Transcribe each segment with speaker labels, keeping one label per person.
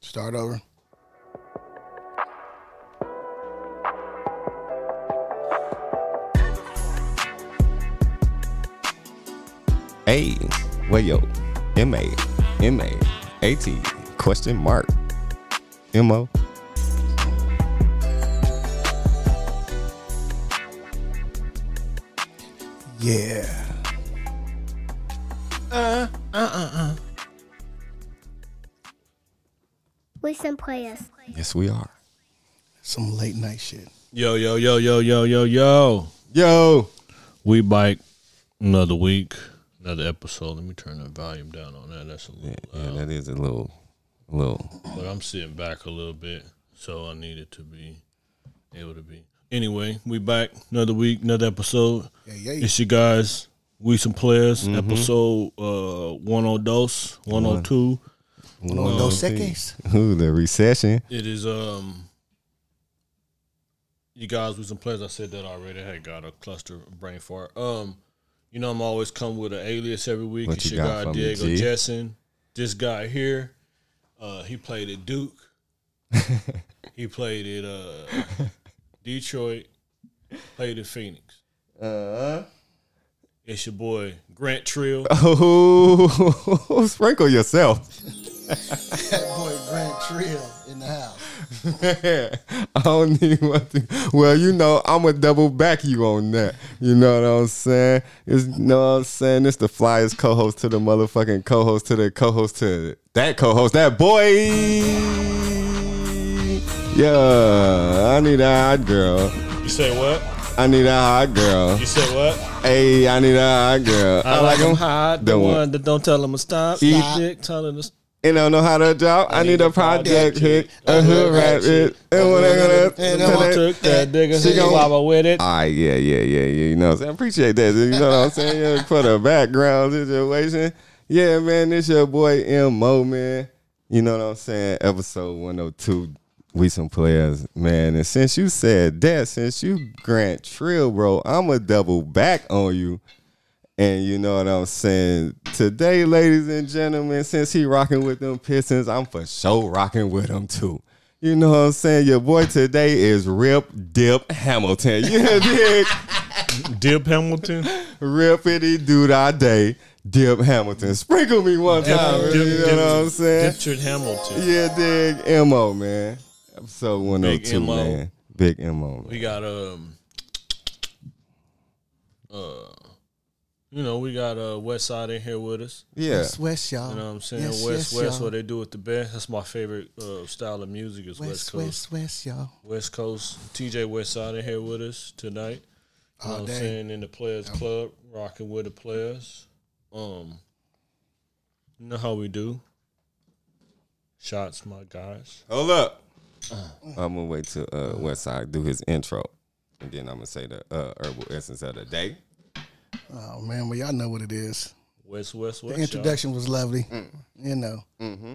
Speaker 1: Start over.
Speaker 2: A, Wayo, M A, M A, A T, question mark, M O.
Speaker 1: Yeah.
Speaker 3: We some players.
Speaker 2: Yes, we are.
Speaker 1: Some late night shit.
Speaker 4: Yo, yo, yo, yo, yo, yo, yo.
Speaker 2: Yo,
Speaker 4: We bike another week, another episode. Let me turn the volume down on that. That's a little
Speaker 2: yeah,
Speaker 4: loud.
Speaker 2: yeah, that is a little, a little.
Speaker 4: But I'm sitting back a little bit, so I needed to be able to be. Anyway, we back another week, another episode.
Speaker 1: Yeah, yeah.
Speaker 4: It's you guys, we some players,
Speaker 2: Mm-hmm.
Speaker 4: episode uh 102, 102.
Speaker 1: One of those seconds.
Speaker 2: Ooh, the recession.
Speaker 4: It is um you guys with some players. I said that already. I had got a cluster brain fart. Um, you know I'm always come with an alias every week.
Speaker 2: What
Speaker 4: It's
Speaker 2: you
Speaker 4: your
Speaker 2: got
Speaker 4: guy
Speaker 2: for me,
Speaker 4: Diego
Speaker 2: G?
Speaker 4: Jessen. This guy here, uh, he played at Duke. he played at uh Detroit. Played at Phoenix.
Speaker 2: Uh.
Speaker 4: It's your boy Grant Trill.
Speaker 2: Oh, sprinkle yourself.
Speaker 1: That boy Grant Trill in the house.
Speaker 2: I don't need what to, well, you know, I'm gonna double back you on that. You know what I'm saying? It's you know what I'm saying. It's the flyest co-host to the motherfucking co-host to the co-host to that co-host, that boy. Yeah, I need a hot girl.
Speaker 4: You say what?
Speaker 2: I need a hot girl.
Speaker 4: You say what?
Speaker 2: Hey, I need a hot girl. I, like 'em
Speaker 4: hot.
Speaker 2: the one
Speaker 4: that don't tell him to stop.
Speaker 2: Stop.
Speaker 4: tell him to stop.
Speaker 2: and don't know how to drop. I, need a project hit, a hood rap it, and when I gonna
Speaker 1: And I
Speaker 2: gonna-
Speaker 1: want to-
Speaker 4: took that nigga
Speaker 2: She
Speaker 4: she
Speaker 2: gon-
Speaker 4: wobble with it.
Speaker 2: All right, yeah, yeah, yeah, yeah. You know, what I'm saying? I appreciate that. You know what I'm saying? Yeah, for the background situation. Yeah, man, it's your boy Mo, man. You know what I'm saying? Episode 102, we some players, man. And since you said that, since you Grant Trill, bro, I'ma double back on you. And you know what I'm saying? Today, ladies and gentlemen, since he rocking with them Pistons, I'm for sure rocking with them too. You know what I'm saying? Your boy today is Rip Dip Hamilton. You dig?
Speaker 4: Dip Hamilton.
Speaker 2: Rippity do I day. Dip Hamilton. Sprinkle me one time.
Speaker 4: Dip-
Speaker 2: you know
Speaker 4: Dip-
Speaker 2: what I'm saying?
Speaker 4: Dipchard Hamilton.
Speaker 2: Yeah, dig. MO, man. Episode 102,
Speaker 4: Big M.O..
Speaker 2: man. Big MO, man.
Speaker 4: We got um uh you know, we got uh West Side in here with us.
Speaker 2: Yeah.
Speaker 1: It's West, y'all.
Speaker 4: You know what I'm saying?
Speaker 1: Yes,
Speaker 4: West
Speaker 1: yes,
Speaker 4: West,
Speaker 1: y'all.
Speaker 4: what they do with the best. That's my favorite uh, style of music is West,
Speaker 1: West,
Speaker 4: Coast.
Speaker 1: West, West, y'all.
Speaker 4: West Coast. TJ West Side in here with us tonight. You
Speaker 1: All
Speaker 4: know what I'm
Speaker 1: day.
Speaker 4: saying? In the Players Club, rocking with the players. Um, you know how we do. Shots, my guys.
Speaker 2: Hold up.
Speaker 1: Uh-huh.
Speaker 2: I'm gonna wait till uh, Westside do his intro, and then I'm gonna say the uh, herbal essence of the day.
Speaker 1: Oh man, well y'all know what it is. Mm.
Speaker 4: West, West, West.
Speaker 1: The
Speaker 4: y'all.
Speaker 1: introduction was lovely. You know,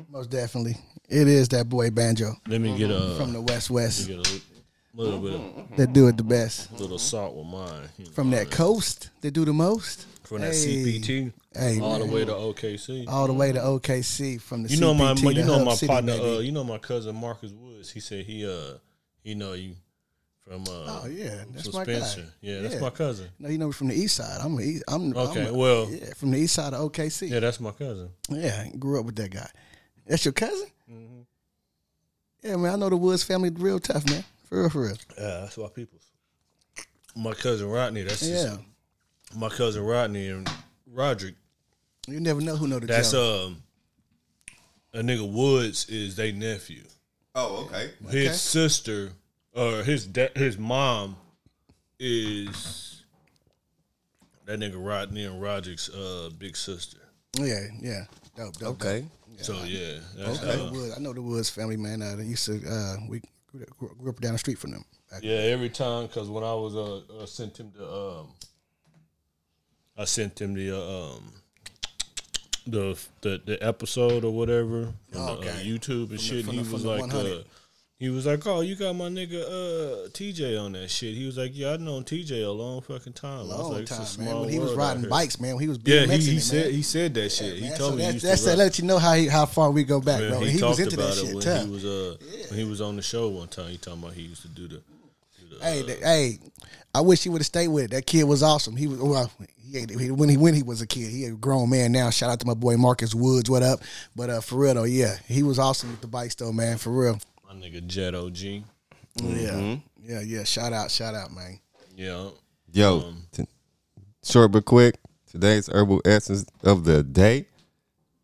Speaker 1: most definitely, it is that boy Banjo
Speaker 4: Let me get a,
Speaker 1: from the West West
Speaker 4: get a little bit of
Speaker 1: that do it the best.
Speaker 4: little salt with mine. you know,
Speaker 1: From that coast that do the most.
Speaker 4: from that
Speaker 1: Hey.
Speaker 4: CPT
Speaker 1: Hey,
Speaker 4: all the
Speaker 1: man.
Speaker 4: way to OKC.
Speaker 1: all the way to OKC from the
Speaker 4: you know my,
Speaker 1: CPT
Speaker 4: my
Speaker 1: to
Speaker 4: you know
Speaker 1: Hub
Speaker 4: my
Speaker 1: City,
Speaker 4: partner
Speaker 1: baby.
Speaker 4: uh, you know my cousin Marcus Woods. He said he uh he know you from uh
Speaker 1: oh yeah, that's my guy.
Speaker 4: suspension. Yeah, that's
Speaker 1: Yeah.
Speaker 4: my cousin.
Speaker 1: No, you know from the east side. I'm a, east- I'm
Speaker 4: Okay,
Speaker 1: I'm a-
Speaker 4: well-
Speaker 1: yeah, from the east side of OKC.
Speaker 4: Yeah, that's my cousin.
Speaker 1: Yeah, I grew up with that guy. That's your cousin?
Speaker 4: Mm-hmm.
Speaker 1: Yeah, man, I know the Woods family real tough, man. For real, for real.
Speaker 4: Yeah, that's my people's. My cousin Rodney. That's his-
Speaker 1: Yeah.
Speaker 4: my cousin Rodney and Roderick.
Speaker 1: You never know who know the
Speaker 4: That's
Speaker 1: joke.
Speaker 4: um a nigga Woods is they nephew.
Speaker 2: Oh, okay.
Speaker 1: Okay.
Speaker 4: His sister or his da- his mom is that nigga Rodney and Roderick's uh big sister.
Speaker 1: yeah, yeah. Dope, dope. dope.
Speaker 2: Okay.
Speaker 4: So yeah, that's,
Speaker 1: I know
Speaker 4: uh,
Speaker 1: the Woods. I know the Woods family, man. Uh, they used to uh, we grew grew- grew up down the street from them. Back-
Speaker 4: Yeah, every time because when I was uh, uh sent him the um, I sent him the uh, um, the the the episode or whatever from the, uh,
Speaker 1: Okay.
Speaker 4: YouTube and shit.
Speaker 1: from
Speaker 4: and
Speaker 1: the-
Speaker 4: he
Speaker 1: from
Speaker 4: was
Speaker 1: the
Speaker 4: like, uh,
Speaker 1: 100.
Speaker 4: He was like, "Oh, you got my nigga uh, TJ on that shit." He was like, "Yeah, I known TJ a long fucking time." I was
Speaker 1: Long
Speaker 4: like, "It's a
Speaker 1: time, man.
Speaker 4: small
Speaker 1: When he was
Speaker 4: world out
Speaker 1: riding
Speaker 4: here."
Speaker 1: bikes, man. When he was big
Speaker 4: Yeah, he,
Speaker 1: Mexican,
Speaker 4: he
Speaker 1: man.
Speaker 4: said he said that shit. he
Speaker 1: Man,
Speaker 4: told
Speaker 1: so
Speaker 4: me he
Speaker 1: that's,
Speaker 4: used
Speaker 1: that's
Speaker 4: to
Speaker 1: that
Speaker 4: rap.
Speaker 1: let you know how he, how far we go back,
Speaker 4: Man,
Speaker 1: bro.
Speaker 4: he,
Speaker 1: He, was
Speaker 4: talked
Speaker 1: into
Speaker 4: about
Speaker 1: that
Speaker 4: it
Speaker 1: shit
Speaker 4: when
Speaker 1: tough.
Speaker 4: he was uh when he was on the show one time. He talking about he used to do the. do the,
Speaker 1: hey,
Speaker 4: uh,
Speaker 1: th- hey, I wish he would have stayed with it. That kid was awesome. He was well, he, ain't- he- when he when he was a kid, he a grown man now. Shout out to my boy Marcus Woods. What up? But uh, for real though, yeah, he was awesome with the bikes though, man. For real,
Speaker 4: my nigga Jet OG.
Speaker 2: Mm-hmm.
Speaker 1: yeah, yeah, yeah. Shout out, shout out, man.
Speaker 4: Yeah,
Speaker 2: Yo,
Speaker 1: Um,
Speaker 2: t- short but quick. Today's herbal essence of the day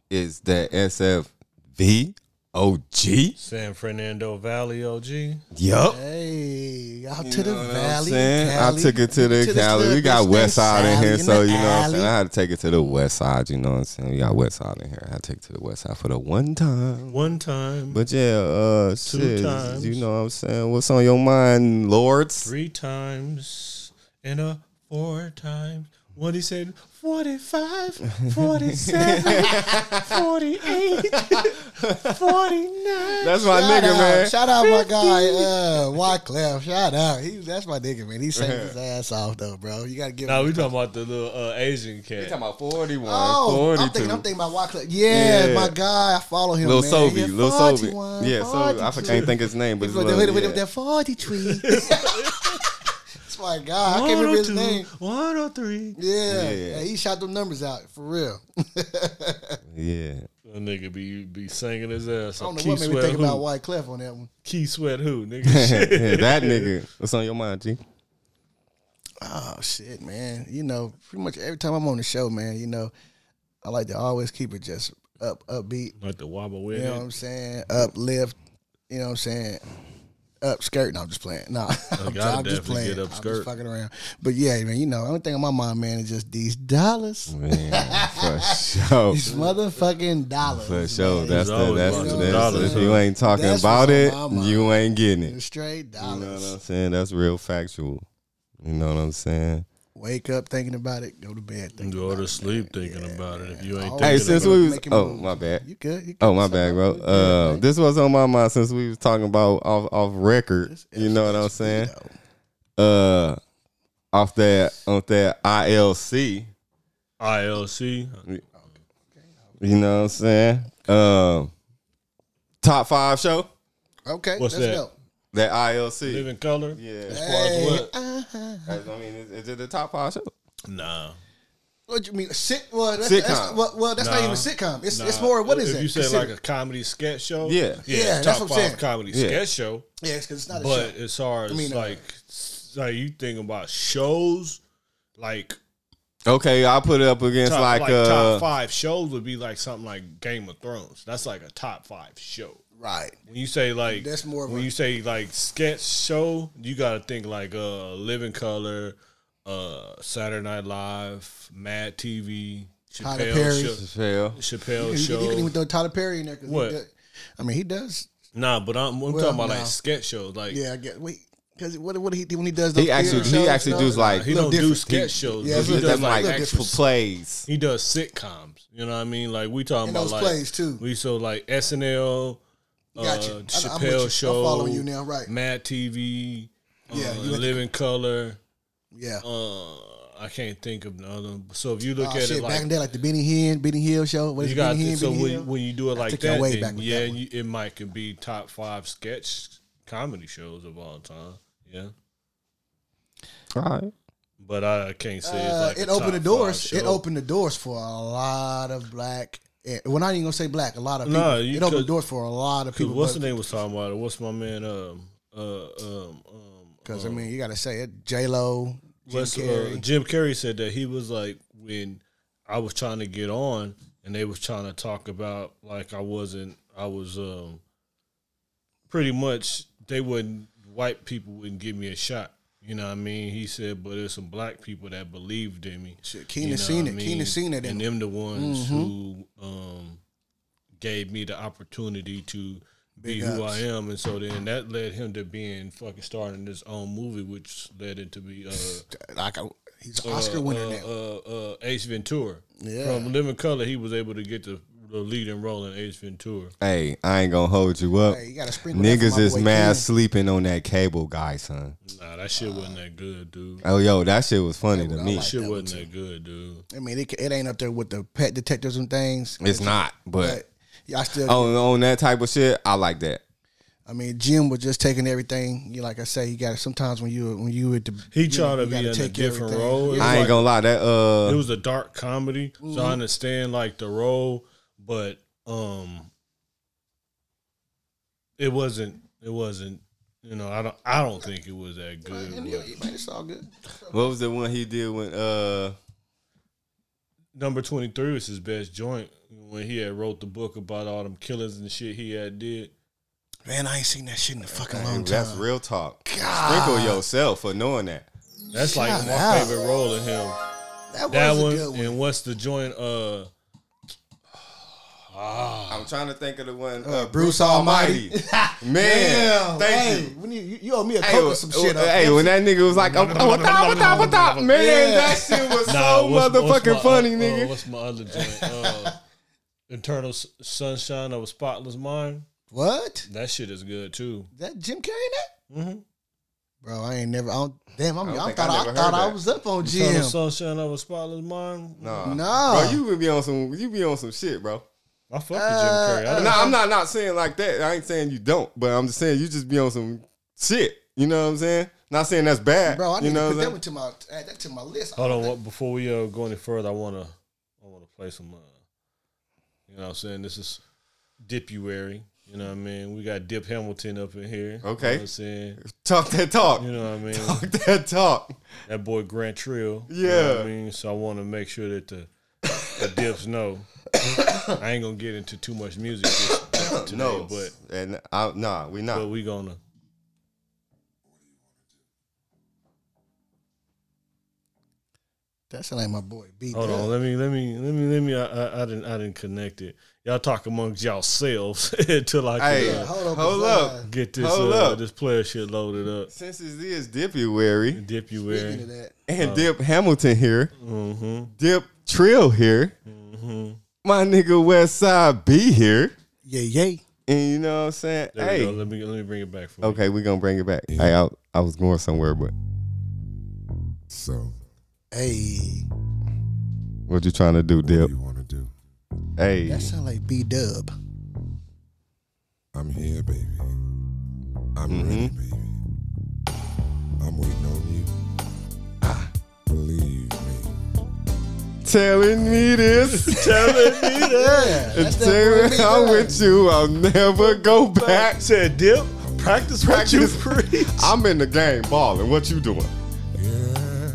Speaker 2: is that SFV OG.
Speaker 4: San Fernando Valley OG.
Speaker 2: Yup.
Speaker 1: Hey, y'all
Speaker 2: You
Speaker 1: to the
Speaker 2: know what I'm
Speaker 1: valley.
Speaker 2: saying?
Speaker 1: Cali.
Speaker 2: I took it to the Cali.
Speaker 1: little
Speaker 2: We got
Speaker 1: bitch
Speaker 2: West
Speaker 1: named
Speaker 2: Side in
Speaker 1: Sally
Speaker 2: here, so
Speaker 1: the
Speaker 2: you know what I'm
Speaker 1: alley.
Speaker 2: saying. I had to take it to the West Side. You know what I'm saying. We got West Side in here. I had to take it to the West Side for the one time.
Speaker 4: One time,
Speaker 2: But yeah, uh, shit,
Speaker 4: times.
Speaker 2: you know what I'm saying. What's on your mind, lords?
Speaker 4: three times, and a four times. What he said, 45, 47, 48, 49.
Speaker 2: That's my
Speaker 1: Shout
Speaker 2: nigga,
Speaker 1: out,
Speaker 2: man.
Speaker 1: Shout out my guy, uh, Wyclef. Shout out. He, that's my nigga, man. He saved his ass off though, bro. You gotta give
Speaker 4: Nah,
Speaker 1: him.
Speaker 4: we talking about the little uh, Asian
Speaker 2: We
Speaker 4: cat.
Speaker 2: talking about 41,
Speaker 1: Oh,
Speaker 2: 42.
Speaker 1: I'm thinking, I'm thinking about Wyclef. Yeah,
Speaker 2: Yeah.
Speaker 1: my guy. I follow him.
Speaker 2: Lil
Speaker 1: man.
Speaker 2: Sobe,
Speaker 1: Yeah,
Speaker 2: Lil Sobe.
Speaker 1: 41,
Speaker 2: Yeah, Sobe. I
Speaker 1: 42.
Speaker 2: can't think his name, but
Speaker 1: He's
Speaker 2: it's
Speaker 1: like,
Speaker 2: Lil-
Speaker 1: wait, wait,
Speaker 2: yeah.
Speaker 1: wait, that 43. That's my guy. I can't remember his name.
Speaker 4: 103.
Speaker 1: Yeah.
Speaker 2: Yeah.
Speaker 1: yeah, he shot them numbers out for real.
Speaker 2: yeah.
Speaker 4: That nigga be, be singing his ass.
Speaker 1: I
Speaker 4: off.
Speaker 1: don't know
Speaker 4: Key
Speaker 1: what made me
Speaker 4: sweat
Speaker 1: think about
Speaker 4: who?
Speaker 1: White Clef on that one.
Speaker 4: Key sweat who, nigga?
Speaker 2: Yeah, that nigga. What's on your mind, G?
Speaker 1: Oh shit, man! You know, pretty much every time I'm on the show, man, you know, I like to always keep it just up, upbeat.
Speaker 4: like the wobble with
Speaker 1: You know what I'm saying? Uplift. You know what I'm saying? Upskirt. No, I'm just playing. No, I'm,
Speaker 4: gotta
Speaker 1: I'm just
Speaker 4: definitely
Speaker 1: playing.
Speaker 4: get
Speaker 1: I'm
Speaker 4: upskirt.
Speaker 1: just fucking around. But yeah, man, you know, only thing on my mind, man, is just these dollars.
Speaker 2: Man, for sure.
Speaker 1: These motherfucking dollars.
Speaker 2: For sure.
Speaker 1: man.
Speaker 2: That's
Speaker 4: He's
Speaker 2: the,
Speaker 4: always
Speaker 2: that's,
Speaker 4: about
Speaker 2: the,
Speaker 4: some
Speaker 2: that's
Speaker 4: dollars,
Speaker 2: If you
Speaker 4: huh?
Speaker 2: ain't talking
Speaker 1: That's
Speaker 2: about it,
Speaker 1: what's on my mind.
Speaker 2: you ain't getting it.
Speaker 1: The straight
Speaker 2: You know what
Speaker 1: dollars.
Speaker 2: I'm saying? That's real factual. You know what I'm saying?
Speaker 1: Wake up thinking about it. Go to bed. Thinking
Speaker 4: Go
Speaker 1: about
Speaker 4: to
Speaker 1: it.
Speaker 4: sleep thinking about it. If you ain't
Speaker 1: Always
Speaker 2: Hey,
Speaker 4: thinking
Speaker 2: since
Speaker 4: about
Speaker 2: we was
Speaker 1: Making
Speaker 2: oh
Speaker 1: moves.
Speaker 2: my bad.
Speaker 1: You good? You good?
Speaker 2: Oh my
Speaker 1: It's
Speaker 2: bad,
Speaker 1: all
Speaker 2: bro.
Speaker 1: right. You good,
Speaker 2: Uh,
Speaker 1: man.
Speaker 2: this was on my mind since we was talking about off off record.
Speaker 1: It's
Speaker 2: You know what I'm
Speaker 1: SSB
Speaker 2: saying?
Speaker 1: though.
Speaker 2: Uh, off that off that ILC.
Speaker 4: ILC,
Speaker 2: You know what I'm saying? Um, top five show
Speaker 1: Okay,
Speaker 4: What's
Speaker 1: let's
Speaker 4: that?
Speaker 1: go.
Speaker 2: that ILC.
Speaker 4: Living Color.
Speaker 2: Yeah,
Speaker 4: As far as what?
Speaker 1: uh,
Speaker 2: I mean, is, is it the top five show?
Speaker 4: Nah.
Speaker 1: What you mean? Sit, well, that's,
Speaker 2: Sitcom.
Speaker 1: That's, well, well, that's not
Speaker 4: Nah.
Speaker 1: even sitcom. It's, it's
Speaker 4: Nah,
Speaker 1: more. What
Speaker 4: if
Speaker 1: is it?
Speaker 4: You said
Speaker 1: Consider-
Speaker 4: like a comedy sketch show.
Speaker 2: Yeah.
Speaker 1: Yeah,
Speaker 4: yeah.
Speaker 1: that's
Speaker 4: Top
Speaker 1: what I'm
Speaker 4: five
Speaker 1: saying.
Speaker 4: comedy
Speaker 2: Yeah.
Speaker 4: sketch show.
Speaker 1: yeah, because it's not a
Speaker 4: But
Speaker 1: show.
Speaker 4: as far as
Speaker 1: I mean, uh,
Speaker 4: like, s- like you thinking about shows, like
Speaker 2: Okay, I'll put it up against
Speaker 4: top,
Speaker 2: like,
Speaker 4: like,
Speaker 2: uh,
Speaker 4: top five shows would be like something like Game of Thrones. That's like a top five show.
Speaker 1: Right.
Speaker 4: When you say like
Speaker 1: That's more of
Speaker 4: when
Speaker 1: a-
Speaker 4: you say like sketch show, you gotta think like uh Living Color, uh Saturday Night Live, Mad TV,
Speaker 1: Tyler
Speaker 4: Chappelle
Speaker 1: Perry.
Speaker 4: show,
Speaker 2: Chappelle.
Speaker 4: Chappelle
Speaker 1: You, you
Speaker 4: show.
Speaker 1: can even throw Tyler Perry in there. 'cause he
Speaker 4: What?
Speaker 1: does- I mean, he does.
Speaker 4: Nah, but I'm, I'm
Speaker 1: Well,
Speaker 4: talking about
Speaker 1: no.
Speaker 4: like sketch shows. Like
Speaker 1: Yeah, I guess. Wait, because what what he when he does those
Speaker 2: He actually
Speaker 1: theater
Speaker 2: he
Speaker 1: shows,
Speaker 2: actually
Speaker 1: no,
Speaker 2: does like
Speaker 4: he
Speaker 2: he
Speaker 1: Little
Speaker 4: don't do
Speaker 1: different.
Speaker 4: sketch shows.
Speaker 1: Yeah,
Speaker 4: but
Speaker 1: it's
Speaker 4: he
Speaker 1: little
Speaker 2: does
Speaker 4: does
Speaker 1: different.
Speaker 4: like
Speaker 2: like
Speaker 1: Little
Speaker 4: actual,
Speaker 1: different.
Speaker 2: plays.
Speaker 4: he does sitcoms. You know what I mean? Like we
Speaker 1: And
Speaker 4: talking about
Speaker 1: those
Speaker 4: like
Speaker 1: plays, too.
Speaker 4: We so like SNL,
Speaker 1: Gotcha. I- I'm with
Speaker 4: uh,
Speaker 1: you.
Speaker 4: Chappelle
Speaker 1: I'm
Speaker 4: show.
Speaker 1: following you now, right.
Speaker 4: Mad TV.
Speaker 1: Yeah,
Speaker 4: uh,
Speaker 1: you had to-
Speaker 4: Living Color.
Speaker 1: Yeah.
Speaker 4: Uh, I can't think of another. So if you look
Speaker 1: Oh,
Speaker 4: at
Speaker 1: shit,
Speaker 4: it
Speaker 1: back
Speaker 4: like
Speaker 1: in the day, like the Benny Hill, Benny Hill show. What is
Speaker 4: you
Speaker 1: it,
Speaker 4: got
Speaker 1: Benny Hill?
Speaker 4: so
Speaker 1: Benny
Speaker 4: when,
Speaker 1: Hill?
Speaker 4: when you do it like
Speaker 1: took y'all
Speaker 4: that,
Speaker 1: way
Speaker 4: then
Speaker 1: back with
Speaker 4: yeah,
Speaker 1: that one.
Speaker 4: you, it might could be top five sketch comedy shows of all time. Yeah.
Speaker 2: All right.
Speaker 4: But I can't say
Speaker 1: Uh,
Speaker 4: it's like
Speaker 1: it
Speaker 4: a top
Speaker 1: opened the doors.
Speaker 4: five
Speaker 1: It
Speaker 4: show.
Speaker 1: opened the doors for a lot of black. eh, Well, not even gonna say black. A lot of people.
Speaker 4: Nah, you
Speaker 1: it opened
Speaker 4: could-
Speaker 1: doors for a lot of
Speaker 4: Cause
Speaker 1: people.
Speaker 4: what's
Speaker 1: Because
Speaker 4: the name was talking about? it? What's my man? Um, uh, um, um,
Speaker 1: I mean, you gotta say it. J Lo, Jim
Speaker 4: what's,
Speaker 1: Carrey.
Speaker 4: Uh, Jim Carrey said that he was like when I was trying to get on, and they was trying to talk about like I wasn't. I was um, pretty much they wouldn't white people wouldn't give me a shot. You know what I mean? He said, but there's some black people that believed in me.
Speaker 1: Shit, Keenan
Speaker 4: You know
Speaker 1: seen
Speaker 4: what
Speaker 1: it. Keenan
Speaker 4: I
Speaker 1: Mm-hmm.
Speaker 4: mean?
Speaker 1: seen it in
Speaker 4: And them the ones who um, gave me the opportunity to be
Speaker 1: Big
Speaker 4: who
Speaker 1: ups.
Speaker 4: I am, and so then that led him to being fucking starting his own movie, which led it to be uh,
Speaker 1: Like I, he's an Oscar
Speaker 4: uh,
Speaker 1: winner now.
Speaker 4: uh, uh, Ace Ventura.
Speaker 1: Yeah.
Speaker 4: From Living Color, he was able to get the the leading role in Ace Ventura.
Speaker 2: Hey, I ain't gonna hold you up.
Speaker 1: Hey, you gotta sprinkle that for
Speaker 2: Niggas
Speaker 1: my
Speaker 2: is
Speaker 1: boy
Speaker 2: mad
Speaker 1: Ken.
Speaker 2: sleeping on that cable guy, son.
Speaker 4: Nah, that shit wasn't that good, dude.
Speaker 2: Oh, yo, that shit was funny to me.
Speaker 1: like
Speaker 4: shit
Speaker 1: that one
Speaker 4: wasn't that good, dude.
Speaker 1: I mean, it, ca- it ain't up there with the pet detectives and things.
Speaker 2: It's not, but Oh.
Speaker 1: But yeah, I still.
Speaker 2: on on that type of shit, I like that.
Speaker 1: I mean, Jim was just taking everything. You like I say, you got to sometimes when you when you at the
Speaker 4: He
Speaker 1: you know,
Speaker 4: tried to
Speaker 1: you
Speaker 4: be in
Speaker 1: gotta
Speaker 4: a
Speaker 1: take
Speaker 4: different
Speaker 1: everything.
Speaker 4: role. It was
Speaker 2: I ain't
Speaker 4: like-
Speaker 2: gonna lie, that
Speaker 4: it
Speaker 2: uh,
Speaker 4: was a dark comedy, so
Speaker 1: Mm-hmm.
Speaker 4: I understand like the role, but um, it wasn't. It wasn't. You know, I don't. I don't think it was that good.
Speaker 1: And
Speaker 4: but-
Speaker 1: he- man, it's all good.
Speaker 2: what was the one he did when uh,
Speaker 4: number 23 was his best joint when he had wrote the book about all them killings and shit he had did
Speaker 1: Man, I ain't seen that shit in a fucking long time.
Speaker 2: that's real talk. Sprinkle yourself for knowing that.
Speaker 4: that's like
Speaker 1: Shout
Speaker 4: my
Speaker 1: out.
Speaker 4: favorite role of him
Speaker 1: That,
Speaker 4: that
Speaker 1: was
Speaker 4: one,
Speaker 1: a good one.
Speaker 4: and what's the joint uh
Speaker 2: I'm trying to think of the one
Speaker 1: Uh, Bruce Almighty. Damn,
Speaker 2: man, thank
Speaker 1: hey,
Speaker 2: you.
Speaker 1: We need, you, you owe me a
Speaker 2: Hey,
Speaker 1: coke or some shit. up.
Speaker 2: hey, when that nigga was like, oh, oh, what up, what up, what up, man,
Speaker 1: Yeah.
Speaker 2: that shit was so
Speaker 4: what's-
Speaker 2: motherfucking
Speaker 4: what's my,
Speaker 2: funny,
Speaker 4: uh, uh,
Speaker 2: nigga.
Speaker 4: what's my other joint uh eternal S- sunshine of a spotless mind
Speaker 1: what?
Speaker 4: that shit is good too
Speaker 1: Is that Jim Carrey? That?
Speaker 4: Mhm.
Speaker 1: Bro, I ain't never. I don't, damn, I'm,
Speaker 2: I
Speaker 1: I,
Speaker 2: don't think
Speaker 1: thought
Speaker 2: I
Speaker 1: I,
Speaker 2: never
Speaker 1: thought
Speaker 2: heard
Speaker 1: I
Speaker 2: that.
Speaker 1: was up on
Speaker 4: eternal
Speaker 1: Jim.
Speaker 4: sunshine of a spotless mind
Speaker 2: Nah,
Speaker 1: Nah.
Speaker 2: bro, you would be on some, you be on some shit, bro.
Speaker 4: i fuck
Speaker 1: Uh,
Speaker 4: with jim carrey I
Speaker 2: No, I'm not not saying like that. I ain't saying you don't, but I'm just saying you just be on some shit. You know what I'm saying? Not saying that's bad.
Speaker 1: Bro, I need
Speaker 2: you know
Speaker 1: to put
Speaker 2: what
Speaker 1: that
Speaker 2: I'm
Speaker 1: one to my add that to my list.
Speaker 4: Hold on, what, before we uh, go any further, I wanna I wanna play some. Uh, you know, what I'm saying this is Dipuary. You know what I mean? We got Dip Hamilton up in here.
Speaker 2: Okay.
Speaker 4: you know what I'm saying.
Speaker 2: Talk that talk.
Speaker 4: You know what I mean?
Speaker 2: Talk that talk.
Speaker 4: that boy Grant Trill. you know
Speaker 2: Yeah.
Speaker 4: what I mean, so I want to make sure that the the Dips know. I ain't gonna get into too much music this, today,
Speaker 2: no,
Speaker 4: but
Speaker 2: and I, nah, we not.
Speaker 4: but we gonna.
Speaker 1: That sound like my boy B.
Speaker 4: Hold on, let me, let me, let me, let me. I, I, I didn't, I didn't connect it. Y'all talk amongst yourselves until I can
Speaker 2: hey,
Speaker 4: uh,
Speaker 1: hold up,
Speaker 2: hold up.
Speaker 1: before I-
Speaker 4: get this
Speaker 2: Hold
Speaker 4: uh,
Speaker 2: up.
Speaker 4: this player shit loaded up.
Speaker 2: Since it is Dipuary
Speaker 4: Dip you
Speaker 1: Speaking of
Speaker 4: in.
Speaker 1: that,
Speaker 2: and Dip Hamilton here,
Speaker 4: Uh-huh. Mm-hmm.
Speaker 2: Dip Trill here, my nigga West Side B here,
Speaker 1: yeah, yay.
Speaker 2: and you know what I'm saying?
Speaker 4: There
Speaker 2: hey,
Speaker 4: we go. Let me let me bring it back
Speaker 1: Oh.
Speaker 4: for you.
Speaker 2: okay, we gonna bring it back. Hey, I, I was going somewhere, but
Speaker 5: So,
Speaker 1: Hey,
Speaker 2: what you trying to do,
Speaker 5: what
Speaker 2: Dip?
Speaker 5: do you want to do?
Speaker 2: Hey,
Speaker 1: that sound like B Dub.
Speaker 5: I'm here, baby. I'm
Speaker 6: Mm-hmm.
Speaker 5: ready, baby. I'm waiting on you. Ah. Believe me.
Speaker 2: telling me this.
Speaker 4: Telling me
Speaker 1: Yeah, that's that boy B
Speaker 2: Dude, I'm
Speaker 1: Dub.
Speaker 2: with you. I'll never go back.
Speaker 4: said dip. Practice,
Speaker 2: Practice.
Speaker 4: what you preach.
Speaker 2: I'm in the game balling. What you doing?
Speaker 5: Yeah.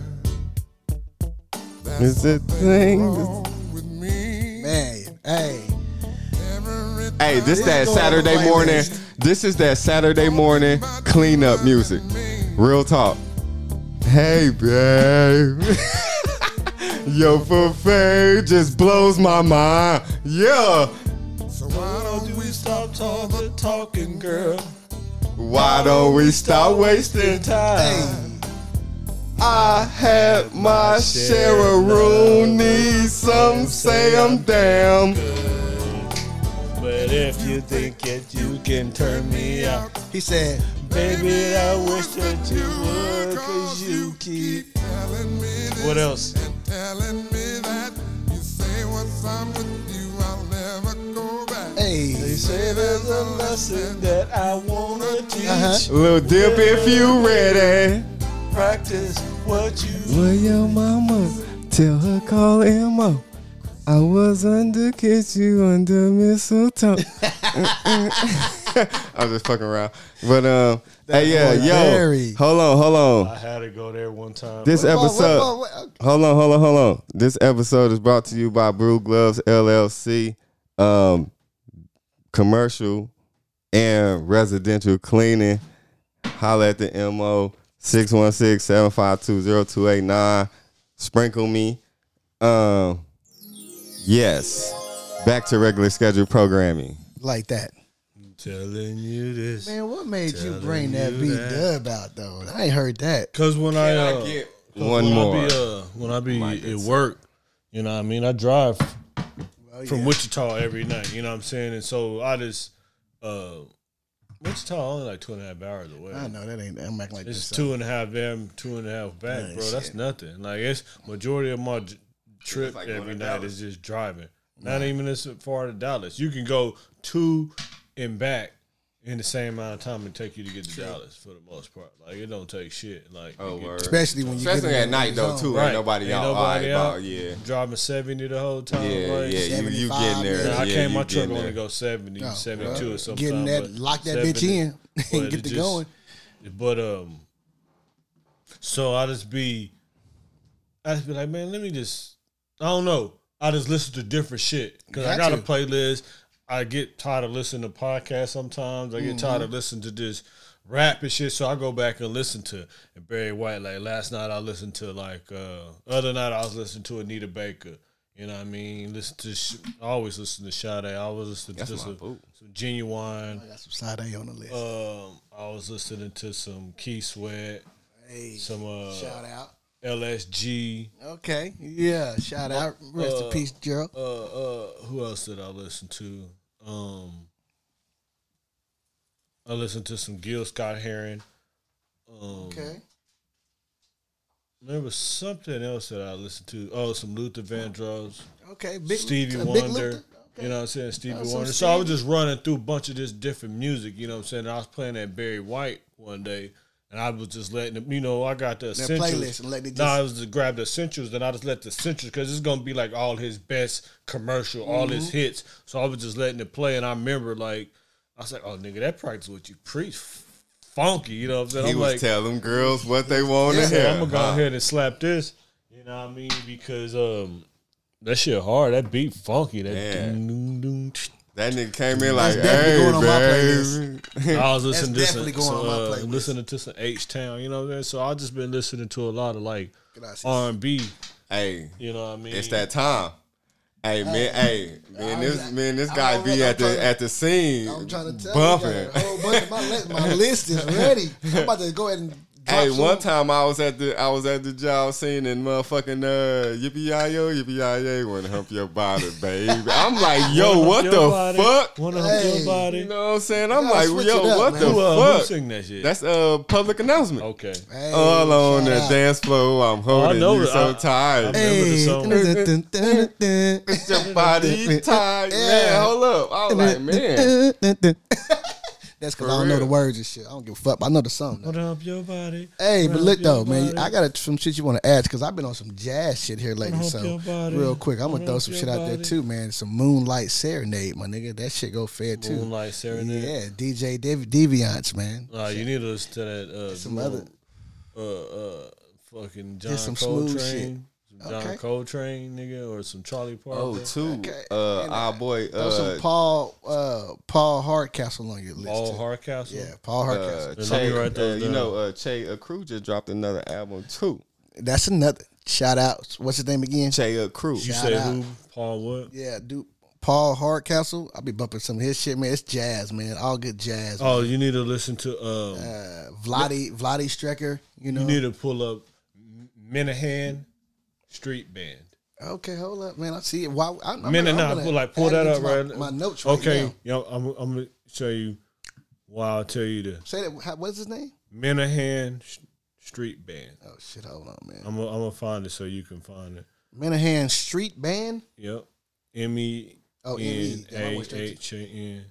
Speaker 5: That's
Speaker 2: Is it thing?
Speaker 5: wrong with me.
Speaker 1: Man, hey,
Speaker 5: Every
Speaker 2: Hey, this that
Speaker 1: This is
Speaker 2: Saturday
Speaker 1: going on the
Speaker 2: morning.
Speaker 1: playlist.
Speaker 2: This is that Saturday morning cleanup music. Real talk. Hey, babe. Your buffet just blows my mind. Yeah.
Speaker 5: So why don't we
Speaker 4: Stop talking, talking, girl.
Speaker 2: Why don't we stop wasting time?
Speaker 4: time.
Speaker 2: I had my share of Rooney. Some say I'm damn.
Speaker 4: But if you think that you can turn me out,
Speaker 1: he said,
Speaker 4: baby, I wish that you would, cause you keep.
Speaker 5: keep telling me this?
Speaker 4: What else?
Speaker 5: and telling me that you say once I'm with you, I'll never go back.
Speaker 1: hey,
Speaker 4: say there's a lesson that I wanna teach.
Speaker 1: Uh-huh.
Speaker 2: Little dip if you ready.
Speaker 4: Practice what you
Speaker 2: Well, your mama, tell her call Emma. I was under kiss you under mistletoe. I'm just fucking around, but um, hey, yeah,
Speaker 1: boy
Speaker 2: yo,
Speaker 1: Barry.
Speaker 2: hold on, hold on.
Speaker 4: I had to go there one time.
Speaker 2: This episode,
Speaker 1: Whoa, whoa, whoa,
Speaker 2: hold on, hold on, hold on. This episode is brought to you by Brew Gloves LLC, um, commercial and residential cleaning. Holla at the MO 616-752-0289. Sprinkle me. Um, yes. Back to regular scheduled programming.
Speaker 1: like that.
Speaker 4: telling you this.
Speaker 1: Man, what made you
Speaker 4: Telling
Speaker 1: bring that
Speaker 4: you
Speaker 1: B
Speaker 4: that.
Speaker 1: Dub out though? I ain't heard that.
Speaker 4: Cause when I, uh,
Speaker 2: One
Speaker 4: when uh,
Speaker 2: more.
Speaker 4: I be, uh, when I be at work, you know, what I mean, I drive from
Speaker 1: yeah.
Speaker 4: Wichita every night. You know what I'm saying? And so I just uh, Wichita only like two and a half hours away.
Speaker 1: I know that ain't. I'm acting like
Speaker 4: It's
Speaker 1: this.
Speaker 4: two and a half them, two and a half back,
Speaker 1: Nah,
Speaker 4: bro. That's
Speaker 1: shit.
Speaker 4: nothing. Like it's majority of my j- trip
Speaker 2: like going
Speaker 4: every
Speaker 2: to
Speaker 4: night
Speaker 2: Dallas.
Speaker 4: is just driving. Not even as far to Dallas. You can go to and back in the same amount of time it take you to get to Dallas for the most part. Like it don't take shit. Like
Speaker 2: Oh,
Speaker 4: you get-
Speaker 2: word.
Speaker 1: uh, especially when you
Speaker 2: Especially
Speaker 1: get in
Speaker 2: at
Speaker 1: that
Speaker 2: night though
Speaker 1: zone.
Speaker 2: too.
Speaker 4: Right.
Speaker 2: Ain't nobody
Speaker 4: Ain't
Speaker 2: out.
Speaker 4: nobody
Speaker 2: all right,
Speaker 4: out.
Speaker 2: about- yeah.
Speaker 4: driving seventy the whole time.
Speaker 2: Yeah,
Speaker 4: like,
Speaker 2: yeah, you, you
Speaker 1: 75,
Speaker 2: getting there.
Speaker 1: yeah.
Speaker 4: And I
Speaker 2: yeah,
Speaker 4: can't
Speaker 2: you
Speaker 4: my truck
Speaker 2: getting
Speaker 4: only
Speaker 2: there.
Speaker 4: go 70,
Speaker 1: Yeah,
Speaker 4: 72 or something.
Speaker 1: Oh, Getting that, lock that bitch in, and get to going.
Speaker 4: But um, so I just be, I just be like, man, let me just, I don't know. I just listen to different shit because I
Speaker 1: Got
Speaker 4: got a
Speaker 1: to.
Speaker 4: playlist. I get tired of listening to podcasts sometimes. I get
Speaker 1: Mm-hmm.
Speaker 4: tired of listening to this rap and shit. So I go back and listen to Barry White. Like last night, I listened to like uh other night I was listening to Anita Baker. You know what I mean? Listen to sh- I always listen to Sade. I always listen to
Speaker 2: That's
Speaker 4: just
Speaker 2: my
Speaker 4: a-
Speaker 2: boo.
Speaker 4: some genuine.
Speaker 1: Oh, That's some side A on the list.
Speaker 4: Um, I was listening to some Key Sweat,
Speaker 1: hey,
Speaker 4: some uh,
Speaker 1: shout out.
Speaker 4: LSG.
Speaker 1: Okay, yeah, shout out. Rest in peace, Gerald.
Speaker 4: Uh, uh, who else did I listen to? Um, I listened to some Gil Scott Heron. Um,
Speaker 1: Okay,
Speaker 4: There was something else that I listened to. Oh, some Luther Vandross,
Speaker 1: okay. Big
Speaker 4: Stevie
Speaker 1: uh, Big
Speaker 4: Wonder.
Speaker 1: Luther. Okay.
Speaker 4: You know what I'm saying? Stevie
Speaker 1: Oh, some
Speaker 4: Wonder. So I was
Speaker 1: Stevie.
Speaker 4: just running through a bunch of this different music. You know what I'm saying? And I was playing that Barry White one day. And I was just letting them, you know, I got the
Speaker 1: Their
Speaker 4: essentials.
Speaker 1: playlist and let it
Speaker 4: No,
Speaker 1: just-
Speaker 4: I was just grab the essentials, then I just let the essentials because it's gonna be like all his best commercial, all his
Speaker 1: Mm-hmm.
Speaker 4: hits. So I was just letting it play, and I remember like I was like, "Oh, nigga, that practice what you preach, f- funky." You know what I'm saying?
Speaker 2: He
Speaker 4: I'm
Speaker 2: was
Speaker 4: like,
Speaker 2: telling girls what they want to
Speaker 1: Yeah,
Speaker 2: hear.
Speaker 4: I'm gonna go
Speaker 2: huh?
Speaker 4: ahead and slap this. You know what I mean? Because um, that shit hard. That beat funky. That
Speaker 2: Yeah.
Speaker 4: doom, doom, doom, tch.
Speaker 2: That nigga came in like,
Speaker 1: definitely
Speaker 2: hey,
Speaker 1: going on my
Speaker 2: baby.
Speaker 4: I was listening to some,
Speaker 1: definitely going
Speaker 4: some,
Speaker 1: on my
Speaker 4: uh,
Speaker 1: playlist.
Speaker 4: listening to some H Town. You know what I'm saying? So I just been listening to a lot of like
Speaker 1: Gracias.
Speaker 4: R and B.
Speaker 2: Hey,
Speaker 4: You know what I mean?
Speaker 2: it's that time.
Speaker 1: Uh,
Speaker 2: Hey, man, hey, man, this
Speaker 1: I'm-
Speaker 2: man, this
Speaker 1: I'm
Speaker 2: guy
Speaker 1: already-
Speaker 2: be
Speaker 1: I'm
Speaker 2: at
Speaker 1: trying-
Speaker 2: the at the scene,
Speaker 1: I'm trying to tell you, I
Speaker 2: bumping.
Speaker 1: got a whole bunch of my list. My list is ready. I'm about to go ahead and. Drop
Speaker 2: Hey,
Speaker 1: some.
Speaker 2: one time I was at the I was at the job scene and motherfucking uh yippee yo yippee yo wanna hump your body, baby. I'm like, yo, what
Speaker 4: Your
Speaker 2: the
Speaker 4: body,
Speaker 2: fuck?
Speaker 4: Wanna hump
Speaker 1: Hey.
Speaker 4: your
Speaker 2: You
Speaker 4: body?
Speaker 2: know what I'm saying? I'm
Speaker 1: gotta
Speaker 2: like,
Speaker 1: switch
Speaker 2: yo,
Speaker 1: it up,
Speaker 2: what
Speaker 1: man.
Speaker 2: the
Speaker 4: Who, uh, who
Speaker 2: fuck?
Speaker 4: sing that shit?
Speaker 2: That's a public announcement.
Speaker 4: okay.
Speaker 1: Hey,
Speaker 2: All on
Speaker 1: shout
Speaker 2: the
Speaker 1: out.
Speaker 2: dance floor, I'm holding
Speaker 4: know
Speaker 2: you
Speaker 4: that.
Speaker 2: so
Speaker 4: I-
Speaker 2: tight.
Speaker 4: I- Remember the
Speaker 1: Hey,
Speaker 4: song?
Speaker 1: dun, dun, dun, dun.
Speaker 2: It's your body tight, man. Hold up, I was like, man,
Speaker 1: That's because I don't know
Speaker 2: real.
Speaker 1: the words and shit. I don't give a fuck. but I know the song. though.
Speaker 4: Wanna hump your body?
Speaker 1: Hey,
Speaker 4: Wanna
Speaker 1: but look
Speaker 4: hump your
Speaker 1: though, man,
Speaker 4: body?
Speaker 1: I got some shit you want to ask because I've been on some jazz shit here lately.
Speaker 4: Hump
Speaker 1: So
Speaker 4: your body.
Speaker 1: real quick, I'm gonna throw
Speaker 4: Hump
Speaker 1: some
Speaker 4: your
Speaker 1: shit out there
Speaker 4: body.
Speaker 1: too, man. Some Moonlight Serenade, my nigga. That shit go fair too.
Speaker 4: Moonlight Serenade.
Speaker 1: Yeah, DJ Dev- Deviance, man.
Speaker 4: Nah, you need to listen to that. Uh,
Speaker 1: Some
Speaker 4: little,
Speaker 1: other-
Speaker 4: uh, uh, fucking John
Speaker 1: Just some
Speaker 4: Coltrane,
Speaker 1: smooth shit.
Speaker 4: some John
Speaker 1: Okay.
Speaker 4: Coltrane, nigga, or some Charlie Parker.
Speaker 2: oh two,
Speaker 1: Okay.
Speaker 2: uh, our boy,
Speaker 1: Throw some
Speaker 2: uh,
Speaker 1: Paul uh, Paul Hardcastle on your list.
Speaker 4: All
Speaker 1: too.
Speaker 4: Hardcastle.
Speaker 1: Yeah, Paul
Speaker 2: uh,
Speaker 1: Hardcastle.
Speaker 2: Che,
Speaker 4: Let me write
Speaker 2: uh,
Speaker 4: those
Speaker 2: you
Speaker 4: down.
Speaker 2: know, uh, Che uh, Crew just dropped another album too.
Speaker 1: That's another shout out. What's his name again?
Speaker 2: Che uh, Crew.
Speaker 4: You
Speaker 1: Shout
Speaker 4: say
Speaker 1: out.
Speaker 4: who? Paul what?
Speaker 1: Yeah, dude. Paul Hardcastle. I'll be bumping some of his shit, man. It's jazz, man. All good jazz.
Speaker 4: Oh, you need to listen to. Um,
Speaker 1: Uh, Vladi Vladi Strecker. You know.
Speaker 4: You need to pull up M- Minahan Street Band.
Speaker 1: Okay, hold up, man. I see it. Why? I'm, I'm,
Speaker 4: Minute
Speaker 1: I'm
Speaker 4: now,
Speaker 1: gonna
Speaker 4: pull like pull
Speaker 1: add
Speaker 4: that
Speaker 1: you
Speaker 4: up
Speaker 1: to
Speaker 4: right.
Speaker 1: my,
Speaker 4: now.
Speaker 1: My notes. Right
Speaker 4: Okay,
Speaker 1: Now.
Speaker 4: yeah, I'm, I'm gonna show you. Why I'll tell you the
Speaker 1: Say that. How, what's his name?
Speaker 4: Minahan Sh- Street Band.
Speaker 1: Oh shit! Hold on, man.
Speaker 4: I'm gonna I'm gonna find it so you can find it.
Speaker 1: Minahan Street Band.
Speaker 4: Yep. M E
Speaker 1: Oh,
Speaker 4: N
Speaker 1: M-E. Damn, I
Speaker 4: A
Speaker 1: went straight
Speaker 4: H A N.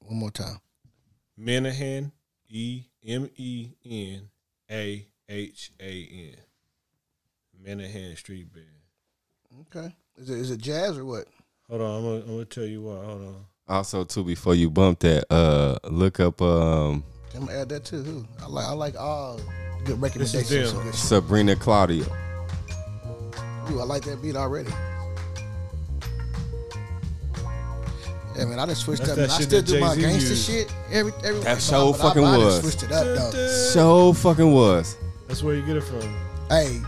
Speaker 1: One more time.
Speaker 4: Menahan. E M E N A H A N. Menahan Street Band.
Speaker 1: Okay. Is it, is it jazz or what?
Speaker 4: Hold on, I'm gonna, I'm gonna tell you why. Hold on.
Speaker 2: Also, too, before you bump that, uh, look up um
Speaker 1: I'm gonna add that too. Who? I like I like all good
Speaker 4: This is
Speaker 1: recommendations.
Speaker 4: them.
Speaker 1: and good shit.
Speaker 2: Sabrina Claudio.
Speaker 1: Ooh, I like that beat already. Yeah, man, I just switched
Speaker 4: That's
Speaker 1: up.
Speaker 4: that
Speaker 1: Man, I
Speaker 4: shit
Speaker 1: still
Speaker 4: that
Speaker 1: do my
Speaker 4: Jay-Z
Speaker 1: gangster
Speaker 4: used.
Speaker 1: shit every every.
Speaker 2: That
Speaker 1: but
Speaker 2: so
Speaker 1: I, but I,
Speaker 2: fucking
Speaker 1: but I done
Speaker 2: was.
Speaker 1: Switched it up though.
Speaker 2: So fucking was.
Speaker 4: That's where you get it from.
Speaker 1: Hey,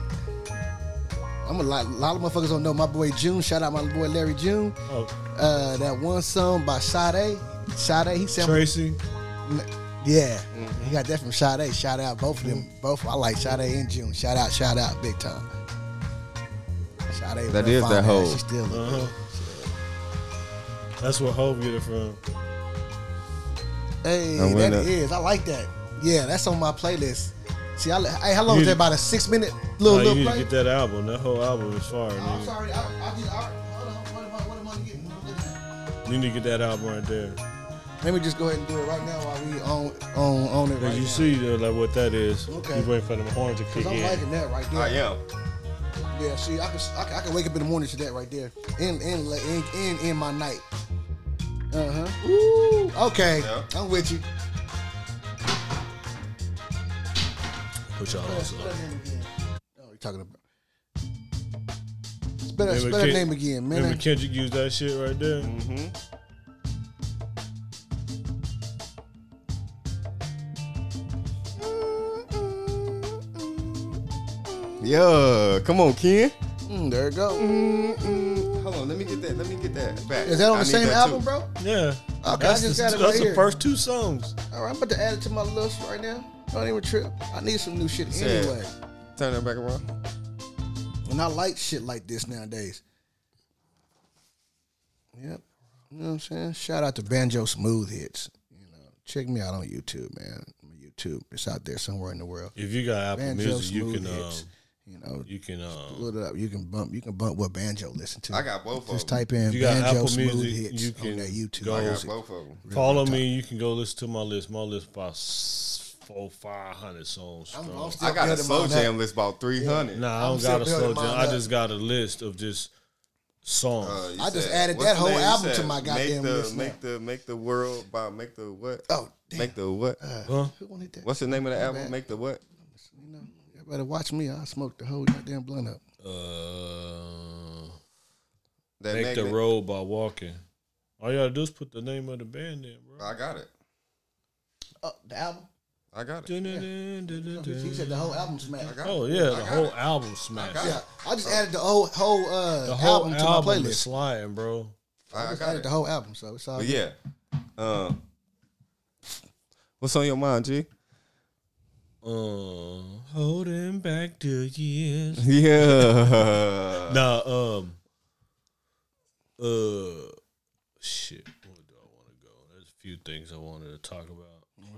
Speaker 1: I'm a lot, lot of motherfuckers don't know my boy June. Shout out my boy Larry June.
Speaker 4: Oh,
Speaker 1: Uh, that one song by Sade. Sade, he said,
Speaker 4: Tracy.
Speaker 1: yeah,
Speaker 2: Mm-hmm.
Speaker 1: he got that from Sade. Shout out both of them. Both I like Sade and June. Shout out, shout out, big time. Sade,
Speaker 2: That is that
Speaker 1: hoe.
Speaker 2: hoe.
Speaker 1: She still.
Speaker 4: Uh huh. That's where Hove get it from.
Speaker 1: Hey,
Speaker 2: I
Speaker 1: that
Speaker 2: went up.
Speaker 1: is. I like that. Yeah, that's on my playlist. See, I, li- hey, how long is
Speaker 4: You-
Speaker 1: that? About a six minute little Oh,
Speaker 4: Nah, you
Speaker 1: little
Speaker 4: need
Speaker 1: play.
Speaker 4: to get that album. That whole album is fire.
Speaker 1: I'm
Speaker 4: Nigga.
Speaker 1: sorry. I, I just, I, hold on. What am I, what am I getting?
Speaker 4: You need to get that album right there.
Speaker 1: Let me just go ahead and do it right now while we on on on it.
Speaker 4: Cause
Speaker 1: Right
Speaker 4: you
Speaker 1: now.
Speaker 4: see though, like what that is.
Speaker 1: Okay.
Speaker 4: You waiting for them horns to kick
Speaker 1: Cause I'm
Speaker 4: in.
Speaker 1: liking that right there.
Speaker 2: I am.
Speaker 1: Yeah, see, I can, I can I can wake up in the morning to that right there, and and la- and and in my night. Uh huh. Ooh. Okay,
Speaker 2: Yeah.
Speaker 1: I'm with you.
Speaker 4: Put y'all on slow.
Speaker 1: Spell that name again. Oh, you talking about? Spell, that-
Speaker 4: Remember
Speaker 1: spell that
Speaker 4: Ken-
Speaker 1: name again, man.
Speaker 4: Remember Kendrick used that shit right there.
Speaker 1: Mm-hmm.
Speaker 2: Yeah, come on, Ken.
Speaker 1: Mm, there it go.
Speaker 2: Mm-hmm. Hold on, let me get that. Let me get that back.
Speaker 1: Is that on the
Speaker 2: I need
Speaker 1: same
Speaker 2: that
Speaker 1: album,
Speaker 2: too.
Speaker 1: bro?
Speaker 4: Yeah.
Speaker 1: I
Speaker 4: that's
Speaker 1: just
Speaker 4: the,
Speaker 1: got it
Speaker 4: that's
Speaker 1: right
Speaker 4: the
Speaker 1: here.
Speaker 4: first two songs.
Speaker 1: All right, I'm about to add it to my list right now. Don't even trip. I need some new shit
Speaker 2: Said.
Speaker 1: anyway,
Speaker 2: Turn that back around.
Speaker 1: and I like shit like this nowadays. Yep. You know what I'm saying? Shout out to Banjo Smooth Hits. You know, check me out on YouTube, man. My YouTube, it's out there somewhere in the world.
Speaker 4: If you got Apple
Speaker 1: Banjo
Speaker 4: Music, you
Speaker 1: Smooth
Speaker 4: can um,
Speaker 1: Hits. You know,
Speaker 4: you can um,
Speaker 1: look it up. You can bump. You can bump what banjo listen to.
Speaker 2: I got both of
Speaker 1: Just
Speaker 2: them.
Speaker 1: type in
Speaker 4: If you got
Speaker 1: banjo
Speaker 4: Apple
Speaker 1: smooth
Speaker 4: Music,
Speaker 1: hits
Speaker 4: you
Speaker 1: on
Speaker 4: can
Speaker 1: that YouTube.
Speaker 4: go-
Speaker 2: I got
Speaker 1: music.
Speaker 2: both of them.
Speaker 4: follow me. You can go listen to my list. My list about s- four, five hundred songs.
Speaker 1: I'm- I'm
Speaker 4: strong.
Speaker 1: still
Speaker 2: I got a
Speaker 1: building
Speaker 2: slow
Speaker 1: mine up.
Speaker 2: jam list about three hundred.
Speaker 4: Nah, I
Speaker 1: I'm
Speaker 4: don't got a
Speaker 1: still building
Speaker 4: slow jam.
Speaker 1: mine
Speaker 4: I
Speaker 1: up.
Speaker 4: just got a list of just songs.
Speaker 2: Uh,
Speaker 1: I just added that whole album to my goddamn
Speaker 2: make the,
Speaker 1: list now.
Speaker 2: Make the make the world by make the what?
Speaker 1: Oh, damn.
Speaker 2: Make the what?
Speaker 1: Uh,
Speaker 4: huh?
Speaker 1: Who wanted that?
Speaker 2: What's the name of the album?
Speaker 1: bad.
Speaker 2: Make the what?
Speaker 1: You know, everybody watch me. I smoked the whole goddamn blunt up.
Speaker 4: Uh,
Speaker 2: That
Speaker 4: make the
Speaker 2: it.
Speaker 4: road by walking. All you gotta do is put the name of the band in, bro.
Speaker 2: I got it.
Speaker 1: Oh, the album.
Speaker 2: I got it.
Speaker 1: He
Speaker 4: Dun-dun-dun-dun-dun.
Speaker 1: said the whole album smacked.
Speaker 4: Oh yeah, the whole album smash.
Speaker 2: got it.
Speaker 1: Yeah, I just added the whole whole uh,
Speaker 4: The whole
Speaker 1: album
Speaker 4: album,
Speaker 1: to my
Speaker 4: is
Speaker 1: playlist.
Speaker 4: sliding, bro.
Speaker 2: I,
Speaker 1: I
Speaker 2: I
Speaker 1: just
Speaker 2: got
Speaker 1: added
Speaker 2: it.
Speaker 1: the whole album, so it's all.
Speaker 2: But yeah. Um, what's on your mind, G?
Speaker 4: Uh, holding back the years.
Speaker 2: Yeah.
Speaker 1: Oh,
Speaker 4: Nah, um, uh, shit. Where do I want to go? There's a few things I wanted to talk about.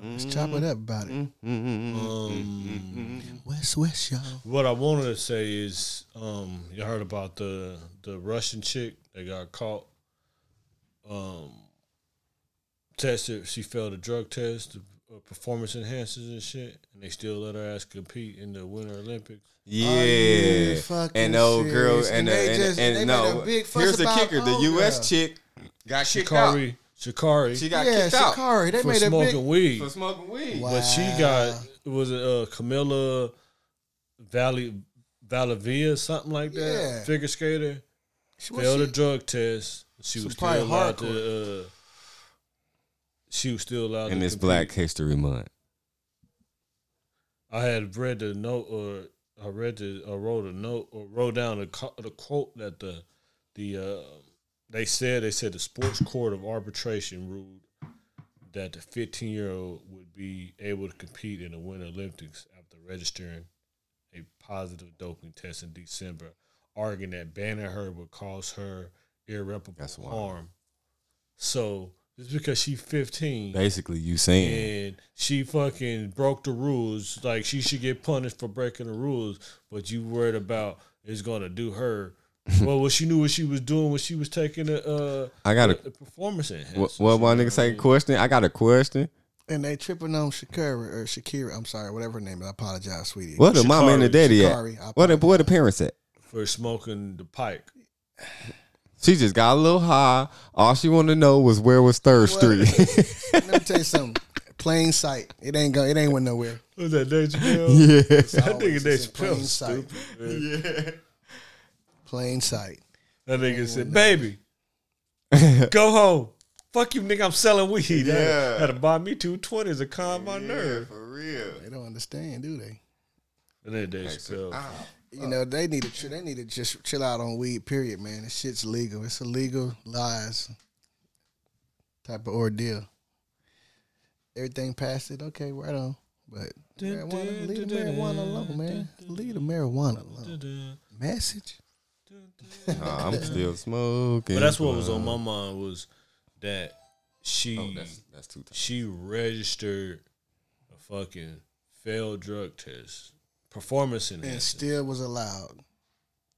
Speaker 1: Let's chop it up about it.
Speaker 2: Mm-hmm.
Speaker 4: Um,
Speaker 1: West West, y'all.
Speaker 4: what I wanted to say is, um, you heard about the the Russian chick that got caught. Um, tested. She failed a drug test, uh, performance enhancers and shit, and they still let her ass compete in the Winter Olympics.
Speaker 1: Are you
Speaker 2: Yeah,
Speaker 1: fucking
Speaker 2: and the old girl,
Speaker 1: serious?
Speaker 2: and,
Speaker 1: And
Speaker 2: the,
Speaker 1: they
Speaker 2: and,
Speaker 1: just-
Speaker 2: and
Speaker 1: they
Speaker 2: no,
Speaker 1: made a big fuss
Speaker 2: here's the
Speaker 1: about Oh,
Speaker 2: kicker: the
Speaker 1: old
Speaker 2: U.S.
Speaker 1: girl.
Speaker 2: chick got kicked out.
Speaker 4: Shikari, Shikari,
Speaker 2: She got
Speaker 1: yeah,
Speaker 2: kicked out
Speaker 1: Shikari. They
Speaker 4: for
Speaker 1: made a
Speaker 4: smoking
Speaker 1: big.
Speaker 4: weed.
Speaker 2: for smoking weed.
Speaker 1: Wow.
Speaker 4: But she got was it uh Camilla Valley Valavia something like that
Speaker 1: Yeah.
Speaker 4: figure skater
Speaker 1: What
Speaker 4: failed a
Speaker 1: she-
Speaker 4: drug test. She
Speaker 1: Some
Speaker 4: was
Speaker 1: probably
Speaker 4: still allowed to. Uh, she was still allowed.
Speaker 2: And
Speaker 4: to
Speaker 2: it's
Speaker 4: compete.
Speaker 2: Black History Month.
Speaker 4: I had read the note, or I read the, I wrote a note, or wrote down the co- the quote that the the uh, they said they said the sports court of arbitration ruled that the 15 year old would be able to compete in the Winter Olympics after registering a positive doping test in December, arguing that banning her would cause her irreparable
Speaker 2: That's wild.
Speaker 4: harm. So just because she's 15,
Speaker 2: Basically, you saying
Speaker 4: and she fucking broke the rules. Like she should get punished for breaking the rules, but you worried about is gonna do her. well, well, she knew what she was doing when she was taking a, uh,
Speaker 2: I got a
Speaker 4: a performance in.
Speaker 2: what, what my nigga say question. I got a question.
Speaker 1: And they tripping on Shakira or Shakira. I'm sorry, whatever her name is. I apologize, sweetie.
Speaker 2: What the mama and the daddy
Speaker 1: Shikari, I
Speaker 2: at? What the what the parents at?
Speaker 4: for smoking the pipe.
Speaker 2: She just got a little high. All she wanted to know was where was Third
Speaker 1: Well-
Speaker 2: Street.
Speaker 1: Let me tell you something. Plain sight. It ain't go. It ain't went nowhere.
Speaker 4: What's that Deja Bell?
Speaker 2: yeah,
Speaker 4: That
Speaker 1: Always
Speaker 4: nigga
Speaker 1: is
Speaker 4: Deja
Speaker 1: in
Speaker 4: Bell
Speaker 1: plain sight.
Speaker 4: stupid. man.
Speaker 1: Plain sight.
Speaker 4: That nigga said, "Baby, go home. Fuck you, nigga. I'm selling weed. Yeah,
Speaker 2: Yeah.
Speaker 4: had to buy me two twenties to calm my nerve."
Speaker 2: for real.
Speaker 1: They don't understand, do they?
Speaker 4: And then Deja Bell.
Speaker 1: Ah. You know they need to. chill- They need to just chill out on weed. Period, man. This shit's legal. It's a legal lies type of ordeal. Everything past it, okay, right on. But marijuana, leave the marijuana alone, man. Leave the marijuana alone. Message.
Speaker 2: I'm still smoking.
Speaker 4: But that's what was on my mind was that she
Speaker 2: Oh, that's that's two times.
Speaker 4: she registered a fucking failed drug test, performance
Speaker 1: and
Speaker 4: enhancement.
Speaker 1: still was allowed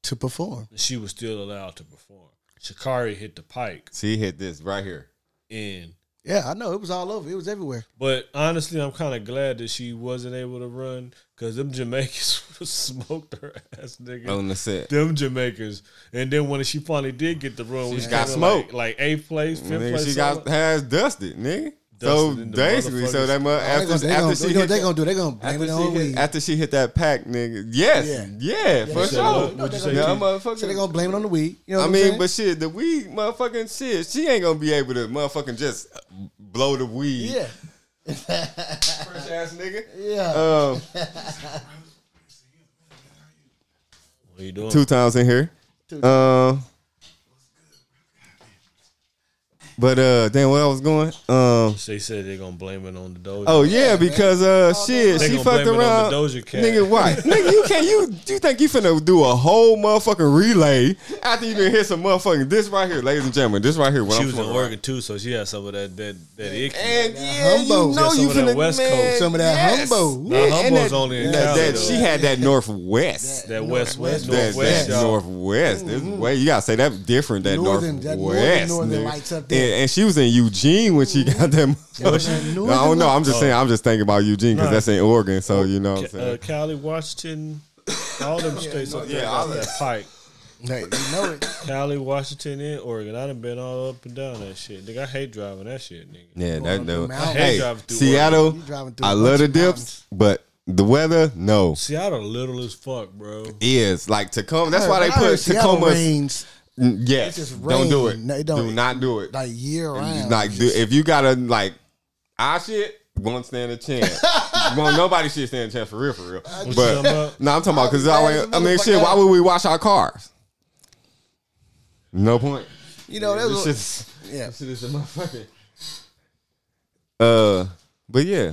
Speaker 1: to perform.
Speaker 4: she was still allowed to perform. Shikari hit the pike
Speaker 2: She hit this right here.
Speaker 4: and
Speaker 1: Yeah, I know. It was all over. It was everywhere.
Speaker 4: But honestly, I'm kind of glad that she wasn't able to run because them Jamaicans would have smoked her ass, nigga.
Speaker 2: On the set.
Speaker 4: Them Jamaicans, and then when she finally did get the run, she
Speaker 2: got smoked.
Speaker 4: like, like eighth place, fifth
Speaker 2: Nigga,
Speaker 4: place.
Speaker 2: she got
Speaker 4: something.
Speaker 2: has dusted, nigga. so
Speaker 4: Dusted in the
Speaker 2: basically, so
Speaker 4: motherfuckers.
Speaker 2: that mother,
Speaker 1: They
Speaker 2: after,
Speaker 1: gonna, they
Speaker 2: after
Speaker 1: gonna,
Speaker 2: she
Speaker 1: you know
Speaker 2: hit
Speaker 1: they
Speaker 2: that-
Speaker 1: gonna do. They gonna blame
Speaker 2: after
Speaker 1: it
Speaker 2: she,
Speaker 1: on
Speaker 2: hit,
Speaker 1: weed.
Speaker 2: after she hit that pack, nigga. Yes,
Speaker 1: Yeah.
Speaker 2: yeah, for
Speaker 4: You said
Speaker 2: sure.
Speaker 4: what? What'd you say,
Speaker 2: That
Speaker 4: Keith?
Speaker 2: motherfucker-
Speaker 1: So they gonna blame it on the weed. You know what
Speaker 2: I
Speaker 1: I'm
Speaker 2: mean,
Speaker 1: saying?
Speaker 2: but shit, the weed, motherfucking shit, she ain't gonna be able to motherfucking just blow the weed.
Speaker 1: yeah,
Speaker 2: fresh ass nigga.
Speaker 1: yeah.
Speaker 2: Um,
Speaker 4: What you doing?
Speaker 2: two times in here. Um, but uh, then where I was going? Um,
Speaker 4: They said they're gonna blame it on the Doja.
Speaker 2: Oh yeah, because uh, shit,
Speaker 4: They
Speaker 2: she
Speaker 4: gonna
Speaker 2: fucked
Speaker 4: blame it
Speaker 2: around.
Speaker 4: on the Doja Cat.
Speaker 2: Nigga, why? nigga, you can't. You you think you finna do a whole motherfucking relay after you done hit some motherfucking this right here, ladies and gentlemen. This right here. What
Speaker 4: she
Speaker 2: I'm
Speaker 4: was in
Speaker 2: from, right?
Speaker 4: Oregon too, so she had some of that that that icky.
Speaker 2: And yeah,
Speaker 1: Humbo.
Speaker 2: you know
Speaker 4: Some
Speaker 2: you
Speaker 4: of that
Speaker 2: finna
Speaker 4: West
Speaker 2: man,
Speaker 4: Coast.
Speaker 1: Some of that
Speaker 2: yes.
Speaker 1: Humbo.
Speaker 4: Nah,
Speaker 2: Yeah, and
Speaker 4: Humbo's
Speaker 2: that-
Speaker 4: only in
Speaker 2: that-
Speaker 4: Cali,
Speaker 2: that-
Speaker 4: though.
Speaker 2: she had that northwest.
Speaker 4: that West West
Speaker 2: That,
Speaker 4: Northwest,
Speaker 2: that
Speaker 4: y'all.
Speaker 2: northwest. This way you gotta say that different. That
Speaker 1: Northern- that northern-
Speaker 2: northwest.
Speaker 1: northern
Speaker 2: nigga.
Speaker 1: lights up there.
Speaker 2: And, and she was in Eugene when she got that. motherfucker.
Speaker 1: northern
Speaker 2: I don't know. I'm just
Speaker 4: lights.
Speaker 2: saying. I'm just thinking about Eugene because
Speaker 4: Nah.
Speaker 2: that's in Oregon. So you know what I'm
Speaker 4: Ca- uh,
Speaker 2: saying.
Speaker 4: Cali, Washington, all them states up there.
Speaker 2: yeah,
Speaker 4: got
Speaker 2: all
Speaker 4: that
Speaker 2: that.
Speaker 4: pike.
Speaker 1: Hey, you know it.
Speaker 4: Cali, Washington, and Oregon. I done been all up and down that shit. Nigga, I hate driving that shit, nigga.
Speaker 2: Yeah, that
Speaker 1: the
Speaker 2: no.
Speaker 1: mountains.
Speaker 4: I hate
Speaker 2: Hey,
Speaker 4: driving through
Speaker 2: Seattle.
Speaker 1: You driving through
Speaker 2: I
Speaker 1: a
Speaker 2: love
Speaker 1: bunch
Speaker 2: the
Speaker 1: of
Speaker 2: dips, but the weather no
Speaker 4: Seattle little as fuck, bro.
Speaker 2: is like Tacoma. That's why they
Speaker 1: I heard
Speaker 2: put
Speaker 1: Seattle
Speaker 2: Tacoma.
Speaker 1: rains
Speaker 2: Mm, Yes,
Speaker 1: It just
Speaker 2: don't do it.
Speaker 1: rain. No, it
Speaker 2: Do
Speaker 1: don't.
Speaker 2: not do it.
Speaker 1: like year round.
Speaker 2: Like, do, if you gotta like, I shit won't stand a chance. well, nobody should stand a chance for real, for real.
Speaker 4: you
Speaker 2: But
Speaker 4: talking about?
Speaker 2: no, I'm talking about because
Speaker 1: I'll
Speaker 2: I,
Speaker 1: be
Speaker 2: ain't-
Speaker 1: mad
Speaker 2: I
Speaker 1: as a
Speaker 2: mean, shit.
Speaker 1: motherfucker.
Speaker 2: Why would we wash our cars? No point.
Speaker 1: you know,
Speaker 2: This
Speaker 1: that's what,
Speaker 2: is
Speaker 1: yeah.
Speaker 2: this is a motherfucker. Uh, but yeah,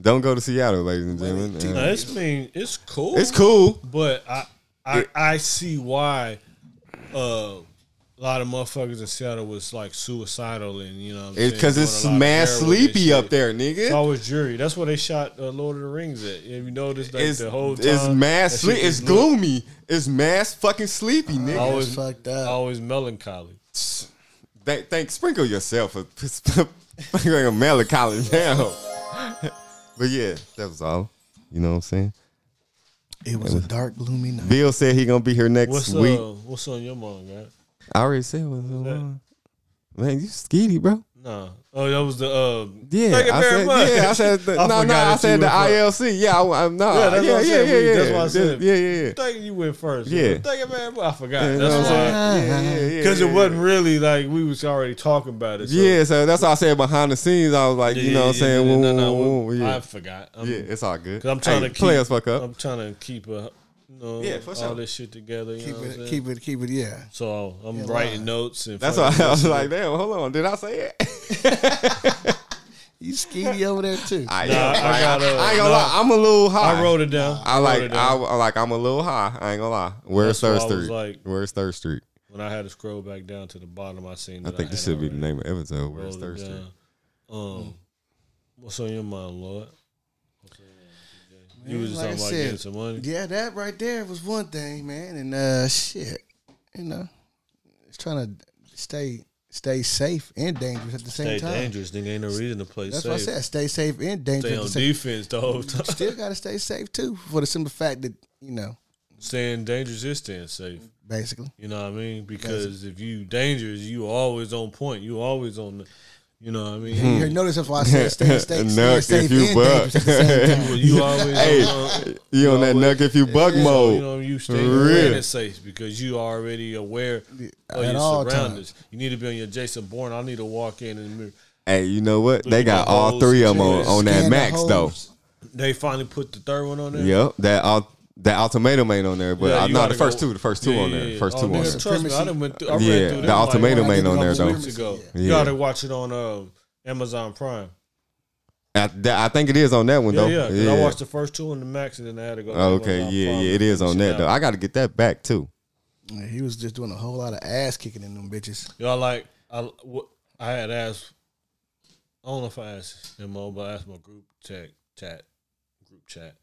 Speaker 2: don't go to Seattle, ladies and gentlemen.
Speaker 4: No,
Speaker 2: Uh,
Speaker 4: it's mean it's cool.
Speaker 2: it's cool.
Speaker 4: but I I, I see why uh, a lot of motherfuckers in Seattle was like suicidal and you know
Speaker 2: It's because it's mad
Speaker 4: mass
Speaker 2: sleepy up there, nigga.
Speaker 4: It's always dreary. That's where they shot uh, Lord of the Rings at. If you notice, like
Speaker 2: it's
Speaker 4: the whole time,
Speaker 2: it's
Speaker 4: that
Speaker 2: mass
Speaker 4: shit
Speaker 2: sleep. It's
Speaker 4: just look
Speaker 2: gloomy. It's mass fucking sleepy, nigga.
Speaker 4: Always
Speaker 1: fucked up.
Speaker 4: Always melancholy.
Speaker 2: Thank, thank sprinkle yourself a, sprinkle a melancholy now. but yeah, that was all. You know what I'm saying?
Speaker 1: It was a dark, gloomy night.
Speaker 2: Bill said he gonna be here next
Speaker 4: What's
Speaker 2: week.
Speaker 4: uh, what's on your mind, man?
Speaker 2: I already said what's going on. Man, you skeety, bro.
Speaker 4: Nah. Oh, that was the uh,
Speaker 2: Yeah,
Speaker 4: Thank you
Speaker 2: I
Speaker 4: very
Speaker 2: said,
Speaker 4: much.
Speaker 2: yeah, I said, the,
Speaker 4: I
Speaker 2: no,
Speaker 4: forgot
Speaker 2: no, I
Speaker 4: that you
Speaker 2: said the
Speaker 4: were from-
Speaker 2: ILC. Yeah, I, am not.
Speaker 4: Yeah, that's
Speaker 2: yeah,
Speaker 4: what I
Speaker 2: yeah,
Speaker 4: said.
Speaker 2: yeah,
Speaker 4: We-
Speaker 2: yeah.
Speaker 4: that's why I said-
Speaker 2: yeah, yeah, yeah.
Speaker 4: Thank you. You went first.
Speaker 2: Yeah.
Speaker 4: Thank you, man. I forgot.
Speaker 2: You know
Speaker 4: That's
Speaker 2: what I'm saying? Yeah,
Speaker 4: why.
Speaker 2: yeah, yeah,
Speaker 4: Because
Speaker 2: yeah,
Speaker 4: it wasn't really like we was already talking about it. So.
Speaker 2: Yeah, so that's why I said behind the scenes. I was like, you know what I'm
Speaker 4: Yeah, yeah,
Speaker 2: saying?
Speaker 4: yeah,
Speaker 2: Woo,
Speaker 4: no, no,
Speaker 2: woo,
Speaker 4: we-
Speaker 2: woo, yeah.
Speaker 4: I forgot. I'm,
Speaker 2: yeah, it's all good.
Speaker 4: 'cause I'm trying
Speaker 2: Hey,
Speaker 4: to keep,
Speaker 2: play us fuck up.
Speaker 4: I'm trying to keep a, you know,
Speaker 2: Yeah, for
Speaker 4: all
Speaker 2: sure.
Speaker 4: this shit together. You
Speaker 1: Keep
Speaker 4: know what I'm
Speaker 1: it,
Speaker 4: saying?
Speaker 1: keep it, keep it. Yeah,
Speaker 4: so I'm writing notes and
Speaker 2: That's why
Speaker 4: fucking-
Speaker 2: I was like, damn, hold on, did I say it?
Speaker 1: you skinny over there too.
Speaker 2: I,
Speaker 4: Nah,
Speaker 2: am.
Speaker 4: I
Speaker 2: I,
Speaker 4: got,
Speaker 2: I,
Speaker 4: uh,
Speaker 2: ain't gonna
Speaker 4: nah.
Speaker 2: lie, I'm a little high.
Speaker 4: I wrote it down.
Speaker 2: I
Speaker 4: wrote
Speaker 2: like,
Speaker 4: it
Speaker 2: I,
Speaker 4: down
Speaker 2: I like, I'm a little high. I ain't gonna lie. Where's
Speaker 4: That's why I
Speaker 2: Third
Speaker 4: was
Speaker 2: Street?
Speaker 4: like-
Speaker 2: Where's Third Street?
Speaker 4: when I had to scroll back down to the bottom. I seen.
Speaker 2: I
Speaker 4: That
Speaker 2: think this
Speaker 4: had
Speaker 2: should be the
Speaker 4: already
Speaker 2: name of the episode. Where's
Speaker 4: wrote
Speaker 2: Third
Speaker 4: it
Speaker 2: Street?
Speaker 4: down. Um, what's on your mind, Lord? You was just
Speaker 1: like
Speaker 4: talking
Speaker 1: I
Speaker 4: about
Speaker 1: said,
Speaker 4: getting some money.
Speaker 1: Yeah, that right there was one thing, man. And uh, shit, you know, it's trying to stay stay safe and dangerous at the
Speaker 4: Stay
Speaker 1: same time.
Speaker 4: dangerous, nigga. Ain't no reason to play
Speaker 1: That's
Speaker 4: safe.
Speaker 1: what I said. Stay safe and dangerous
Speaker 4: Stay
Speaker 1: at
Speaker 4: on
Speaker 1: the same.
Speaker 4: defense the whole time.
Speaker 1: Still gotta stay safe too, for the simple fact that you know,
Speaker 4: staying dangerous is staying safe.
Speaker 1: basically.
Speaker 4: You know what I mean? Because if you dangerous, you always on point. You always on. The, you know what I mean?
Speaker 1: You notice that's why I said stay, stay, stay
Speaker 2: Nuck
Speaker 1: safe
Speaker 2: if you
Speaker 1: and
Speaker 2: buck.
Speaker 1: dangerous at the same time.
Speaker 4: Well, you always
Speaker 2: Hey,
Speaker 4: on, uh,
Speaker 2: you on that
Speaker 4: always-
Speaker 2: nuck if you buck
Speaker 4: So, you
Speaker 2: mode.
Speaker 4: know, you stay
Speaker 2: Real.
Speaker 4: aware and safe because you already aware of
Speaker 1: At
Speaker 4: your
Speaker 1: all
Speaker 4: surroundings. You need to be on your Jason Bourne. I need to walk in and mirror.
Speaker 2: Hey, you know what? They
Speaker 4: at
Speaker 2: got
Speaker 4: the
Speaker 2: all
Speaker 4: hoes,
Speaker 2: three of them on,
Speaker 4: just
Speaker 2: on
Speaker 1: scan
Speaker 2: that
Speaker 1: the
Speaker 2: max though.
Speaker 1: hoes.
Speaker 4: They finally put the third one on there.
Speaker 2: Yep, that all that ultimatum ain't on there, but
Speaker 4: Yeah,
Speaker 2: I,
Speaker 4: you
Speaker 2: no,
Speaker 4: gotta
Speaker 2: the first
Speaker 4: go-
Speaker 2: two, the first two
Speaker 4: Yeah,
Speaker 2: on
Speaker 4: yeah,
Speaker 2: there,
Speaker 4: yeah.
Speaker 2: the first
Speaker 4: Oh,
Speaker 2: two on
Speaker 4: nigga,
Speaker 2: there.
Speaker 4: Trust me, I done went through.
Speaker 2: Yeah,
Speaker 4: I read through
Speaker 2: the
Speaker 4: them, like,
Speaker 2: ultimatum
Speaker 4: a
Speaker 2: ain't on there
Speaker 4: couple
Speaker 2: though.
Speaker 4: weeks ago.
Speaker 2: Yeah.
Speaker 4: You gotta watch it on uh, Amazon Prime.
Speaker 2: I, that, I think it is on that one
Speaker 4: Yeah,
Speaker 2: though.
Speaker 4: yeah. 'cause I watched the first two on the Max, and then I had to go. to
Speaker 2: Okay,
Speaker 4: Amazon
Speaker 2: yeah,
Speaker 4: Prime
Speaker 2: yeah,
Speaker 4: to
Speaker 2: it is
Speaker 4: finish
Speaker 2: on
Speaker 4: it
Speaker 2: that
Speaker 4: out.
Speaker 2: though. I got to get that back too.
Speaker 1: Yeah, He was just doing a whole lot of ass kicking in them bitches.
Speaker 4: Y'all like I, wh- I had asked. I don't know if I asked Mo, but I asked my group chat, chat, group chat,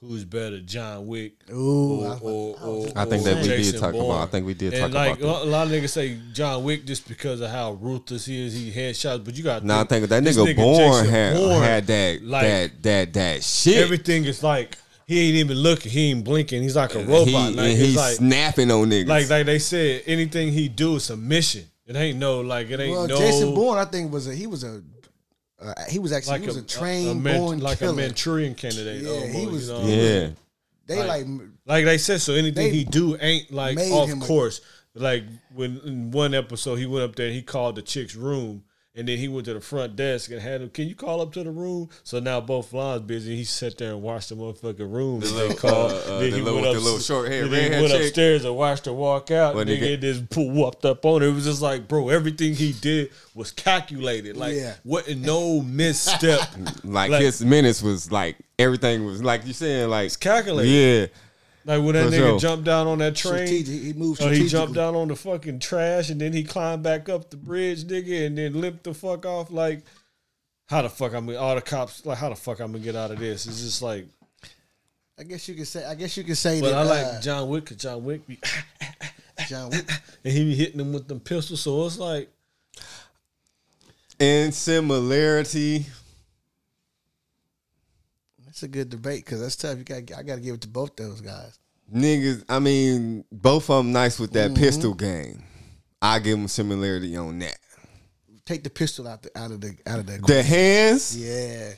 Speaker 4: who's better, John Wick
Speaker 1: Ooh,
Speaker 4: or,
Speaker 1: I-
Speaker 4: or, or
Speaker 2: I think
Speaker 4: or
Speaker 2: that we did
Speaker 4: Jason
Speaker 2: talk
Speaker 4: Bourne.
Speaker 2: about. I think we did talk
Speaker 4: And like
Speaker 2: about that.
Speaker 4: a lot of niggas say John Wick just because of how ruthless he is, he headshots. But you got
Speaker 2: Nah, I think that nigga, born, had, had that
Speaker 4: like-
Speaker 2: that that that shit.
Speaker 4: everything is like he ain't even looking, he ain't blinking. He's like a
Speaker 2: And
Speaker 4: robot.
Speaker 2: he-
Speaker 4: like,
Speaker 2: and
Speaker 4: it's
Speaker 2: he's
Speaker 4: like,
Speaker 2: snapping on niggas.
Speaker 4: like like they said, anything he do is a mission. It ain't no like it ain't
Speaker 1: Well,
Speaker 4: no
Speaker 1: Jason Bourne, I think was a he was a uh, he was actually
Speaker 4: like
Speaker 1: he was a,
Speaker 4: a
Speaker 1: trained
Speaker 4: a men-
Speaker 1: born
Speaker 4: like
Speaker 1: killer.
Speaker 4: a Manchurian candidate.
Speaker 1: Yeah,
Speaker 4: almost,
Speaker 1: he was-
Speaker 4: You know?
Speaker 2: yeah,
Speaker 1: They like,
Speaker 4: like- Like they said, so anything
Speaker 1: They
Speaker 4: he do ain't like
Speaker 1: made
Speaker 4: off
Speaker 1: him a-
Speaker 4: course. like when in one episode he went up there and he called the chick's room, and then he went to the front desk and had him. Can you call up to the room? So now both lines busy. He sat there and watched the motherfucking room. and they
Speaker 2: little,
Speaker 4: called.
Speaker 2: uh, uh,
Speaker 4: then
Speaker 2: the
Speaker 4: he
Speaker 2: little-
Speaker 4: went up,
Speaker 2: the little short-haired,
Speaker 4: then he
Speaker 2: red-haired
Speaker 4: went
Speaker 2: chick.
Speaker 4: upstairs and watched her walk out.
Speaker 2: What he
Speaker 4: Nigga, nigga
Speaker 2: get-
Speaker 4: just pull whooped up on her. It was just like, bro, everything he did was calculated. Like,
Speaker 1: Yeah.
Speaker 4: what? No misstep.
Speaker 2: like,
Speaker 4: Like-
Speaker 2: his minutes was like everything was like you saying like it's
Speaker 4: calculated.
Speaker 2: Yeah,
Speaker 4: like when that
Speaker 2: For
Speaker 4: nigga
Speaker 2: sure.
Speaker 4: jumped down on that train.
Speaker 1: strategic. He moved
Speaker 4: Oh, he
Speaker 1: strategically.
Speaker 4: jumped down on the fucking trash and then he climbed back up the bridge, nigga, and then limped the fuck off. Like, how the fuck I'm gonna, all the cops, like, how the fuck I'm gonna get out of this? It's just like,
Speaker 1: I guess you could say. I guess you could say
Speaker 4: but
Speaker 1: that.
Speaker 4: I
Speaker 1: uh,
Speaker 4: like John Wick 'cause John Wick, be,
Speaker 1: John Wick.
Speaker 4: and he be hitting them with them pistols. So it's like,
Speaker 2: and similarity.
Speaker 1: That's a good debate because that's tough. You got. I got to give it to both those guys.
Speaker 2: niggas. I mean, both of them nice with that
Speaker 4: Mm-hmm.
Speaker 2: pistol game. I give them similarity on that.
Speaker 1: Take the pistol out the out of the out of the.
Speaker 2: The hands,
Speaker 1: yeah.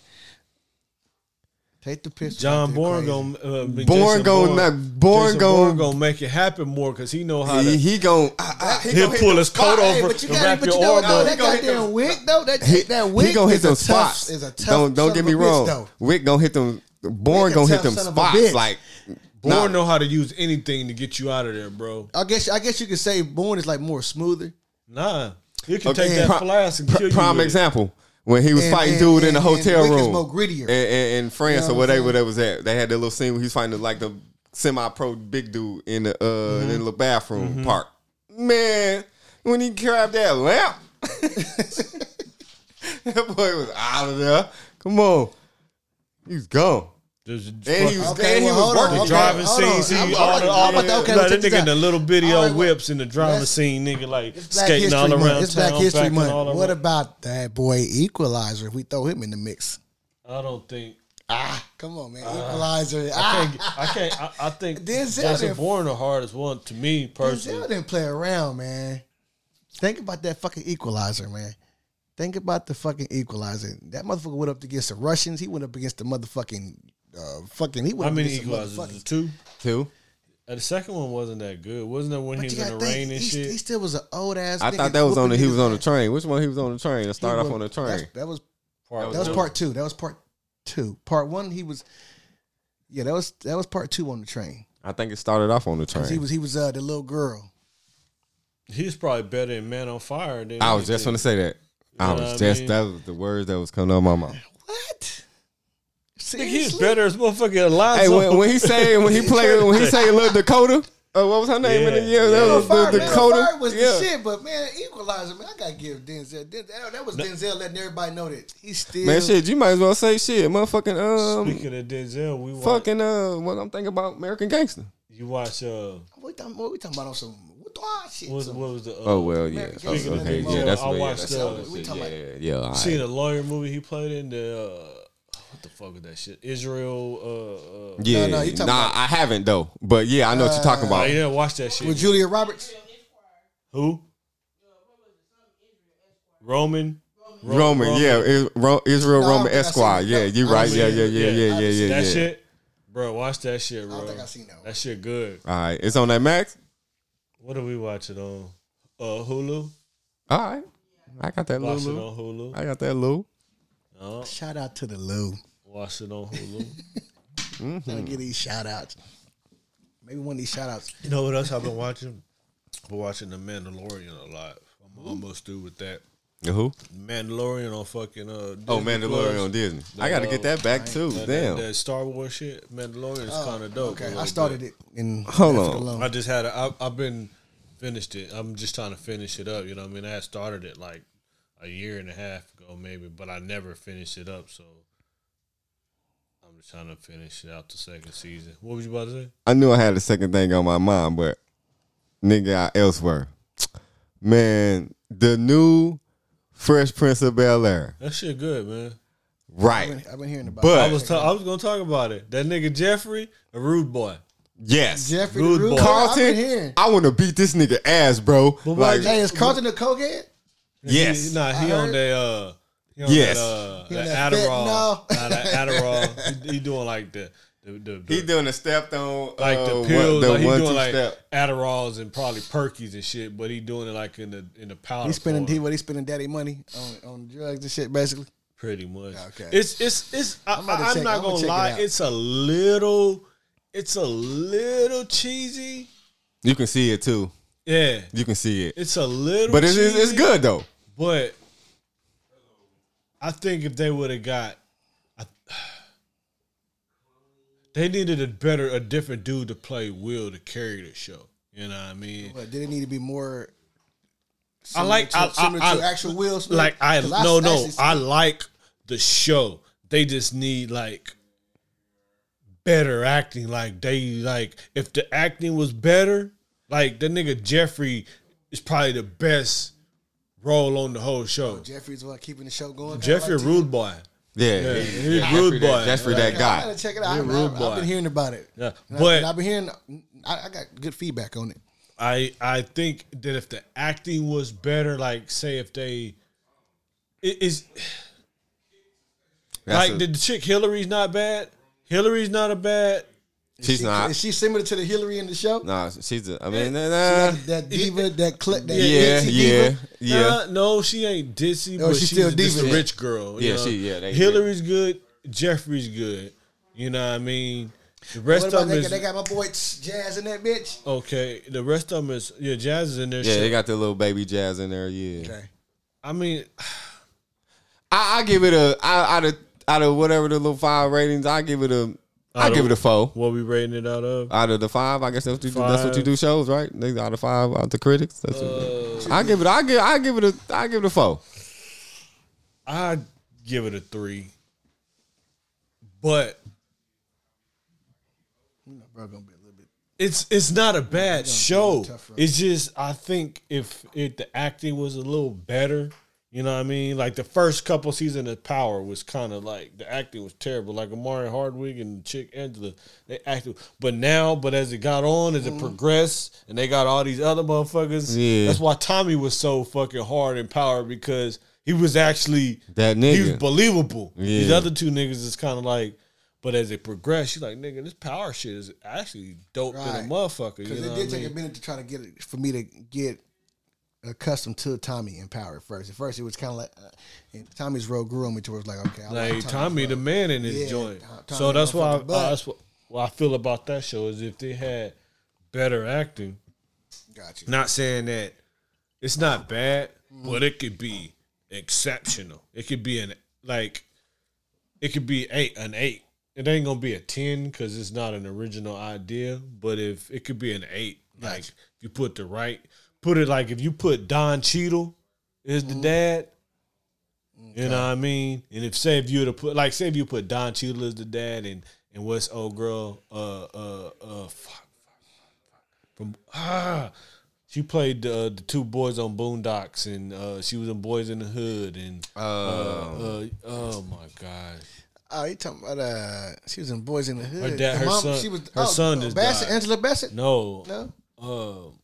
Speaker 1: Take the pistol. out
Speaker 4: John
Speaker 1: the
Speaker 4: Bourne
Speaker 1: equation.
Speaker 4: gonna, uh, Born
Speaker 2: Bourne gon' knock- Bourne gon-
Speaker 4: gonna make it happen more because he know how
Speaker 2: he,
Speaker 4: to.
Speaker 2: he gon' ah, ah, he
Speaker 4: He'll
Speaker 2: gon' hit
Speaker 4: pull
Speaker 2: the
Speaker 4: his coat
Speaker 2: spot.
Speaker 4: off. over
Speaker 1: but you
Speaker 4: and
Speaker 1: got
Speaker 4: wrap
Speaker 1: but you
Speaker 4: your
Speaker 1: know what,
Speaker 4: arm
Speaker 1: though,
Speaker 4: up.
Speaker 1: that
Speaker 2: He gonna hit
Speaker 1: goddamn
Speaker 2: them-
Speaker 1: wick though that
Speaker 2: He-
Speaker 1: that wick
Speaker 2: he gonna hit
Speaker 1: is a
Speaker 2: them
Speaker 1: tough-
Speaker 2: spots.
Speaker 1: is a tough
Speaker 2: don't
Speaker 1: son
Speaker 2: don't
Speaker 1: of a
Speaker 2: get me
Speaker 1: bitch,
Speaker 2: wrong.
Speaker 1: though.
Speaker 2: Wick gonna hit them. Born
Speaker 1: a
Speaker 2: gonna hit
Speaker 1: tough
Speaker 2: them
Speaker 1: son of a bitch.
Speaker 2: spots. Like nah.
Speaker 4: Bourne know how to use anything to get you out of there, bro.
Speaker 1: I guess I guess you could say Bourne is like more smoother.
Speaker 4: Nah, you can
Speaker 2: Okay.
Speaker 4: take that
Speaker 2: Pri-
Speaker 4: flask and
Speaker 2: pri-
Speaker 4: kill you.
Speaker 2: prime
Speaker 4: with it.
Speaker 2: example when he was
Speaker 1: And-
Speaker 2: fighting
Speaker 1: and-
Speaker 2: dude in
Speaker 1: and-
Speaker 2: the hotel
Speaker 1: and Wick is
Speaker 2: room
Speaker 1: more grittier.
Speaker 2: in, in, in France
Speaker 1: You know
Speaker 2: or
Speaker 1: what I'm
Speaker 2: whatever that was at. They had that little scene where he's fighting like the semi-pro big dude in the uh
Speaker 1: Mm-hmm.
Speaker 2: in the bathroom
Speaker 4: Mm-hmm.
Speaker 2: park. Man, when he grabbed that lamp, that boy was out of there. Come on, he was gone.
Speaker 4: Just
Speaker 2: And he was,
Speaker 4: fuck-
Speaker 1: Okay,
Speaker 2: and he
Speaker 1: well,
Speaker 2: was
Speaker 1: hold on.
Speaker 2: working.
Speaker 1: Okay,
Speaker 4: driving
Speaker 1: hold on.
Speaker 4: scenes, he
Speaker 1: I'm- I'm
Speaker 4: all,
Speaker 1: about
Speaker 4: the
Speaker 1: to- I'm
Speaker 4: all, all,
Speaker 1: about to- okay,
Speaker 4: like,
Speaker 1: check
Speaker 4: that
Speaker 1: this
Speaker 4: nigga in
Speaker 1: out.
Speaker 4: the little video
Speaker 1: All right,
Speaker 4: whips in the drama
Speaker 1: let's-
Speaker 4: scene, nigga like
Speaker 1: Black
Speaker 4: skating all
Speaker 1: History
Speaker 4: around
Speaker 1: Month. It's
Speaker 4: town,
Speaker 1: Black History
Speaker 4: backing all
Speaker 1: Month.
Speaker 4: around.
Speaker 1: What about that boy Equalizer? If we throw him in the mix,
Speaker 4: I don't think
Speaker 1: ah, come on, man, Equalizer.
Speaker 4: I
Speaker 1: Ah,
Speaker 4: can't. I, can't, I, I think
Speaker 1: Denzel
Speaker 4: Jason
Speaker 1: didn't-
Speaker 4: Bourne the hardest one to me
Speaker 1: Denzel
Speaker 4: personally.
Speaker 1: didn't play around, man. Think about that fucking Equalizer, man. Think about the fucking Equalizer. That motherfucker went up against the Russians. He went up against the motherfucking. Uh, fucking, he went
Speaker 4: How
Speaker 1: up
Speaker 4: many
Speaker 1: against the
Speaker 4: equalizers?
Speaker 1: motherfucking-
Speaker 4: Two.
Speaker 2: Too.
Speaker 4: Uh, the second one wasn't that good, wasn't that when
Speaker 1: But
Speaker 4: he
Speaker 1: you
Speaker 4: was
Speaker 1: gotta
Speaker 4: in the
Speaker 1: think,
Speaker 4: rain and
Speaker 1: he,
Speaker 4: shit?
Speaker 1: he still was an old ass.
Speaker 2: I thought that was on the he was on the train. Which one he was on the train? I start off on the train.
Speaker 1: That was
Speaker 4: Part
Speaker 1: that was
Speaker 4: two.
Speaker 1: part two. That was part two. Part one, he was. Yeah, that was that was part two on the train.
Speaker 2: I think it started off on the
Speaker 1: 'Cause
Speaker 2: train.
Speaker 1: He was he was uh, the little girl.
Speaker 4: He's probably better in Man on Fire than
Speaker 2: I was just gonna say that. I
Speaker 4: know
Speaker 2: was
Speaker 4: what I
Speaker 2: just
Speaker 4: mean?
Speaker 2: that was the words that was coming out of my mouth.
Speaker 1: What?
Speaker 4: He's
Speaker 1: Seriously?
Speaker 4: better as motherfucking Alonzo.
Speaker 2: Hey, when, when he say when he played when he say little Dakota, uh, what was her name? in the, yeah,
Speaker 4: Yeah,
Speaker 2: that
Speaker 4: yeah.
Speaker 2: was
Speaker 1: Fire,
Speaker 2: the
Speaker 1: man,
Speaker 2: Dakota.
Speaker 1: Fire was
Speaker 2: yeah.
Speaker 1: the shit, but man, Equalizer, man, I gotta give Denzel. Denzel that was Denzel letting everybody know that he's still.
Speaker 2: Man, shit, you might as well say shit, motherfucking um,
Speaker 4: Speaking of Denzel, we watch,
Speaker 2: fucking uh, what I'm thinking about American Gangster.
Speaker 4: you watch uh,
Speaker 1: What, we talking- what we talking about on some what the ah, shit?
Speaker 4: what,
Speaker 1: some-
Speaker 4: what was the uh,
Speaker 2: Oh well, yeah,
Speaker 1: American
Speaker 2: Oh,
Speaker 1: Gangster.
Speaker 2: okay,
Speaker 1: Yeah,
Speaker 2: yeah, that's
Speaker 4: I
Speaker 2: what, yeah,
Speaker 4: watched,
Speaker 2: that's
Speaker 4: uh,
Speaker 2: what
Speaker 1: we
Speaker 2: shit.
Speaker 1: talking
Speaker 2: yeah, yeah, all
Speaker 4: seen
Speaker 2: right.
Speaker 4: a lawyer movie he played in the uh, what the fuck is that shit? Israel. Uh, uh,
Speaker 2: yeah.
Speaker 1: No, no, you talking
Speaker 2: nah,
Speaker 1: about-
Speaker 2: I haven't though, but yeah, I know what you're talking
Speaker 4: I
Speaker 2: about.
Speaker 4: didn't watch that shit.
Speaker 1: with Julia Roberts?
Speaker 4: Who? Roman.
Speaker 2: Roman, yeah, Is- Ro-
Speaker 1: No,
Speaker 2: Israel
Speaker 1: I don't
Speaker 2: Roman
Speaker 1: think I seen
Speaker 2: Esquire,
Speaker 1: it.
Speaker 2: yeah,
Speaker 1: No,
Speaker 2: you
Speaker 1: I
Speaker 2: right,
Speaker 1: don't
Speaker 2: yeah,
Speaker 1: see
Speaker 2: yeah,
Speaker 1: it.
Speaker 2: yeah,
Speaker 4: Yeah,
Speaker 2: yeah, yeah, yeah,
Speaker 4: that
Speaker 2: yeah.
Speaker 4: shit, bro. Watch that shit, bro.
Speaker 1: I don't think I seen that one.
Speaker 4: That shit good.
Speaker 2: All right, it's on that Max.
Speaker 4: What are we watching on? Uh, Hulu.
Speaker 2: All right, I got that
Speaker 4: Watch it
Speaker 2: Lulu.
Speaker 4: on Hulu.
Speaker 2: I got that Lou.
Speaker 4: No,
Speaker 1: Shout out to the Lou.
Speaker 4: watch it on Hulu.
Speaker 1: Gotta get these shout outs. Maybe one of these shout outs.
Speaker 4: you know what else I've been watching? I've been watching The Mandalorian a lot. I'm almost through with that.
Speaker 2: Who?
Speaker 4: Mandalorian on fucking uh.
Speaker 2: Oh,
Speaker 4: Disney Plus.
Speaker 2: Mandalorian on Disney. I got to get that back too.
Speaker 4: That,
Speaker 2: Damn.
Speaker 4: That, that Star Wars shit, Mandalorian is kind of dope. a
Speaker 1: Oh, Okay,
Speaker 4: little
Speaker 1: I started it in
Speaker 2: Hold
Speaker 1: left it
Speaker 2: on.
Speaker 1: alone.
Speaker 4: bit. I just had. A, I, I've been finished it. I'm just trying to finish it up. You know what I mean? I had started it like a year and a half ago, maybe, but I never finished it up. So I'm just trying to finish out the second season. What was you about to say?
Speaker 2: I knew I had a second thing on my mind, but nigga, I elsewhere. Man, the new Fresh Prince of Bel Air,
Speaker 4: That shit good, man.
Speaker 1: I've
Speaker 2: right?
Speaker 1: been, I've been hearing about.
Speaker 2: But-
Speaker 1: it.
Speaker 4: I was ta- I was gonna talk about it. That nigga Jeffrey, a rude boy.
Speaker 2: Yes,
Speaker 1: Jeffrey
Speaker 4: Rude
Speaker 1: the Rude
Speaker 4: boy.
Speaker 1: Boy. I've been
Speaker 2: Carlton.
Speaker 1: hearing.
Speaker 2: I want to beat this nigga ass, bro.
Speaker 4: why
Speaker 2: Like,
Speaker 4: Jay-
Speaker 1: Hey, is Carlton a cokehead?
Speaker 2: yes,
Speaker 4: He, nah, he
Speaker 1: I
Speaker 4: on
Speaker 1: heard-
Speaker 4: that. Uh, he on
Speaker 2: Yes.
Speaker 4: That, uh,
Speaker 1: He on
Speaker 4: that
Speaker 1: that
Speaker 4: Adderall.
Speaker 1: fentanyl.
Speaker 4: Nah, that Adderall. he, he doing like the the, the, the
Speaker 2: he doing a stepped on
Speaker 4: like
Speaker 2: uh,
Speaker 4: the
Speaker 2: one-
Speaker 4: pills.
Speaker 2: the
Speaker 4: like he
Speaker 2: one,
Speaker 4: doing
Speaker 2: two
Speaker 4: like
Speaker 2: step.
Speaker 4: Adderalls and probably Perkies and shit. But he doing it like in the in the powder.
Speaker 1: He's spending he,
Speaker 4: form,
Speaker 1: what he's spending daddy money on, on drugs and shit basically.
Speaker 4: pretty much.
Speaker 1: Okay.
Speaker 4: It's it's it's. I,
Speaker 1: I'm
Speaker 4: I'm,
Speaker 1: about to
Speaker 4: I'm
Speaker 1: check- I'm
Speaker 4: not
Speaker 1: gonna
Speaker 4: gonna
Speaker 1: check it
Speaker 4: lie.
Speaker 1: out.
Speaker 4: It's a little. It's a little cheesy.
Speaker 2: You can see it too.
Speaker 4: Yeah.
Speaker 2: You can see it,
Speaker 4: It's a little.
Speaker 2: but it's it's, it's
Speaker 4: cheesy.
Speaker 2: good though.
Speaker 4: But I think if they would have got, I, they needed a better, a different dude to play Will to carry the show. You know what I mean?
Speaker 1: But did it need to be more?
Speaker 4: I
Speaker 1: similar
Speaker 4: like
Speaker 1: to,
Speaker 4: I,
Speaker 1: similar
Speaker 4: I,
Speaker 1: to
Speaker 4: I-
Speaker 1: actual Will Smith.
Speaker 4: Like I
Speaker 1: 'Cause
Speaker 4: no no
Speaker 1: actually-
Speaker 4: I like the show. They just need like better acting. Like they like if the acting was better, like the nigga Jeffrey is probably the best role on the whole show.
Speaker 1: Jeffrey's like keeping the show going. kinda
Speaker 4: Jeffrey
Speaker 1: Oh, like
Speaker 4: Rude Boy.
Speaker 2: Yeah,
Speaker 4: Yeah,
Speaker 2: he-
Speaker 4: he's
Speaker 2: Jeffrey
Speaker 4: rude
Speaker 2: that-
Speaker 4: boy.
Speaker 2: Jeffrey that
Speaker 1: I
Speaker 2: guy.
Speaker 1: gotta check it out. I,
Speaker 4: Rude
Speaker 1: I, have
Speaker 4: boy.
Speaker 1: been hearing about it.
Speaker 4: Yeah,
Speaker 1: And I-
Speaker 4: but-
Speaker 1: and I've been hearing. I, I got good feedback on it.
Speaker 4: I I think that if the acting was better, like say if they it is
Speaker 2: That's
Speaker 4: like
Speaker 2: a-
Speaker 4: the, the chick Hillary's not bad. Hillary's not a bad.
Speaker 2: she's
Speaker 1: She-
Speaker 2: not.
Speaker 1: Is she similar to the Hillary in the show?
Speaker 2: nah, she's. A, I mean, nah,
Speaker 1: That,
Speaker 2: nah.
Speaker 1: that diva, that clip, that
Speaker 2: yeah,
Speaker 1: ditzy
Speaker 2: yeah,
Speaker 1: diva?
Speaker 2: yeah.
Speaker 4: Nah, no, she ain't dissy,
Speaker 1: No,
Speaker 4: but
Speaker 1: she's
Speaker 4: she's,
Speaker 1: still
Speaker 4: just
Speaker 1: diva.
Speaker 4: a rich girl. you
Speaker 2: Yeah,
Speaker 4: know?
Speaker 2: she- yeah, they-
Speaker 4: Hillary's good. Jeffrey's good. You know what I mean? The rest
Speaker 1: What
Speaker 4: of
Speaker 1: about
Speaker 4: them
Speaker 1: they,
Speaker 4: is
Speaker 1: they got my boy Jazz in that bitch?
Speaker 4: okay. The rest of them is yeah. Jazz is in there.
Speaker 2: yeah,
Speaker 4: shit.
Speaker 2: they got the little baby jazz in there. Yeah,
Speaker 1: Okay.
Speaker 4: I mean,
Speaker 2: I, I give it a I- out of out of whatever the little five ratings. I give it a I
Speaker 4: Out of-
Speaker 2: give it a four
Speaker 4: what we rating it out of?
Speaker 2: out of the five. I guess that's what you do, that's what you
Speaker 4: Five.
Speaker 2: do shows right. They out of five out the critics. That's what,
Speaker 4: Uh,
Speaker 2: I give it. I give I give it a I give it a four.
Speaker 4: I give it a three, but
Speaker 1: Bro, gonna be a little bit.
Speaker 4: it's it's not a bad show.
Speaker 1: tough road.
Speaker 4: It's just I think if if the acting was a little better, you know what I mean. Like the first couple seasons of Power was kind of like the acting was terrible. Like Amari Hardwick and Chick Angela, they acted. But now, but as it got on, as it progressed, and they got all these other motherfuckers.
Speaker 2: Yeah.
Speaker 4: That's why Tommy was so fucking hard in Power because he was actually
Speaker 2: That
Speaker 4: he was
Speaker 2: nigga.
Speaker 4: believable. These
Speaker 2: Yeah.
Speaker 4: other two niggas is kind of like, but as it progressed, she's like, nigga, this power shit is actually dope
Speaker 1: Right.
Speaker 4: than a motherfucker. You
Speaker 1: Because
Speaker 4: know
Speaker 1: it
Speaker 4: what
Speaker 1: did
Speaker 4: I
Speaker 1: take a
Speaker 4: mean?
Speaker 1: minute to try to get it for me to get accustomed to Tommy and Power at first. At first, it was kind of like uh, and Tommy's role grew on me towards like okay, I like,
Speaker 4: Like
Speaker 1: Tommy's
Speaker 4: Tommy,
Speaker 1: role.
Speaker 4: the man in his
Speaker 1: Yeah,
Speaker 4: joint.
Speaker 1: Tom-
Speaker 4: so
Speaker 1: Tommy
Speaker 4: that's why, I,
Speaker 1: motherfucking butt.
Speaker 4: that's what, what I feel about that show is if they had better acting.
Speaker 1: Got you.
Speaker 4: Not saying that it's not bad, but it could be exceptional. It could be an like, it could be eight an eight. It ain't gonna be a ten because it's not an original idea. But if it could be an eight, like if you put the right, put it like if you put Don Cheadle is the dad. You know what I mean? And if say if you were to put like say if you put Don Cheadle as the dad and and what's old girl uh uh uh fuck from ah she played uh, the two boys on Boondocks and uh, she was in Boys in the Hood and uh, uh, oh my god
Speaker 1: Oh, you talking about uh? She was in Boys in the Hood.
Speaker 4: dad- her son- her son just
Speaker 1: oh, Bassett,
Speaker 4: died.
Speaker 1: Angela Bassett.
Speaker 4: no
Speaker 1: no.
Speaker 4: um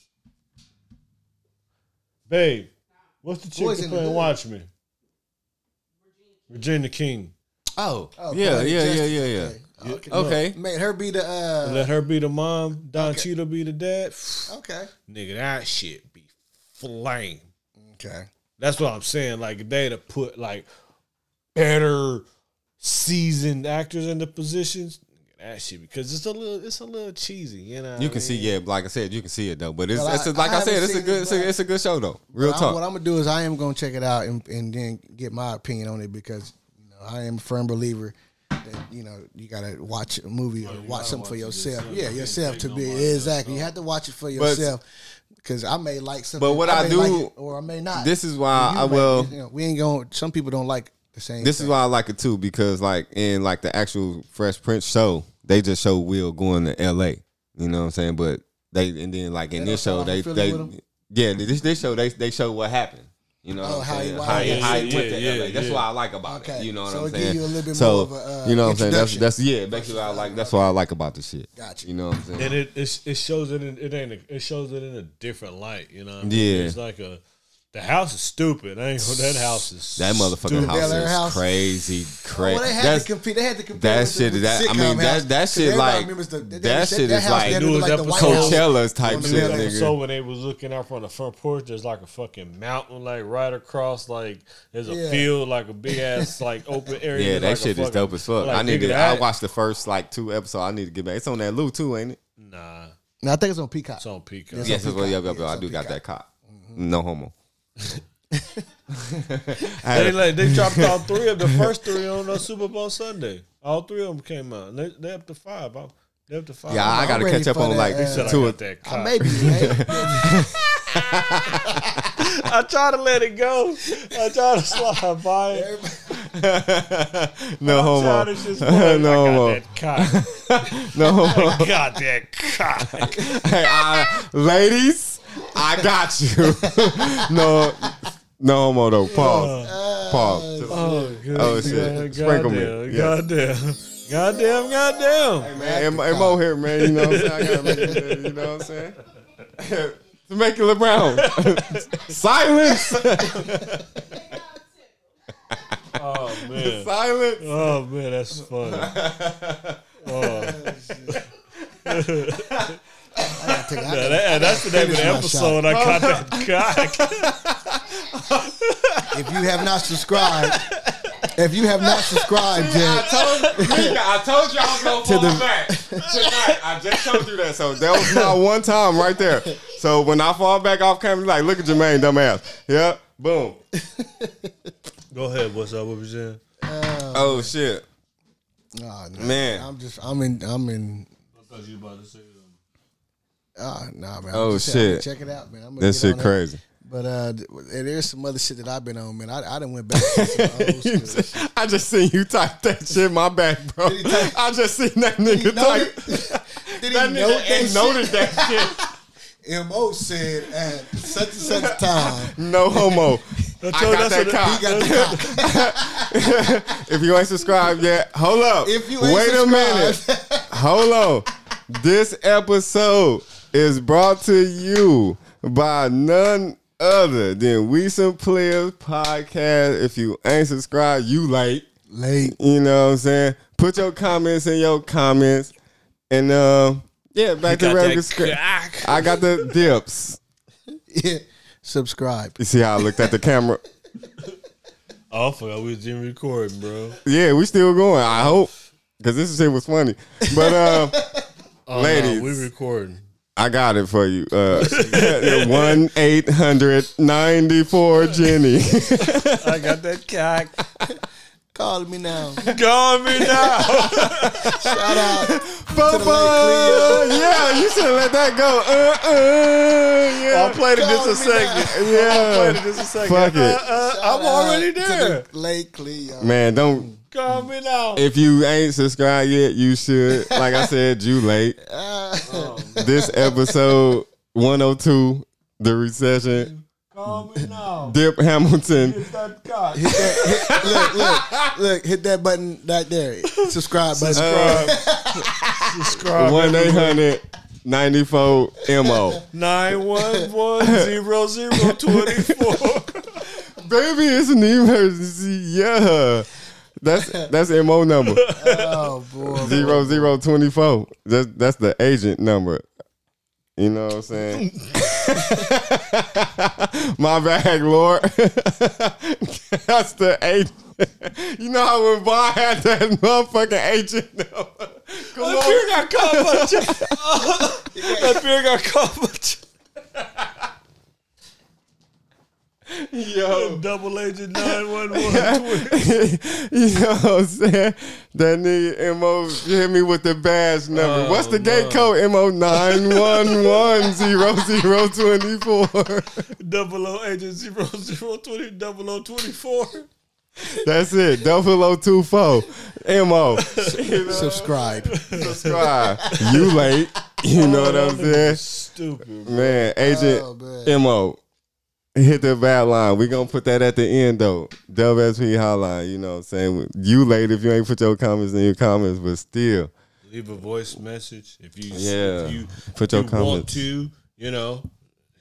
Speaker 4: babe what's the chick
Speaker 1: Boys
Speaker 4: that
Speaker 1: in the
Speaker 4: playing
Speaker 1: Hood.
Speaker 4: Watchmen Virginia King
Speaker 2: Oh,
Speaker 1: Oh,
Speaker 2: yeah,
Speaker 1: Poetic
Speaker 2: yeah, yeah,
Speaker 1: Justice,
Speaker 2: yeah, yeah.
Speaker 1: Oh, Okay.
Speaker 2: Okay,
Speaker 1: Made her be the uh.
Speaker 4: let her be the mom Don Cheadle be the dad
Speaker 1: Okay.
Speaker 4: nigga that shit be flame
Speaker 1: Okay.
Speaker 4: That's what I'm saying. Like if they'd have put like better seasoned actors in the positions, that shit because it's a little it's a little cheesy, you know.
Speaker 2: you can see. Yeah, like I said, you can see it though. But it's,
Speaker 1: Well,
Speaker 2: it's
Speaker 1: I-
Speaker 2: a, like
Speaker 1: I
Speaker 2: I, said,
Speaker 1: haven't
Speaker 2: it's a
Speaker 1: seen
Speaker 2: good
Speaker 1: it,
Speaker 2: it's a,
Speaker 1: but-
Speaker 2: it's a good show though. Real
Speaker 1: I'm- what
Speaker 2: talk.
Speaker 1: I'm gonna do is I am gonna check it out and, and then get my opinion on it because you know I am a firm believer that you know you gotta watch a movie or watch something for yourself. Yeah, yourself to be exactly. You have to watch it for yourself. Because I may like something,
Speaker 2: But what I
Speaker 1: may
Speaker 2: do-
Speaker 1: like it, or I may not.
Speaker 2: This is why
Speaker 1: You
Speaker 2: I
Speaker 1: may-
Speaker 2: will.
Speaker 1: you know, we ain't going. to Some people don't like the same.
Speaker 2: This
Speaker 1: thing.
Speaker 2: is why I like it too because like in like the actual Fresh Prince show, they just show Will going to L.A. You know what I'm saying? But they and then like in
Speaker 1: They
Speaker 2: this
Speaker 1: don't
Speaker 2: show they
Speaker 1: follow
Speaker 2: they
Speaker 1: Philly with 'em?
Speaker 2: yeah this this show they they show what happened. You know
Speaker 1: Oh,
Speaker 2: what
Speaker 1: how
Speaker 2: I'm
Speaker 1: he-
Speaker 2: saying?
Speaker 1: why
Speaker 2: how he,
Speaker 1: he-
Speaker 2: how he went to
Speaker 4: yeah,
Speaker 2: LA.
Speaker 4: yeah,
Speaker 2: That's
Speaker 4: yeah.
Speaker 2: what I like about
Speaker 1: Okay.
Speaker 2: it. You know what
Speaker 1: So
Speaker 2: I'm
Speaker 1: it give
Speaker 2: saying?
Speaker 1: you a little bit more of a, uh,
Speaker 2: you know what I'm saying? That's
Speaker 1: introduction.
Speaker 2: that's yeah. Basically, what I like that's what I like about the shit.
Speaker 1: Gotcha.
Speaker 2: You know what I'm saying?
Speaker 4: and it it's, it shows it in, it ain't a, it shows it in a different light. You know, what I mean?
Speaker 2: Yeah.
Speaker 4: It's like a the house is stupid. I ain't that house is
Speaker 2: That motherfucking
Speaker 4: stupid.
Speaker 2: house
Speaker 1: Bel Air
Speaker 2: is
Speaker 1: house.
Speaker 2: crazy,
Speaker 1: Well,
Speaker 2: crazy.
Speaker 1: they had
Speaker 2: That's-
Speaker 1: to compete. They had to compete.
Speaker 2: that
Speaker 1: with the-
Speaker 2: shit
Speaker 1: with
Speaker 2: is
Speaker 1: the
Speaker 2: that. I
Speaker 1: sitcom house,
Speaker 2: mean that that
Speaker 1: 'cause
Speaker 2: shit
Speaker 1: everybody
Speaker 2: like
Speaker 1: remembers the- they- they-
Speaker 2: that shit is
Speaker 1: house down
Speaker 2: like
Speaker 1: there
Speaker 4: Newest
Speaker 1: looked like the White
Speaker 4: episode.
Speaker 1: House.
Speaker 2: Coachella's type
Speaker 1: on the
Speaker 2: shit,
Speaker 1: middle.
Speaker 2: nigga.
Speaker 4: So when they was looking out from the front porch, there's like a fucking mountain, like right across, like there's a
Speaker 1: Yeah.
Speaker 4: field, like a big ass, like open area.
Speaker 2: Yeah,
Speaker 4: There's,
Speaker 2: that
Speaker 4: like, a
Speaker 2: shit is
Speaker 4: fucking-
Speaker 2: dope as fuck.
Speaker 4: like,
Speaker 2: I need
Speaker 4: nigga,
Speaker 2: to. I
Speaker 4: that-
Speaker 2: watched the first like two episodes. I need to get back. It's on that Lou too, ain't it?
Speaker 4: Nah,
Speaker 1: No, I think it's on Peacock.
Speaker 4: it's on Peacock.
Speaker 2: yes, it's well, yeah, yeah,
Speaker 1: Peacock.
Speaker 2: yeah, I
Speaker 1: It's
Speaker 2: do
Speaker 1: on
Speaker 2: got Mm-hmm. that cop. No homo. I had
Speaker 4: They
Speaker 2: a-
Speaker 4: like they dropped all three of the first three on uh, Super Bowl Sunday. All three of them came out. They they up to five. I'm, they up to five.
Speaker 2: yeah, I
Speaker 1: I'm
Speaker 2: gotta
Speaker 1: ready
Speaker 2: catch up
Speaker 1: for
Speaker 2: on
Speaker 1: that,
Speaker 2: like
Speaker 1: uh, They
Speaker 4: said I
Speaker 2: two.
Speaker 4: got
Speaker 2: or-
Speaker 4: that
Speaker 1: I
Speaker 4: cop.
Speaker 1: may be late.
Speaker 4: I try to let it go. I try to slide by it.
Speaker 2: No
Speaker 4: Try
Speaker 2: homo.
Speaker 4: to just like,
Speaker 2: No
Speaker 4: I
Speaker 2: homo.
Speaker 4: got that cock.
Speaker 2: Oh. No homo.
Speaker 4: I got that cock.
Speaker 2: Hey, I- ladies, I got you. no, no homo though.
Speaker 1: Uh,
Speaker 2: Pause. Pause.
Speaker 4: Oh, good.
Speaker 2: Oh, shit. Sprinkle me.
Speaker 4: Goddamn,
Speaker 2: Yes.
Speaker 4: Goddamn. Goddamn, goddamn.
Speaker 2: Man, M- M.O. here, man. You know what I'm saying? I gotta make it, better, you know what I'm saying? Jamaica LeBron. Silence.
Speaker 4: Oh, man.
Speaker 2: Silence.
Speaker 4: Oh, man, that's funny.
Speaker 1: I gotta take- I gotta-
Speaker 4: That- that's the name of the
Speaker 1: Finish my
Speaker 4: episode. I got that cock.
Speaker 1: If you have not subscribed, if you have not subscribed
Speaker 2: I
Speaker 1: yet,
Speaker 2: told, Mika, I told you I was gonna fall
Speaker 1: the-
Speaker 2: back tonight. I just told you that. So that was my one time right there. So when I fall back off camera, like, look at Jermaine, dumbass. Yep. Boom.
Speaker 4: Go ahead. What's up? What was saying?
Speaker 2: Oh shit,
Speaker 1: Nah, nah,
Speaker 2: man.
Speaker 1: I'm just, I'm in, I'm in.
Speaker 4: I thought you about to say
Speaker 1: ah, nah, man. I'm
Speaker 2: Oh,
Speaker 1: just saying,
Speaker 2: shit.
Speaker 1: Check it out, man. I'm gonna
Speaker 2: That
Speaker 1: get
Speaker 2: shit
Speaker 1: on it.
Speaker 2: crazy.
Speaker 1: But uh, th- and there's some other shit that I've been on, man. I, I done went back to some old school.
Speaker 2: I just seen you type that shit. My bad, bro.
Speaker 1: he type-
Speaker 2: I just seen that nigga
Speaker 1: know
Speaker 2: type.
Speaker 1: it? Did
Speaker 2: That
Speaker 1: he
Speaker 2: nigga
Speaker 1: note that
Speaker 2: ain't noticed that shit.
Speaker 1: shit? Mo said at such and such time.
Speaker 2: No homo. I
Speaker 4: told
Speaker 2: got
Speaker 4: us
Speaker 2: that
Speaker 4: that-
Speaker 2: cock.
Speaker 1: He got the cock.
Speaker 2: if you ain't subscribed yet, hold up.
Speaker 1: If you ain't
Speaker 2: Wait a
Speaker 1: subscribed.
Speaker 2: minute. Hold on. This episode is brought to you by none other than We Some Players Podcast. If you ain't subscribed, you late.
Speaker 1: Late.
Speaker 2: You know what I'm saying? Put your comments in your comments. And um, yeah, back to regular script.
Speaker 4: cock.
Speaker 2: I got the dips.
Speaker 1: Yeah. Subscribe.
Speaker 2: You see how I looked at the camera?
Speaker 4: Oh, I forgot we was in recording, bro.
Speaker 2: Yeah, we still going. I hope because this shit was funny. But uh,
Speaker 4: Oh,
Speaker 2: Ladies.
Speaker 4: No, we recording.
Speaker 2: I got it for you. uh, One eight hundred ninety four Jenny.
Speaker 4: I got that cock.
Speaker 1: Call me now.
Speaker 4: Call me now.
Speaker 1: Shout out.
Speaker 2: Bubba. Yeah, you should have let that go. Uh, uh, yeah.
Speaker 4: I'll play it in just
Speaker 1: Call me
Speaker 4: a second. I'll play it
Speaker 2: Yeah.
Speaker 4: in just a second.
Speaker 2: Fuck it.
Speaker 4: Uh, uh, I'm already
Speaker 1: to
Speaker 4: there.
Speaker 1: the Lake Cleo.
Speaker 2: Man, don't.
Speaker 4: Call me now.
Speaker 2: If you ain't subscribed yet, you should. Like I said, you late.
Speaker 4: Oh.
Speaker 2: This episode 102, The Recession,
Speaker 4: Call me now.
Speaker 2: Dip Hamilton.
Speaker 4: That cock.
Speaker 1: look, look, look, hit that button right there. Subscribe button.
Speaker 4: Subscribe.
Speaker 2: one eight hundred ninety four mo.
Speaker 4: Nine one one zero zero twenty four.
Speaker 2: Baby, it's an emergency. Yeah, that's that's mo number
Speaker 1: oh boy.
Speaker 2: zero zero twenty four. That's that's the agent number. You know what I'm saying? My bag, Lord. that's the agent. You know how when Vaughn had that motherfucking agent number. Come on.
Speaker 4: That beer got caught by Ch- That beer got caught by Ch-
Speaker 2: Yo.
Speaker 4: Double agent nine one one.
Speaker 2: you know what I'm saying? That nigga MO hit me with the badge number.
Speaker 4: Oh,
Speaker 2: What's the gate
Speaker 4: no.
Speaker 2: code? MO 9110024.
Speaker 4: Double O agent zero zero twenty double O twenty four.
Speaker 2: That's it. 0024. MO.
Speaker 1: Subscribe.
Speaker 2: Subscribe. You late. You know what I'm saying?
Speaker 4: Stupid.
Speaker 2: Man, Agent
Speaker 1: Oh, man.
Speaker 2: MO. Hit the bad line. we gonna put that at the end though. WSP hotline, you know what I'm saying? You late if you ain't put your comments in your comments, but still.
Speaker 4: Leave a voice message if you
Speaker 2: Yeah.
Speaker 4: if you,
Speaker 2: Put
Speaker 4: if
Speaker 2: your
Speaker 4: you want
Speaker 2: comments.
Speaker 4: to. You know,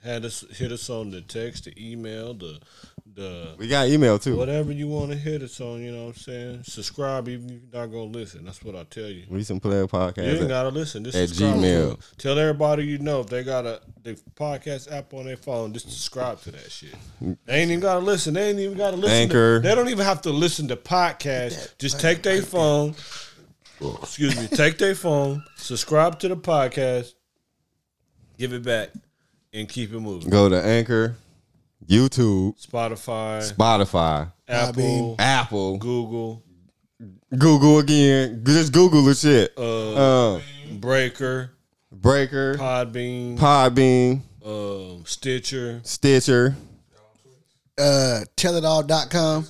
Speaker 4: had us hit us on the text, the email, the the
Speaker 2: We got email too.
Speaker 4: whatever you want to hit us on. You know what I'm saying? Subscribe even if you're not gonna listen. That's what I tell you.
Speaker 2: Recent player
Speaker 4: You ain't
Speaker 2: podcast.
Speaker 4: gotta listen. This
Speaker 2: at
Speaker 4: is subscribe
Speaker 2: Gmail.
Speaker 4: to it. Tell everybody you know if they got a the podcast app on their phone, just subscribe to that shit. They ain't even gotta listen. They ain't even gotta listen. to-
Speaker 2: Anchor.
Speaker 4: they don't even have to listen to podcasts. Just take their phone. Excuse me. Take their phone. Subscribe to the podcast. Give it back, and keep it moving.
Speaker 2: Go to Anchor, YouTube,
Speaker 4: Spotify,
Speaker 2: Spotify,
Speaker 4: Apple,
Speaker 2: Apple,
Speaker 4: Google,
Speaker 2: Google again. Just Google the shit. Uh,
Speaker 4: Breaker,
Speaker 2: Breaker,
Speaker 4: Podbean,
Speaker 2: Podbean,
Speaker 4: um, Stitcher,
Speaker 2: Stitcher,
Speaker 1: Uh, tellitall.com.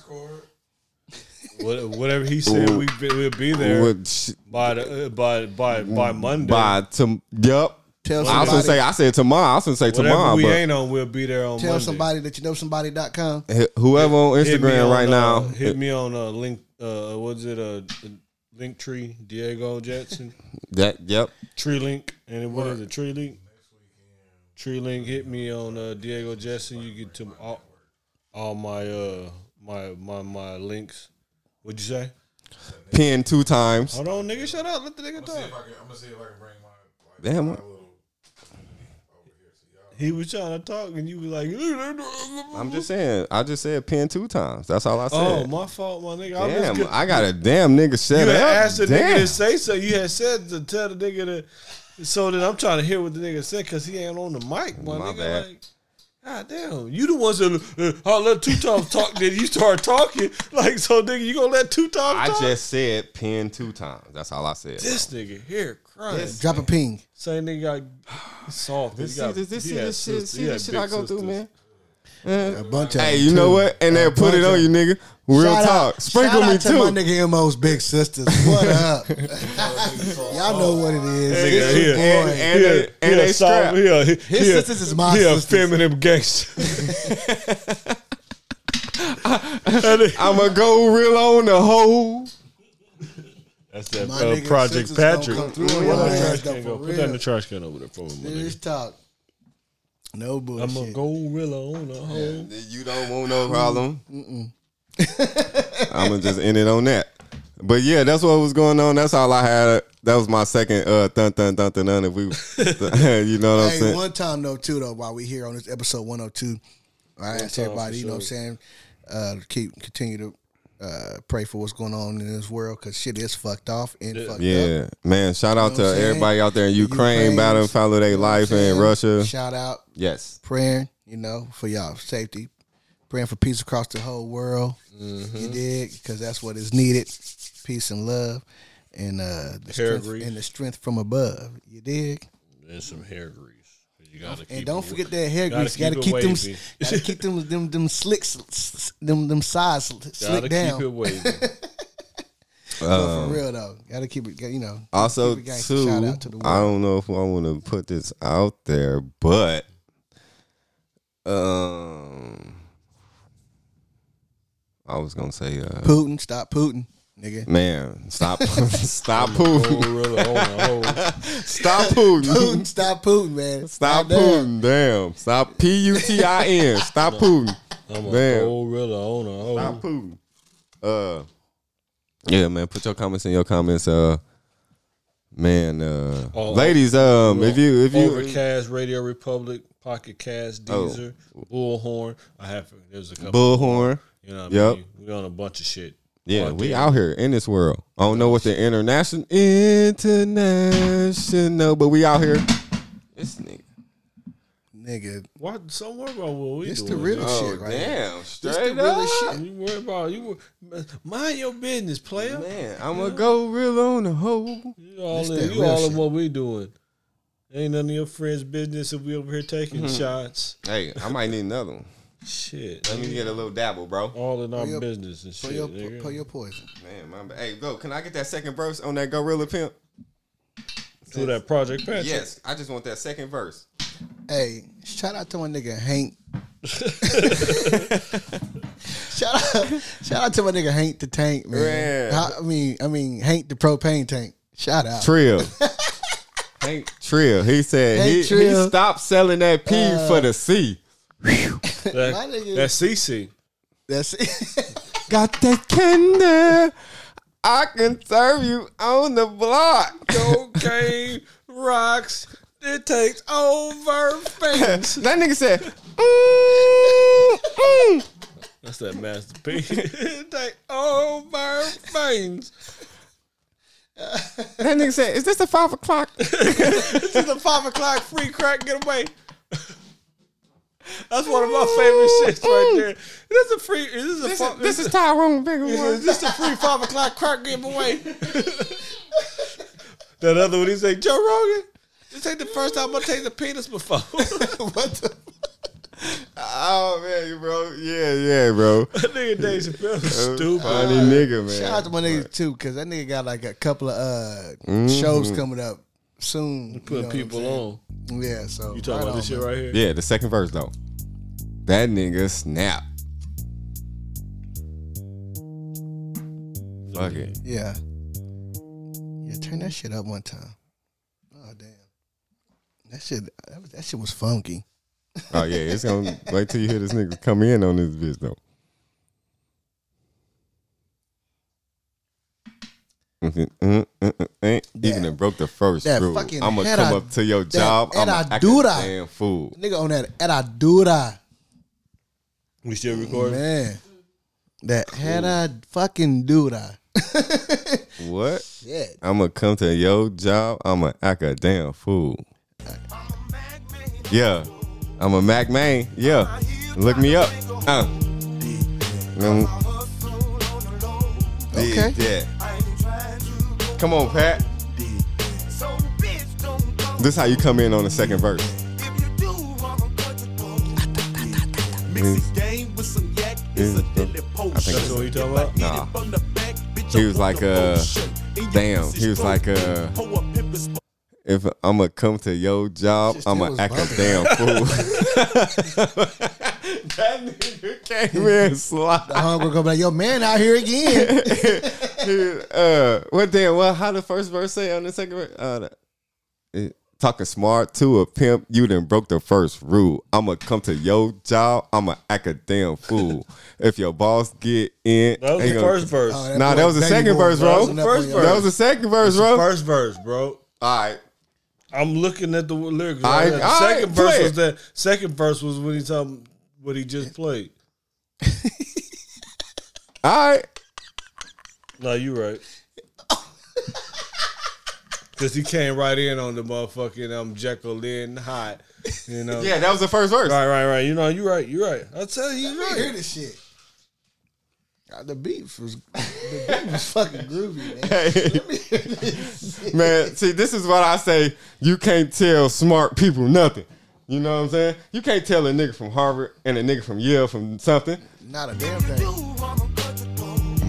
Speaker 4: what- whatever he said. We be, we'll be there.
Speaker 2: which
Speaker 4: by the, uh, by by by Monday.
Speaker 2: Mm. by to yup.
Speaker 1: Tell
Speaker 2: I was
Speaker 1: somebody.
Speaker 2: gonna say I said tomorrow. I was gonna say
Speaker 4: Whatever
Speaker 2: tomorrow,
Speaker 4: we
Speaker 2: but
Speaker 4: ain't on, we'll be there on
Speaker 1: tell
Speaker 4: Monday.
Speaker 1: somebody that you know somebody.com.
Speaker 2: h- whoever on
Speaker 4: Hit me
Speaker 2: Instagram
Speaker 4: on,
Speaker 2: right
Speaker 4: uh,
Speaker 2: now,
Speaker 4: Hit me on uh, link. Uh, what's it? Uh, link tree. Diego Jackson.
Speaker 2: that yep.
Speaker 4: tree link. And what is it? Tree link. Tree link. Hit me on uh, Diego Jackson. You get to all, all my uh my my my links. What'd you say?
Speaker 2: Pin two times.
Speaker 4: Hold on, nigga. Shut up. Let the nigga talk.
Speaker 6: I'm gonna see if I can bring my like,
Speaker 2: Damn.
Speaker 4: He was trying to talk, and you was like,
Speaker 2: I'm just saying. I just said pin two times. That's all I
Speaker 4: "Oh,
Speaker 2: said.
Speaker 4: my fault, my nigga." I'm just
Speaker 2: damn,
Speaker 4: good-
Speaker 2: I got a damn nigga shut
Speaker 4: You
Speaker 2: up.
Speaker 4: had asked the
Speaker 2: damn.
Speaker 4: nigga to say so. You had said to tell the nigga to. So then I'm trying to hear what the nigga said because he ain't on the mic. My,
Speaker 2: My
Speaker 4: nigga,
Speaker 2: bad.
Speaker 4: like, God damn, you the ones that uh, I let two times talk. then you start talking like so, nigga. You gonna let two times?
Speaker 2: I
Speaker 4: talk?
Speaker 2: just said pin two times. That's all I said.
Speaker 4: this nigga here crying.
Speaker 1: Drop a ping.
Speaker 4: Same nigga got soft. He
Speaker 2: See
Speaker 4: got-
Speaker 2: this, this,
Speaker 4: he
Speaker 2: see
Speaker 4: had
Speaker 2: this shit,
Speaker 4: sisters.
Speaker 2: see
Speaker 4: He
Speaker 2: this
Speaker 4: had
Speaker 2: shit I
Speaker 4: big
Speaker 2: go through,
Speaker 4: sisters.
Speaker 2: man.
Speaker 1: A bunch of
Speaker 2: Hey,
Speaker 1: them,
Speaker 2: you know
Speaker 1: too.
Speaker 2: what? And
Speaker 1: A
Speaker 2: they'll put it
Speaker 1: bunch
Speaker 2: on
Speaker 1: of
Speaker 2: you,
Speaker 1: them.
Speaker 2: nigga. Real
Speaker 1: Shout
Speaker 2: talk.
Speaker 1: out-
Speaker 2: Sprinkle
Speaker 1: shout
Speaker 2: me
Speaker 1: out to my
Speaker 2: too.
Speaker 1: nigga Mo's big sisters. What up? Y'all know what it is.
Speaker 4: Nigga,
Speaker 1: It's your
Speaker 4: yeah.
Speaker 1: boy.
Speaker 2: And- and they- and
Speaker 4: he a
Speaker 2: they
Speaker 4: soft-
Speaker 2: strapped.
Speaker 4: he a- he-
Speaker 1: His
Speaker 4: he a-
Speaker 1: sisters is my
Speaker 4: he a
Speaker 1: sisters.
Speaker 4: feminine gangster. And it-
Speaker 2: I'ma go real on the whole.
Speaker 4: That's that
Speaker 1: My
Speaker 4: uh,
Speaker 1: nigga
Speaker 4: Project
Speaker 1: sisters gonna
Speaker 4: Patrick.
Speaker 1: come
Speaker 4: Put
Speaker 1: through
Speaker 4: that
Speaker 1: on
Speaker 4: in
Speaker 1: your
Speaker 4: the
Speaker 1: ass,
Speaker 4: trash
Speaker 1: though,
Speaker 4: can,
Speaker 1: for
Speaker 4: go. Put that in the
Speaker 1: real.
Speaker 4: trash can over there for me, my
Speaker 1: Serious
Speaker 4: nigga.
Speaker 1: talk. No bullshit.
Speaker 4: I'm a gorilla on the hoe.
Speaker 2: You don't want no problem. I'ma just end it on that. But yeah, that's what was going on. That's all I had. That was my second uh thun thun thun thun. thun if we you know what I'm
Speaker 1: hey,
Speaker 2: saying?
Speaker 1: one time though too though while we here on this episode 102, I asked
Speaker 4: time
Speaker 1: everybody,
Speaker 4: for
Speaker 1: you know what I'm saying, uh, to keep continue to uh, pray for what's going on in this world because shit is fucked off and fucked up.
Speaker 2: yeah, man. Shout
Speaker 1: what
Speaker 2: out
Speaker 1: I'm
Speaker 2: to
Speaker 1: saying?
Speaker 2: everybody out there in Ukraine,
Speaker 1: Ukraine,
Speaker 2: battling, follow their life in
Speaker 1: And
Speaker 2: Russia.
Speaker 1: Shout out,
Speaker 2: Yes,
Speaker 1: praying, you know, for y'all safety, praying for peace across the whole world.
Speaker 4: Mm-hmm.
Speaker 1: You dig? Because that's what is needed: peace and love, and uh, the
Speaker 4: Hair
Speaker 1: strength,
Speaker 4: grease.
Speaker 1: and the strength from above. You dig?
Speaker 4: And some hair grease. You gotta keep
Speaker 1: And don't
Speaker 4: it-
Speaker 1: forget that hair
Speaker 4: gotta
Speaker 1: grease. Gotta
Speaker 4: keep it
Speaker 1: keep them.
Speaker 4: wavy.
Speaker 1: Gotta keep them. Them them slicks. s- Them them sides sl-
Speaker 4: Gotta
Speaker 1: slick
Speaker 4: keep it
Speaker 1: down.
Speaker 4: wavy.
Speaker 1: But for real though, gotta keep it. You know.
Speaker 2: Also,
Speaker 1: Keep it
Speaker 2: too,
Speaker 1: gangsta. Shout out to the
Speaker 2: I
Speaker 1: world.
Speaker 2: don't know if I want to put this out there, but um, I was gonna say, uh,
Speaker 1: Putin, stop Putin, nigga.
Speaker 2: man, stop, stop Putin,
Speaker 4: gorilla on the hoe.
Speaker 2: stop Putin,
Speaker 1: Putin, stop Putin, man.
Speaker 2: stop
Speaker 1: God damn.
Speaker 2: Putin, damn, stop P U T I N, stop Putin,
Speaker 4: I'm a
Speaker 2: damn,
Speaker 4: gorilla on the hoe.
Speaker 2: stop Putin. Uh, yeah, man, put your comments in your comments, uh. Man, uh,
Speaker 4: Oh,
Speaker 2: ladies, um, if you if you Oh.
Speaker 4: Overcast, Radio Republic, Pocket Cast, Deezer, Bullhorn. I have there's a couple.
Speaker 2: bullhorn,
Speaker 4: you know what I
Speaker 2: Yup.
Speaker 4: mean? We on a bunch of shit.
Speaker 2: Yeah,
Speaker 4: out
Speaker 2: we
Speaker 4: there.
Speaker 2: out here in this world. I don't know what the international international, but we out here. This nigga.
Speaker 1: nigga.
Speaker 4: What? So worry about what we
Speaker 1: It's
Speaker 4: doing.
Speaker 1: the real
Speaker 2: Oh
Speaker 1: shit, right? here.
Speaker 2: damn!
Speaker 1: the
Speaker 2: Straight
Speaker 1: realest
Speaker 2: up,
Speaker 4: You worry about you. wor- Mind your business, player.
Speaker 2: man. I'm gonna go real on the hoe.
Speaker 4: You all
Speaker 1: That's
Speaker 4: in.
Speaker 1: that
Speaker 4: You
Speaker 1: real
Speaker 4: all in
Speaker 1: shit.
Speaker 4: what we doing. Ain't none of your friends' business if we over here taking
Speaker 2: Mm-hmm.
Speaker 4: shots.
Speaker 2: Hey, I might need another one.
Speaker 4: Shit.
Speaker 2: Let me get a little dabble, bro.
Speaker 4: all in our
Speaker 1: Pull your-
Speaker 4: business and
Speaker 1: Pull
Speaker 4: shit.
Speaker 1: your,
Speaker 4: nigga.
Speaker 1: pull your poison.
Speaker 2: Man, my bad. Hey, bro, can I get that second verse on that Gorilla Pimp?
Speaker 4: Through that Project Patrick.
Speaker 2: Yes, I just want that second verse.
Speaker 1: Hey, shout out to my nigga Hank. shout out, shout out to my nigga Hank the Tank, man.
Speaker 2: Yeah.
Speaker 1: How- I mean, I mean Hank the propane tank. Shout out.
Speaker 2: Trill. Hank Trill. He said
Speaker 1: Hank
Speaker 2: he,
Speaker 1: Trill. Uh,
Speaker 2: he stopped selling that P for the C.
Speaker 4: That,
Speaker 1: My nigga-
Speaker 4: that CC.
Speaker 1: That's it.
Speaker 2: Got that kinder. I can serve you on the block.
Speaker 4: Cocaine rocks. It takes over
Speaker 2: that
Speaker 4: things.
Speaker 2: nigga said, mm, mm.
Speaker 4: That's that masterpiece. it takes over things.
Speaker 2: That nigga said, is this the five o'clock?
Speaker 4: It's a five o'clock free crack getaway. That's one of my favorite shits right there. This is a free. This is a
Speaker 2: This
Speaker 4: fi-
Speaker 2: is, this is Tyrone Biggles.
Speaker 4: Is this a free five o'clock crack giveaway? that other one, he say, Joe Rogan, this ain't the first time I'm gonna taste a penis before.
Speaker 1: what the?
Speaker 2: Oh man, bro. Yeah, yeah, bro.
Speaker 4: that nigga Dave Chappelle is stupid.
Speaker 2: Funny nigga, man.
Speaker 1: Shout out to my niggas too, cause that nigga got like a couple of uh, shows coming up soon. you know what
Speaker 4: Putting
Speaker 1: I'm
Speaker 4: people
Speaker 1: saying?
Speaker 4: on.
Speaker 1: Yeah, so
Speaker 4: You talking about this shit right here?
Speaker 2: Yeah, the second verse though. That nigga snap. Fuck it.
Speaker 1: Yeah. Yeah, turn that shit up one time. Oh damn. That shit that, was- that shit was funky.
Speaker 2: Oh yeah, it's gonna wait till you hear this nigga come in on this bitch though. Mm-hmm, Even it broke the first
Speaker 1: that
Speaker 2: rule.
Speaker 1: fucking
Speaker 2: I'ma
Speaker 1: head
Speaker 2: come
Speaker 1: I-
Speaker 2: up to your
Speaker 1: that
Speaker 2: job.
Speaker 1: head
Speaker 2: I'ma
Speaker 1: I
Speaker 2: act
Speaker 1: do
Speaker 2: a
Speaker 1: that.
Speaker 2: damn fool.
Speaker 1: Nigga on that at I do that.
Speaker 4: We still recording.
Speaker 1: Man. That had I fucking do that.
Speaker 2: What?
Speaker 1: Shit.
Speaker 2: I'ma come to your job. I'ma act a damn fool. Yeah, I'm a Mac man. Yeah, look me up. Uh. Mm.
Speaker 1: Okay.
Speaker 2: Yeah. Come on, Pat. This how you come in on the second verse.
Speaker 7: Mix the game with some yak is a deadly potion.
Speaker 2: That's
Speaker 4: what you talking about?
Speaker 7: If I hit it from the back, bitch,
Speaker 2: He
Speaker 7: I'm
Speaker 2: was
Speaker 7: on
Speaker 2: like,
Speaker 7: the
Speaker 2: uh,
Speaker 7: ocean. In your
Speaker 2: damn,
Speaker 7: pussy
Speaker 2: he was
Speaker 7: stroke.
Speaker 2: like, uh,
Speaker 7: Pour a pimper's
Speaker 2: If I'ma come to your job,
Speaker 1: Shit still
Speaker 2: I'ma
Speaker 1: was
Speaker 2: act a
Speaker 1: bumping.
Speaker 2: damn fool. that nigga came in slide.
Speaker 1: The hunger gonna be like, yo, man out here again.
Speaker 2: uh, what damn? Well, how the first verse say on the second verse? Uh, the- it- talking smart to a pimp, you done broke the first rule. I'ma come to your job. I'ma act a damn fool. if your boss get in,
Speaker 4: That was
Speaker 2: they
Speaker 4: the
Speaker 2: gonna-
Speaker 4: first verse.
Speaker 1: Oh,
Speaker 2: Nah,
Speaker 1: boy-
Speaker 2: that was the
Speaker 1: baby
Speaker 2: second
Speaker 1: boy
Speaker 2: verse, bro.
Speaker 1: buzzing up
Speaker 4: First
Speaker 1: on y'all.
Speaker 2: That was the second verse, bro.
Speaker 4: First verse, bro.
Speaker 2: All right,
Speaker 4: I'm looking at the lyrics.
Speaker 2: All right,
Speaker 4: Right now.
Speaker 2: all right,
Speaker 4: second
Speaker 2: play
Speaker 4: verse
Speaker 2: it.
Speaker 4: was that. Second verse was when he talking what he just played.
Speaker 2: all right.
Speaker 4: No, you right. Cause he came right in on the motherfucking um Jekyll Lynn hot, you know.
Speaker 2: Yeah, that was the first verse.
Speaker 4: Right, right, right. You know, you right, you right. I tell you, you
Speaker 1: I
Speaker 4: right.
Speaker 1: hear this shit. God, the beef was the beef was fucking groovy, man.
Speaker 2: Man, see, this is what I say. You can't tell smart people nothing. You know what I'm saying? You can't tell a nigga from Harvard and a nigga from Yale from something.
Speaker 1: Not a damn thing.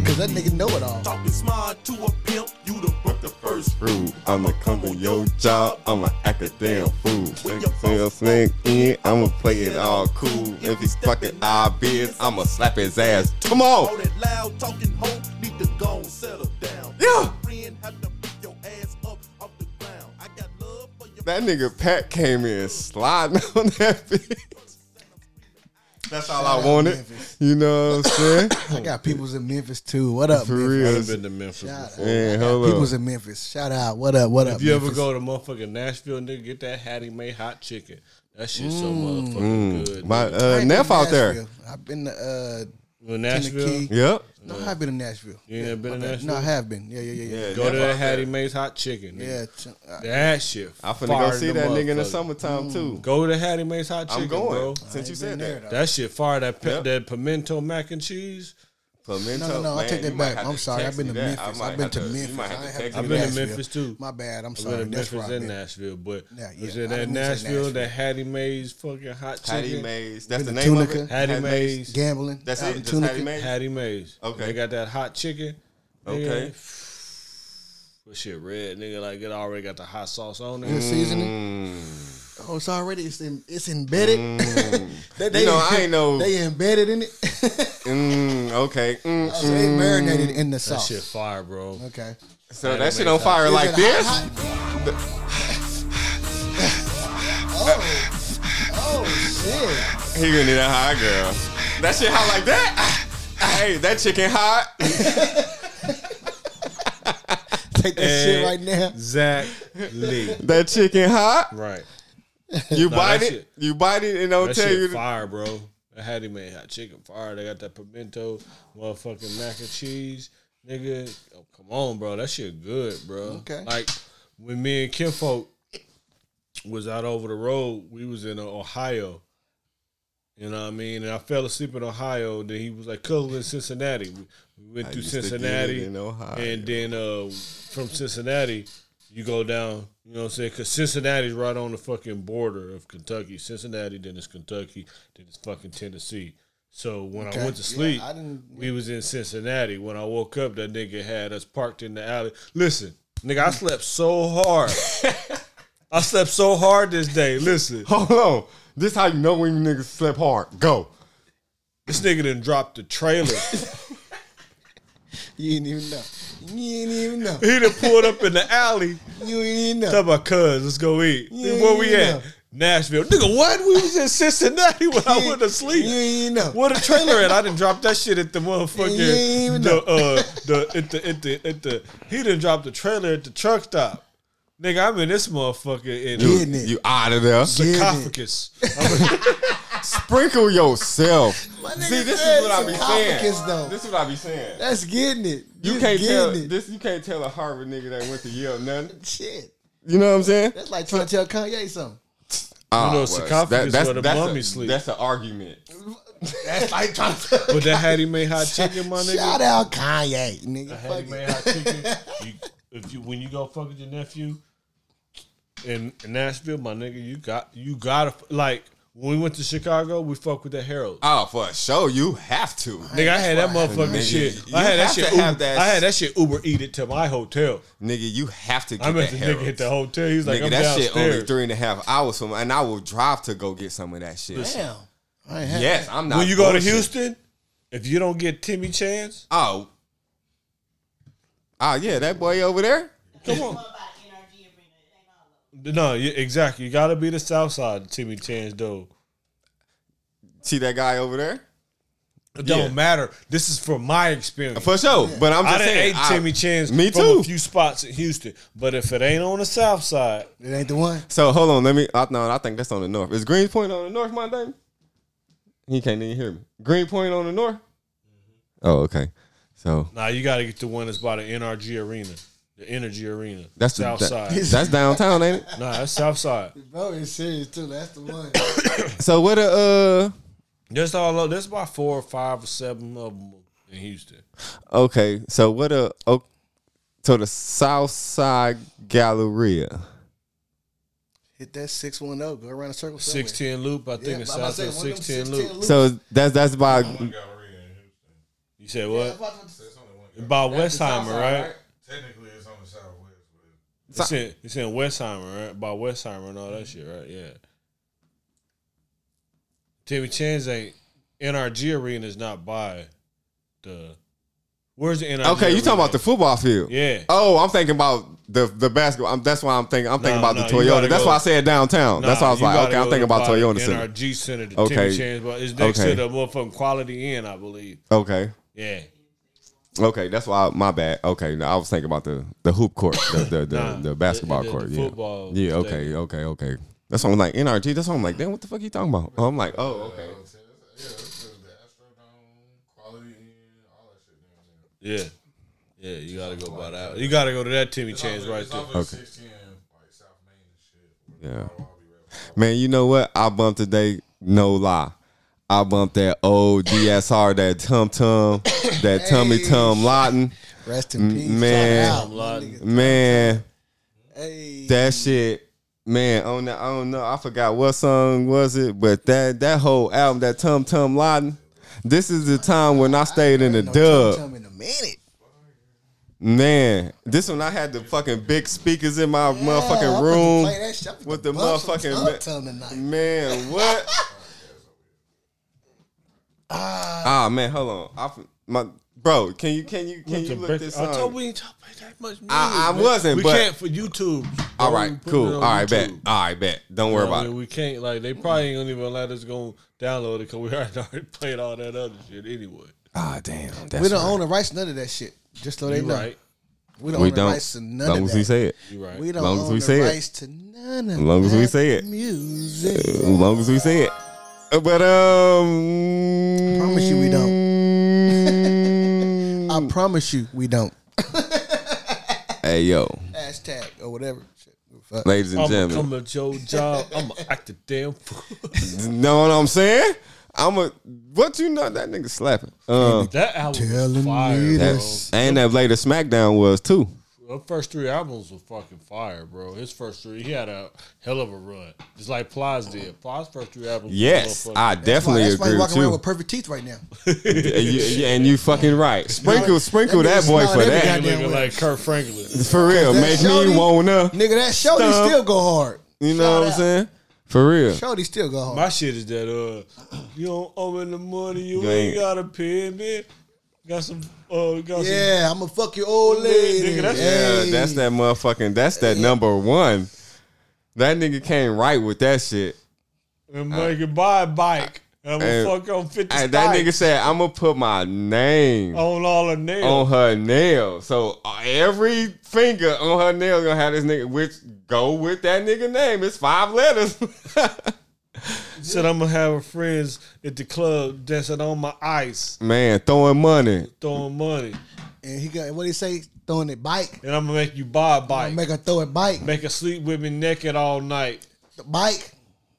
Speaker 1: Cause that nigga know it all.
Speaker 7: Talking smart to a pimp, you done broke the first
Speaker 2: Rude. I'ma come to your job. I'ma act a damn fool. Think I'll sneak in. I'ma play it all cool. If he's fucking obvious, I'ma slap his ass. Come
Speaker 7: All
Speaker 2: on.
Speaker 7: that loud talking hoe need to go and settle down.
Speaker 2: Yeah.
Speaker 7: Friend have to pick your ass up off the ground. I got love for your
Speaker 2: That nigga Pat came in sliding on that bitch. That's all I wanted. You know what I'm saying?
Speaker 1: I got peoples in Memphis too. What up,
Speaker 2: For
Speaker 1: Memphis?
Speaker 2: real.
Speaker 4: I've been to Memphis.
Speaker 1: Shout
Speaker 4: before.
Speaker 1: out.
Speaker 2: Man, hold up.
Speaker 1: Peoples in Memphis. Shout out. What up? What up?
Speaker 4: If you ever
Speaker 1: Memphis?
Speaker 4: go to motherfucking Nashville, nigga, get that Hattie Mae hot chicken. That shit so
Speaker 1: Mm.
Speaker 4: motherfucking good.
Speaker 2: My
Speaker 4: nigga.
Speaker 1: I
Speaker 2: uh,
Speaker 1: ain't been
Speaker 2: Neff
Speaker 1: to
Speaker 2: out there.
Speaker 1: Nashville. I've been to uh,
Speaker 4: Well,
Speaker 1: Tennessee.
Speaker 4: Nashville,
Speaker 2: Yep.
Speaker 1: No, I have been in Nashville.
Speaker 4: You ain't never been
Speaker 1: my
Speaker 4: in
Speaker 1: bad.
Speaker 4: Nashville?
Speaker 1: No, I have been. Yeah, yeah, yeah, yeah.
Speaker 2: Yeah,
Speaker 4: Go to
Speaker 2: that's
Speaker 4: that
Speaker 2: why I
Speaker 4: Hattie Mae's hot chicken.
Speaker 1: Yeah,
Speaker 4: Nigga.
Speaker 1: t- uh,
Speaker 4: That shit.
Speaker 2: I'm finna
Speaker 4: fire
Speaker 2: go see
Speaker 4: the
Speaker 2: that nigga in the
Speaker 4: motherfucker.
Speaker 1: Mm.
Speaker 2: summertime too.
Speaker 4: Go to Hattie Mae's hot chicken,
Speaker 2: I'm going
Speaker 4: bro.
Speaker 2: since you
Speaker 1: ain't
Speaker 2: said
Speaker 1: been there,
Speaker 2: that.
Speaker 1: though.
Speaker 4: That shit fire. That pe-
Speaker 2: Yeah.
Speaker 4: that pimento mac and cheese.
Speaker 2: Pimento,
Speaker 1: No, no, no, I
Speaker 2: man,
Speaker 1: take that
Speaker 2: you might
Speaker 1: back.
Speaker 2: have
Speaker 1: I'm
Speaker 2: to
Speaker 1: sorry, I've
Speaker 2: text
Speaker 1: been
Speaker 2: me
Speaker 1: to
Speaker 2: that. I
Speaker 1: Memphis.
Speaker 2: might
Speaker 1: I've been
Speaker 2: have
Speaker 1: to Memphis.
Speaker 2: You might
Speaker 1: I
Speaker 2: have
Speaker 1: ain't
Speaker 2: to
Speaker 1: had
Speaker 2: text
Speaker 1: to
Speaker 2: me
Speaker 4: I've
Speaker 1: go to
Speaker 2: that.
Speaker 4: been to
Speaker 1: Nashville.
Speaker 4: Memphis too.
Speaker 1: My bad. I'm
Speaker 4: I've
Speaker 1: sorry.
Speaker 4: been to
Speaker 1: That's where
Speaker 4: Memphis
Speaker 1: I've
Speaker 4: and
Speaker 1: been.
Speaker 4: Nashville, but
Speaker 1: Yeah, yeah.
Speaker 4: was it
Speaker 1: I
Speaker 4: that
Speaker 1: done went to
Speaker 4: Nashville,
Speaker 1: Nashville.
Speaker 4: that Hattie Mae's fucking hot
Speaker 2: Hattie
Speaker 4: chicken?
Speaker 2: Mays. That's the
Speaker 1: Been to
Speaker 2: name of
Speaker 1: Tunica.
Speaker 2: it.
Speaker 4: Hattie Mae's.
Speaker 1: Gambling.
Speaker 2: That's
Speaker 1: out
Speaker 2: it.
Speaker 1: in
Speaker 2: Just
Speaker 1: Tunica.
Speaker 2: Hattie Mays.
Speaker 4: Hattie Mae's.
Speaker 2: Okay.
Speaker 4: They got that hot chicken. nigga.
Speaker 2: Okay.
Speaker 4: That shit red, nigga. Like it already got the hot sauce on
Speaker 1: The
Speaker 4: it.
Speaker 1: seasoning. Oh, it's already it's in, it's embedded. they, they-
Speaker 2: Mm. You know, I ain't know.
Speaker 1: They embedded in it. so
Speaker 2: Mm, okay. Mm, mm.
Speaker 1: they marinated in the
Speaker 4: That
Speaker 1: sauce.
Speaker 4: shit fire, bro.
Speaker 1: Okay.
Speaker 2: So
Speaker 4: Hattie
Speaker 2: that shit
Speaker 4: Mae's
Speaker 2: on
Speaker 4: hot
Speaker 2: fire
Speaker 1: Is
Speaker 2: like
Speaker 1: it
Speaker 2: this.
Speaker 1: hot, hot? oh, oh shit!
Speaker 2: He gonna need a hot girl. That shit hot like that. Hey, that chicken hot.
Speaker 1: Take that shit right now.
Speaker 4: Exactly.
Speaker 2: That chicken hot.
Speaker 4: right.
Speaker 2: You bite
Speaker 4: that
Speaker 2: it.
Speaker 4: shit-
Speaker 2: You bite it and don't
Speaker 4: That
Speaker 2: tell
Speaker 4: shit
Speaker 2: you.
Speaker 4: fire, bro. That Hattie made hot chicken fire. They got that pimento, motherfucking mac and cheese, nigga. Oh, come on, bro. That shit good, bro.
Speaker 1: Okay.
Speaker 4: Like when me and Kinfolk was out over the road, we was in uh, Ohio. You know what I mean? And I fell asleep in Ohio. Then he was like, "Cousin in Cincinnati." We, we went
Speaker 2: I
Speaker 4: through
Speaker 2: used to get it
Speaker 4: Cincinnati,
Speaker 2: in Ohio.
Speaker 4: and then uh, from Cincinnati, you go down. You know what I'm saying? Because Cincinnati's right on the fucking border of Kentucky. Cincinnati, then it's Kentucky, then it's fucking Tennessee. So when
Speaker 1: Okay.
Speaker 4: I went to
Speaker 1: Yeah,
Speaker 4: sleep,
Speaker 1: I didn't-
Speaker 4: we was in Cincinnati. When I woke up, that nigga had us parked in the alley. Listen, nigga, I slept so hard. I slept so hard this day. Listen,
Speaker 2: Hold on. This how you know when you niggas slept hard. Go.
Speaker 4: this nigga done dropped the trailer.
Speaker 1: You didn't even know. You didn't even know.
Speaker 4: He done pulled up in the alley.
Speaker 1: You didn't even know.
Speaker 4: Talk about cuz, let's go eat.
Speaker 1: Yeah,
Speaker 4: Where we
Speaker 1: yeah.
Speaker 4: at? Nashville. Nigga, what? We was in Cincinnati when I went to sleep.
Speaker 1: You didn't even know.
Speaker 4: What a trailer at! I didn't drop that shit at the motherfucking
Speaker 1: You ain't even
Speaker 4: the uh the at the at the at the he didn't drop the trailer at the truck stop. Nigga, I'm in this motherfucker in
Speaker 1: You-
Speaker 4: a
Speaker 1: Getting it.
Speaker 2: You out of there.
Speaker 1: it.
Speaker 4: sarcophagus.
Speaker 2: Sprinkle yourself.
Speaker 1: My nigga
Speaker 2: See, this
Speaker 1: said
Speaker 2: is what I be
Speaker 1: sarcophagus,
Speaker 2: saying.
Speaker 1: though.
Speaker 2: This is what I be saying.
Speaker 1: That's getting it.
Speaker 2: You
Speaker 1: Just
Speaker 2: can't
Speaker 1: getting
Speaker 2: tell
Speaker 1: it.
Speaker 2: this. You can't tell a Harvard nigga that went to Yale nothing.
Speaker 1: Shit.
Speaker 2: You know what I'm saying?
Speaker 1: That's like trying to tell Kanye something.
Speaker 2: Ah,
Speaker 4: know,
Speaker 2: well,
Speaker 4: sarcophagus
Speaker 2: that's,
Speaker 4: where the
Speaker 2: that's
Speaker 4: mummy
Speaker 2: a,
Speaker 4: sleep.
Speaker 2: That's an argument.
Speaker 1: That's like trying to tell.
Speaker 4: but that Hattie made hot chicken, my nigga.
Speaker 1: Shout out Kanye, nigga.
Speaker 4: I had
Speaker 1: Fuck
Speaker 4: you
Speaker 1: it.
Speaker 4: made hot chicken. You, if you when you go fuck with your nephew in, in Nashville, my nigga, you got you gotta like when we went to Chicago, we fuck with that Herald.
Speaker 2: Oh, for sure, you have to.
Speaker 4: Nigga, I had that
Speaker 2: Nigga,
Speaker 4: motherfucking shit.
Speaker 2: you
Speaker 4: I had that
Speaker 2: have to
Speaker 4: shit.
Speaker 2: have
Speaker 4: Uber-
Speaker 2: that
Speaker 4: I
Speaker 2: shit.
Speaker 4: had that shit Uber eat it to my hotel.
Speaker 2: Nigga, you have to get
Speaker 4: I
Speaker 2: that
Speaker 4: met the nigga at
Speaker 2: Harold's.
Speaker 4: the hotel. He's like,
Speaker 2: nigga,
Speaker 4: I'm
Speaker 2: that
Speaker 4: downstairs.
Speaker 2: shit only three and a half hours from, and I will drive to go get some of that shit.
Speaker 1: Damn. I ain't had
Speaker 2: Yes, I'm not.
Speaker 4: when you go to
Speaker 2: bullshit.
Speaker 4: Houston, if you don't get Timmy Chance,
Speaker 2: oh, oh yeah, that boy over there.
Speaker 4: come on. No, you, exactly. You gotta be the South Side Timmy Chance, though.
Speaker 2: See that guy over there?
Speaker 4: It
Speaker 2: Yeah.
Speaker 4: don't matter. This is from my experience.
Speaker 2: For sure. But I'm
Speaker 4: I
Speaker 2: just
Speaker 4: done
Speaker 2: saying,
Speaker 4: ate
Speaker 2: I-
Speaker 4: Timmy Chance
Speaker 2: Me
Speaker 4: from
Speaker 2: too.
Speaker 4: a few spots in Houston, but if it ain't on the South Side,
Speaker 1: it. It ain't the one.
Speaker 2: So hold on, let me. I, no, I think that's on the north. Is Green Point on the north, my name? He can't even hear me. Green Point on the north. Oh, okay. So
Speaker 4: nah, you gotta get the one that's by the NRG Arena, the Energy Arena.
Speaker 2: that's the-
Speaker 4: South
Speaker 2: that-
Speaker 4: Side.
Speaker 2: That's downtown, ain't it?
Speaker 4: Nah, that's South Side.
Speaker 1: Bro, it's serious too. That's the one.
Speaker 2: So what a
Speaker 4: That's all. of- That's about four or five or seven of them in Houston.
Speaker 2: uh okay. So what a oh, so the South Side Galleria.
Speaker 1: Hit that six one zero. Go around a circle. somewhere.
Speaker 4: Six ten loop. I think
Speaker 1: Yeah,
Speaker 4: it's
Speaker 1: I'm about
Speaker 4: South
Speaker 1: to say,
Speaker 4: Side
Speaker 1: one of them
Speaker 4: six ten
Speaker 1: 610
Speaker 4: loop.
Speaker 1: loops.
Speaker 2: So that's that's by
Speaker 6: Galleria in Houston.
Speaker 4: You said
Speaker 1: Yeah,
Speaker 4: what?
Speaker 1: I'm about to-
Speaker 6: It's only one galleria.
Speaker 4: By Westheimer, right?
Speaker 6: Technically, it's on the southwest, but
Speaker 4: It's in, it's in Westheimer, right? By Westheimer and all that shit, right? Yeah. Timmy Chance ain't NRG Arena is not by the. Where's the NRG?
Speaker 2: okay. You
Speaker 4: Arena
Speaker 2: talking about
Speaker 4: at?
Speaker 2: the football field?
Speaker 4: Yeah.
Speaker 2: Oh, I'm thinking about the the basketball. I'm, that's why I'm thinking. I'm thinking
Speaker 4: No,
Speaker 2: about the
Speaker 4: no, you gotta
Speaker 2: Toyota. That's
Speaker 4: go-
Speaker 2: why I said downtown. Oh, that's why I was
Speaker 4: you
Speaker 2: like,
Speaker 4: gotta
Speaker 2: okay, I'm
Speaker 4: go
Speaker 2: thinking about
Speaker 4: by the
Speaker 2: Toyota Center.
Speaker 4: NRG Center, the
Speaker 2: Okay.
Speaker 4: Timmy Chance, but it's next
Speaker 2: Okay.
Speaker 4: to the motherfucking Quality Inn, I believe.
Speaker 2: Okay.
Speaker 4: Yeah.
Speaker 2: Okay, that's why. I, my bad. Okay, no, I was thinking about the the hoop court, the the, the,
Speaker 4: Nah,
Speaker 2: the basketball
Speaker 4: the- the- the
Speaker 2: court.
Speaker 4: football
Speaker 2: yeah. Yeah. Okay. Okay. Okay. That's why I'm like NRG. That's why I'm like, damn, what the fuck you talking about? Oh, I'm like, oh, okay.
Speaker 6: yeah, it's the Astrodome, Quality Inn, all that shit. down
Speaker 4: Yeah. Yeah, you gotta go by that. You gotta go to that Timmy Change right there.
Speaker 2: Okay.
Speaker 6: Okay. 16, like South Main and shit.
Speaker 2: Yeah.
Speaker 6: I'll be real.
Speaker 2: Man, you know what? I bumped today, no lie. I bumped that old DSR, that Tum Tum, that Tummy Tum Lawton.
Speaker 1: Rest in peace.
Speaker 2: man.
Speaker 1: Shout out, my nigga.
Speaker 2: Man,
Speaker 1: Hey.
Speaker 2: that shit. Man, on that, I don't know. I forgot what song was it, but that that whole album, that Tum Tum Lawton. This is the time when I stayed in the
Speaker 1: No tum
Speaker 2: dub.
Speaker 1: tum in a minute.
Speaker 2: Man, this one I had the fucking big speakers in my
Speaker 1: Yeah,
Speaker 2: motherfucking
Speaker 1: I'm finna
Speaker 2: room.
Speaker 1: play that shit. I'm finna
Speaker 2: with the
Speaker 1: bump some
Speaker 2: motherfucking
Speaker 1: tum
Speaker 2: ma- Mm,
Speaker 1: tum tonight.
Speaker 2: Man, what? ah man, hold on. I, f- my bro, can you can you can you
Speaker 4: To
Speaker 2: look
Speaker 4: break-
Speaker 2: this
Speaker 4: I
Speaker 2: up?
Speaker 4: told we ain't talking that much. Music,
Speaker 2: I
Speaker 4: man.
Speaker 2: wasn't,
Speaker 4: We
Speaker 2: but-
Speaker 4: can't for YouTube.
Speaker 2: All
Speaker 4: Don't
Speaker 2: right,
Speaker 4: even put it
Speaker 2: cool.
Speaker 4: on
Speaker 2: All right, bet.
Speaker 4: YouTube.
Speaker 2: All right, bet. Don't worry
Speaker 4: You know what I
Speaker 2: about
Speaker 4: mean?
Speaker 2: it.
Speaker 4: We can't like they probably ain't gonna even let us go download it because we already, already played all that other shit anyway.
Speaker 2: Ah damn, that's
Speaker 1: We don't own the rights to none of that shit. Just so they
Speaker 4: You
Speaker 1: know.
Speaker 4: right?
Speaker 1: We don't
Speaker 2: We
Speaker 1: own the
Speaker 2: don't.
Speaker 1: rights to
Speaker 2: As
Speaker 1: none
Speaker 2: long
Speaker 1: of
Speaker 2: as
Speaker 1: that.
Speaker 2: we say it.
Speaker 4: You right?
Speaker 1: We don't
Speaker 2: Long as
Speaker 1: own
Speaker 2: we
Speaker 1: the
Speaker 2: say it.
Speaker 1: rights to none of
Speaker 2: Long as we
Speaker 1: that
Speaker 2: say it. As
Speaker 1: Music.
Speaker 2: long as we say it. Uh, But um,
Speaker 1: Promise you we
Speaker 2: don't.
Speaker 1: I promise you we don't.
Speaker 2: hey yo,
Speaker 1: Hashtag or whatever. Shit. Fuck.
Speaker 2: ladies and
Speaker 4: I'm gonna
Speaker 2: gentlemen.
Speaker 4: come at your job. I'm gonna act a damn fool.
Speaker 2: Know what I'm saying? I'm a what you know that nigga slapping. Um,
Speaker 4: That album
Speaker 1: Telling
Speaker 4: was fire,
Speaker 1: me
Speaker 4: bro.
Speaker 1: this.
Speaker 2: and that later SmackDown was too.
Speaker 4: The first three albums were fucking fire, bro. His first three, he had a hell of a run, just like Plies did. Plies' first three albums. were
Speaker 2: Yes,
Speaker 4: motherfucking-
Speaker 2: I definitely
Speaker 1: that's why
Speaker 2: agree
Speaker 1: you
Speaker 2: with
Speaker 1: walking around
Speaker 2: you.
Speaker 1: with perfect teeth right now.
Speaker 2: and, you yeah, and you fucking right. Sprinkle,
Speaker 1: That
Speaker 2: sprinkle that
Speaker 1: nigga
Speaker 2: boy
Speaker 1: smile
Speaker 2: for
Speaker 1: every
Speaker 2: that.
Speaker 1: goddamn-
Speaker 4: Looking
Speaker 1: Damn
Speaker 4: like Kurt Franklin.
Speaker 2: For real,
Speaker 1: that
Speaker 2: make
Speaker 1: shorty-
Speaker 2: me wanna.
Speaker 1: Nigga, that shorty
Speaker 2: Stump.
Speaker 1: still go hard.
Speaker 2: You know
Speaker 1: Shout
Speaker 2: what I'm
Speaker 1: out.
Speaker 2: saying? For real.
Speaker 1: Shorty still go hard.
Speaker 4: My shit is that uh, you don't owe me the money, you
Speaker 2: You
Speaker 4: ain't
Speaker 2: ain't-
Speaker 4: gotta pay me. Got some, uh, got some.
Speaker 1: yeah, I'm gonna fuck your old lady.
Speaker 4: Nigga, that's-
Speaker 2: Yeah,
Speaker 1: Hey.
Speaker 2: that's that motherfucking. That's that number one. That nigga came right with that shit.
Speaker 4: And make it buy a bike. And I'm
Speaker 2: Hey,
Speaker 4: gonna fuck on fifty.
Speaker 2: And that
Speaker 4: stipes
Speaker 2: nigga said, "I'm gonna put my name
Speaker 1: Oh,
Speaker 4: on all the nails.
Speaker 2: on her nail. So uh, every finger on her nail gonna have this nigga, which go with that nigga name. It's five letters. Oh.
Speaker 4: Said I'm gonna have her friends at the club dancing on my ice,
Speaker 2: Man, throwing money.
Speaker 4: throwing money,
Speaker 1: And he got what he say? Throwing it bike.
Speaker 4: and I'm gonna make you buy a bike.
Speaker 1: Make her throw it bike.
Speaker 4: Make her sleep with me naked all night.
Speaker 1: Bike.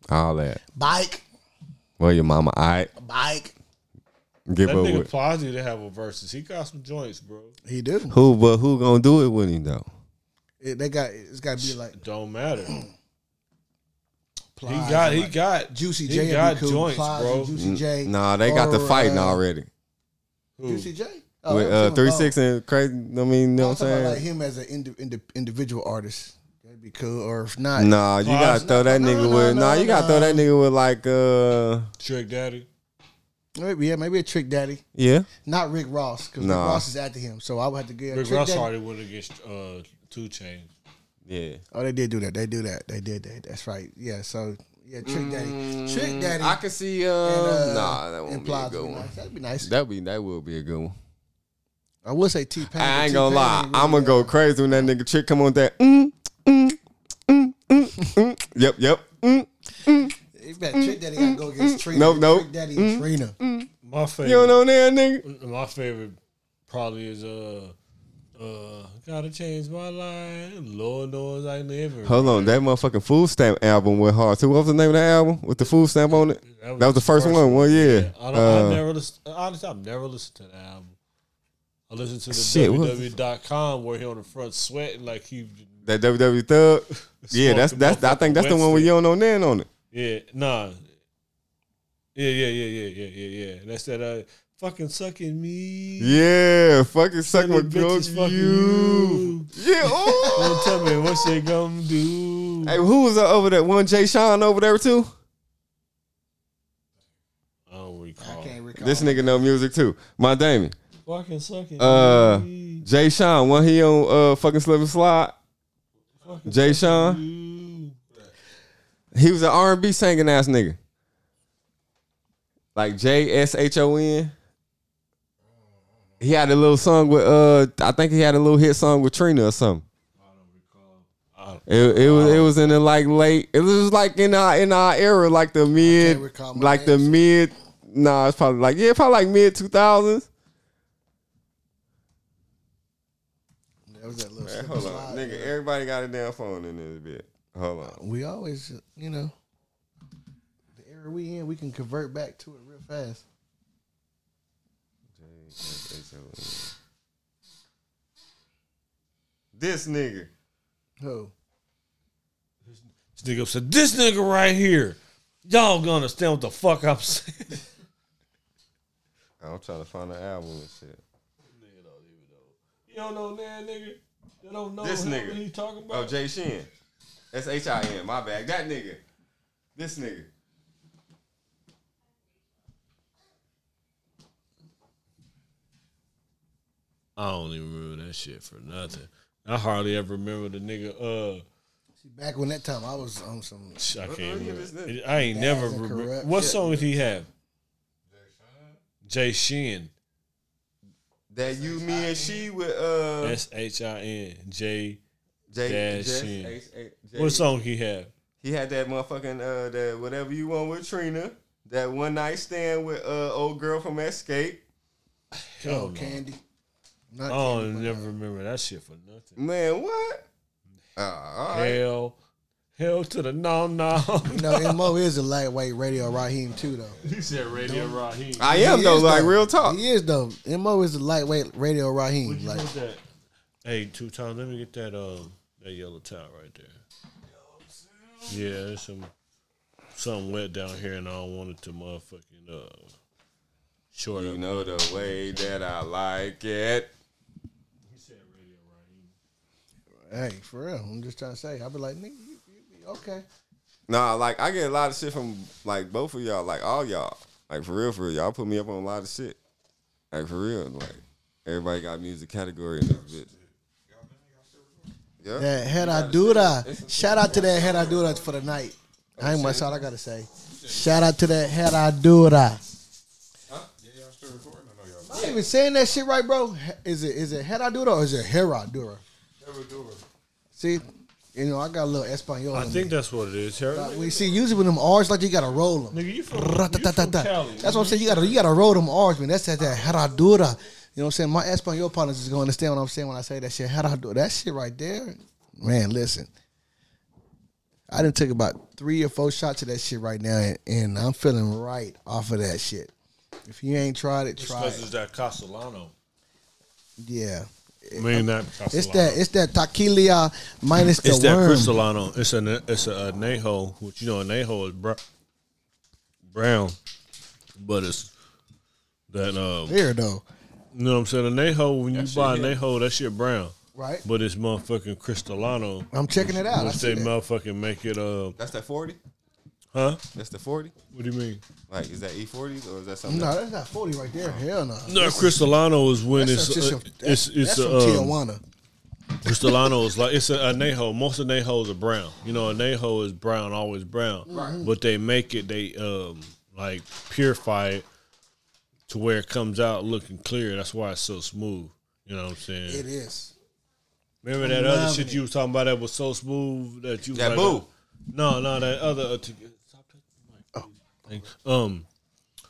Speaker 2: All that.
Speaker 1: Bike.
Speaker 2: Well, your mama, all right.
Speaker 1: Bike.
Speaker 2: Give
Speaker 4: That
Speaker 2: up
Speaker 4: nigga
Speaker 2: with.
Speaker 4: Plaza to have a versus. He got some joints, bro.
Speaker 1: He do.
Speaker 2: Who, but who gonna do it with him though?
Speaker 1: It, they got it's got to be like
Speaker 4: Don't matter. He
Speaker 1: Plies
Speaker 4: got,
Speaker 1: and
Speaker 4: he
Speaker 1: like
Speaker 4: got
Speaker 1: Juicy
Speaker 4: he
Speaker 1: J. would
Speaker 4: got
Speaker 1: be cool.
Speaker 4: joints,
Speaker 1: Plies
Speaker 4: bro.
Speaker 1: and Juicy J.
Speaker 2: Mm. Nah, they got the
Speaker 1: or,
Speaker 2: fighting
Speaker 1: uh,
Speaker 2: already.
Speaker 4: Who?
Speaker 1: Juicy J. Oh,
Speaker 2: with
Speaker 1: I'm
Speaker 2: uh,
Speaker 1: talking
Speaker 2: three
Speaker 1: about-
Speaker 2: six and crazy. I mean, you know
Speaker 1: I'm
Speaker 2: what I'm
Speaker 1: talking about
Speaker 2: saying?
Speaker 1: like him as an indi- indi- individual artist. That'd be cool. Or if not,
Speaker 2: Nah, you gotta
Speaker 4: Plies?
Speaker 2: throw that
Speaker 1: No,
Speaker 2: nigga
Speaker 1: no,
Speaker 2: with.
Speaker 1: no,
Speaker 2: Nah, you gotta
Speaker 1: no.
Speaker 2: throw that nigga with like uh,
Speaker 4: Trick Daddy.
Speaker 1: maybe, yeah, maybe a Trick Daddy.
Speaker 2: yeah.
Speaker 1: Not Rick Ross because
Speaker 2: Nah.
Speaker 1: Rick Ross is after him. So I would have to get
Speaker 4: Rick
Speaker 1: Trick
Speaker 4: Ross
Speaker 1: Daddy.
Speaker 4: already went against uh, Two Chainz.
Speaker 2: Yeah,
Speaker 1: Oh, they did do that. They do that. They did that. That's right. Yeah. So yeah, Trick Daddy. Trick Daddy.
Speaker 2: Mm, I can see. Um,
Speaker 1: and, uh,
Speaker 2: nah, that won't
Speaker 1: and
Speaker 2: be a
Speaker 1: Plies
Speaker 2: good
Speaker 1: would be
Speaker 2: one.
Speaker 1: nice. That'd be nice.
Speaker 2: That be that will be a good one.
Speaker 1: I would say T Pain.
Speaker 2: I ain't gonna lie. I'm gonna go crazy when that nigga chick come on with that. Mm, mm, mm, mm, mm. Yep, yep. Mm.
Speaker 1: If that Trick Daddy gotta go against Trina.
Speaker 2: Nope, nope.
Speaker 1: Trick Daddy and Trina.
Speaker 4: My favorite. Mm,
Speaker 2: You don't know that nigga.
Speaker 4: My favorite probably is uh uh gotta change my life. Lord knows I never.
Speaker 2: Hold on, that motherfucking food stamp album with hard too. What was the name of that album with the food stamp on it? That was, the first, one. Well, yeah.
Speaker 4: I don't.
Speaker 2: Uh,
Speaker 4: I never listen. Honestly, I've never listened to the album. I listened to the
Speaker 2: Shit, what-
Speaker 4: www.com where he on the front sweating like he.
Speaker 2: that WW Thug. yeah, that's that's. I think that's the one with you don't know then on it.
Speaker 4: Yeah, nah. Yeah, yeah, yeah, yeah, yeah, yeah, yeah. That's that. Uh, fucking sucking me.
Speaker 2: Yeah, fucking suck
Speaker 4: Silly
Speaker 2: my girl.
Speaker 4: bitches fucking
Speaker 2: You. Yeah. oh. ooh.
Speaker 4: Don't tell me what shit gonna do.
Speaker 2: hey, who was over there? One Jay Sean over there too.
Speaker 4: I don't recall.
Speaker 1: I can't recall.
Speaker 2: This nigga know music too. My Damon.
Speaker 4: Fucking sucking.
Speaker 2: Uh,
Speaker 4: me.
Speaker 2: Jay Sean, when he on uh fucking Slip and Slide,
Speaker 4: Fucking
Speaker 2: Jay
Speaker 4: uh.
Speaker 2: Sean,
Speaker 4: you.
Speaker 2: he was an R and B singing ass nigga. Like J S H O N. He had a little song with uh I think he had a little hit song with Trina or something. It, it was it was in the like late it was like in our in our era like the mid
Speaker 1: recall my
Speaker 2: like the
Speaker 1: names.
Speaker 2: mid nah it's probably like yeah probably like mid two thousands
Speaker 1: was that little
Speaker 2: Man,
Speaker 1: slip
Speaker 2: hold
Speaker 1: and
Speaker 2: on,
Speaker 1: slide.
Speaker 2: nigga. Everybody got a damn phone in this bit. Hold on.
Speaker 1: We always, you know, the era we in, we can convert back to it real fast.
Speaker 2: This nigga.
Speaker 1: Oh,
Speaker 4: This nigga said, "This nigga right here, y'all gonna understand what the fuck I'm saying."
Speaker 2: I'm trying to find an album and shit.
Speaker 4: you don't know that nigga. They don't know
Speaker 2: This
Speaker 4: him,
Speaker 2: nigga.
Speaker 4: what he talking
Speaker 2: Oh,
Speaker 4: about.
Speaker 2: Jay Shin. That's H I N. My bad. That nigga. This nigga.
Speaker 4: I don't even remember that shit for nothing. I hardly ever remember the nigga. Uh,
Speaker 1: see, back when that time I was on some.
Speaker 4: sh- I
Speaker 2: look
Speaker 4: can't
Speaker 2: at
Speaker 4: remember.
Speaker 2: this nigga.
Speaker 4: I ain't never
Speaker 1: That's
Speaker 4: remember.
Speaker 1: incorrect.
Speaker 4: What
Speaker 1: Yeah.
Speaker 4: song did he have? Jay Shin.
Speaker 2: That you, me, and she with uh
Speaker 4: S H I N J.
Speaker 2: Jay
Speaker 4: Dash Shin.
Speaker 2: Shin.
Speaker 4: What song he have?
Speaker 2: He had that motherfucking uh that whatever you want with Trina. That one night stand with uh old girl from Escape.
Speaker 1: Oh,
Speaker 4: no.
Speaker 1: candy.
Speaker 4: I
Speaker 1: Not
Speaker 4: don't
Speaker 1: candy, but-
Speaker 4: never remember that shit for nothing.
Speaker 2: Man, what? Uh, all right.
Speaker 4: Hell, hell to the no no.
Speaker 1: No, Mo is a lightweight radio Raheem too, though.
Speaker 4: You said Radio Raheem.
Speaker 2: I am
Speaker 1: He
Speaker 2: though,
Speaker 1: is,
Speaker 2: like real talk.
Speaker 1: He is though. Mo is a lightweight radio Raheem. Like
Speaker 4: that? Hey, two times. Let me get that um that yellow towel right there. Yeah, there's some something wet down here, and I don't want it to motherfucking uh short
Speaker 2: You
Speaker 4: up.
Speaker 2: know the way that I like it.
Speaker 1: Hey, for real. I'm just trying to say. I'll be like, nigga, you, you be okay.
Speaker 2: Nah, like I get a lot of shit from like both of y'all, like all y'all. Like for real, for real. Y'all put me up on a lot of shit. Like for real. Like everybody got music category in this bitch. Yeah.
Speaker 1: That head I do that. Shout out to that head I do that for the night. I ain't much all I gotta say. Shout out to that head I do that.
Speaker 6: Yeah, y'all still recording? I know y'all.
Speaker 1: I ain't even saying that shit right, bro. He- Is it is it head I do that or is it hair I do that? See, you know I got a little Espanol.
Speaker 4: I
Speaker 1: in
Speaker 4: think
Speaker 1: me.
Speaker 4: that's what it is. Harry.
Speaker 1: Like, we see usually with them R's like you gotta roll them.
Speaker 4: nigga, you from, you from Cali.
Speaker 1: That's what I'm saying. You gotta you gotta roll them R's, man. That's that, that heradura. You know what I'm saying? My Espanol partners is gonna understand what I'm saying when I say that shit. Heradura. That shit right there. Man, listen. I done took about three or four shots of that shit right now and, and I'm feeling right off of that shit. If you ain't tried it, try
Speaker 4: Because it's
Speaker 1: it.
Speaker 4: that Castellano.
Speaker 1: Yeah.
Speaker 4: I mean that Castellano.
Speaker 1: It's that it's that taquilia minus the
Speaker 4: It's that
Speaker 1: worm.
Speaker 4: Cristalano. It's a it's a anejo, which you know anejo is br- brown, but it's that um.
Speaker 1: Here though.
Speaker 4: You know what I'm saying? Anejo. When you buy anejo, that shit brown,
Speaker 1: Right?
Speaker 4: but it's motherfucking Cristalano.
Speaker 1: I'm checking it out. I
Speaker 4: Which
Speaker 1: see
Speaker 4: they
Speaker 1: that.
Speaker 4: motherfucking make it uh
Speaker 2: That's that forty?
Speaker 4: huh?
Speaker 2: That's the forty?
Speaker 4: What do you mean?
Speaker 2: Like is that E forties or is that something?
Speaker 1: No,
Speaker 2: else?
Speaker 1: that's not 40 right there. Hell no.
Speaker 4: No, Cristalano is when
Speaker 1: That's
Speaker 4: it's
Speaker 1: just
Speaker 4: uh,
Speaker 1: from-
Speaker 4: it's it's
Speaker 1: that's
Speaker 4: a
Speaker 1: from
Speaker 4: um,
Speaker 1: Tijuana.
Speaker 4: Castellano is like it's a anejo. Most anejos are brown. You know, anejo is brown, always brown. But they make it, they um like purify it to where it comes out looking clear. That's why it's so smooth. You know what I'm saying?
Speaker 1: It is.
Speaker 4: Remember that other
Speaker 1: loving
Speaker 4: shit
Speaker 1: it.
Speaker 4: you was talking about that was so smooth that you was
Speaker 2: That
Speaker 4: like,
Speaker 2: boo.
Speaker 4: No, no, that other uh, te- stop touching the mic. Um,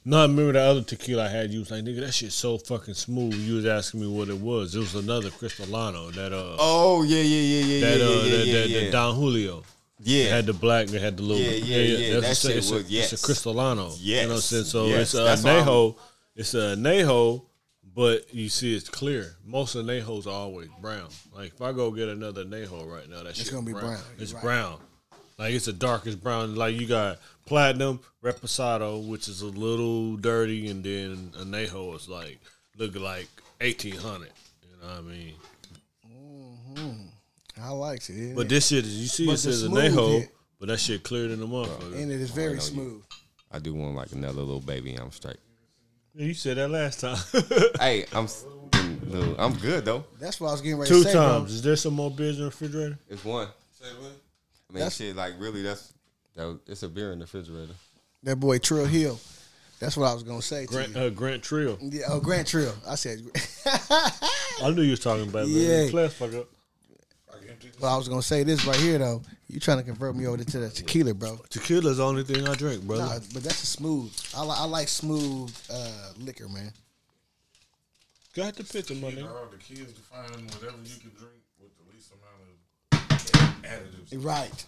Speaker 4: no, I remember that other tequila I had. You was like, nigga, that shit's so fucking smooth. You was asking me what it was. It was another Cristalano that uh.
Speaker 2: Oh yeah, yeah, yeah, yeah,
Speaker 4: that,
Speaker 2: yeah,
Speaker 4: uh,
Speaker 2: yeah,
Speaker 4: that,
Speaker 2: yeah,
Speaker 4: that,
Speaker 2: yeah.
Speaker 4: that Don Julio. They
Speaker 2: yeah.
Speaker 4: had the black, they had the little.
Speaker 2: Yeah, yeah, yeah,
Speaker 4: that's
Speaker 2: that
Speaker 4: a-
Speaker 2: shit
Speaker 4: it's, a,
Speaker 2: was- yes.
Speaker 4: it's a Cristalano. You know what I'm
Speaker 2: Yes,
Speaker 4: saying? So
Speaker 2: yes,
Speaker 4: it's a
Speaker 2: that's what I'm-
Speaker 4: Anejo. It's a Anejo, but you see it's clear. Most Anejos are always brown. Like if I go get another Anejo right now, that shit's
Speaker 1: gonna be brown.
Speaker 4: It's
Speaker 1: You're right.
Speaker 4: brown. Like it's the darkest brown. Like you got platinum, reposado, which is a little dirty, and then anejo is like look like eighteen hundred. You know what I mean?
Speaker 1: I like it. it
Speaker 4: But this shit, is you see,
Speaker 1: But
Speaker 4: it says
Speaker 1: the
Speaker 4: a
Speaker 1: smooth
Speaker 4: neho,
Speaker 1: hit.
Speaker 4: but that shit cleared in the motherfucker.
Speaker 1: and it is very smooth.
Speaker 2: I do want like another little baby. I'm straight.
Speaker 4: Yeah, you said that last time.
Speaker 2: hey, I'm s- little- I'm good though.
Speaker 1: That's what I was getting ready
Speaker 4: Two
Speaker 1: to say. bro.
Speaker 4: times. Is there some more beers in the refrigerator?
Speaker 2: It's one.
Speaker 6: Say what?
Speaker 2: I mean, shit. Like really, that's that. Was, it's a beer in the refrigerator.
Speaker 1: That boy Trill Hill. That's what I was gonna say.
Speaker 4: Grant,
Speaker 1: to
Speaker 4: uh, Grant Trill.
Speaker 1: you. Yeah, oh Grant Trill. I said,
Speaker 4: I knew you was talking about
Speaker 1: Yeah.
Speaker 4: that. Class fuck up.
Speaker 1: well, I was gonna say this right here though. You trying to convert me over to that tequila, bro?
Speaker 4: Tequila's the only thing I drink, brother.
Speaker 1: Nah, but that's a smooth. I, li- I like smooth uh, liquor, man.
Speaker 4: Got the picture, my nigga.
Speaker 6: Bro, the kids define whatever you can drink least amount of additives.
Speaker 1: Right.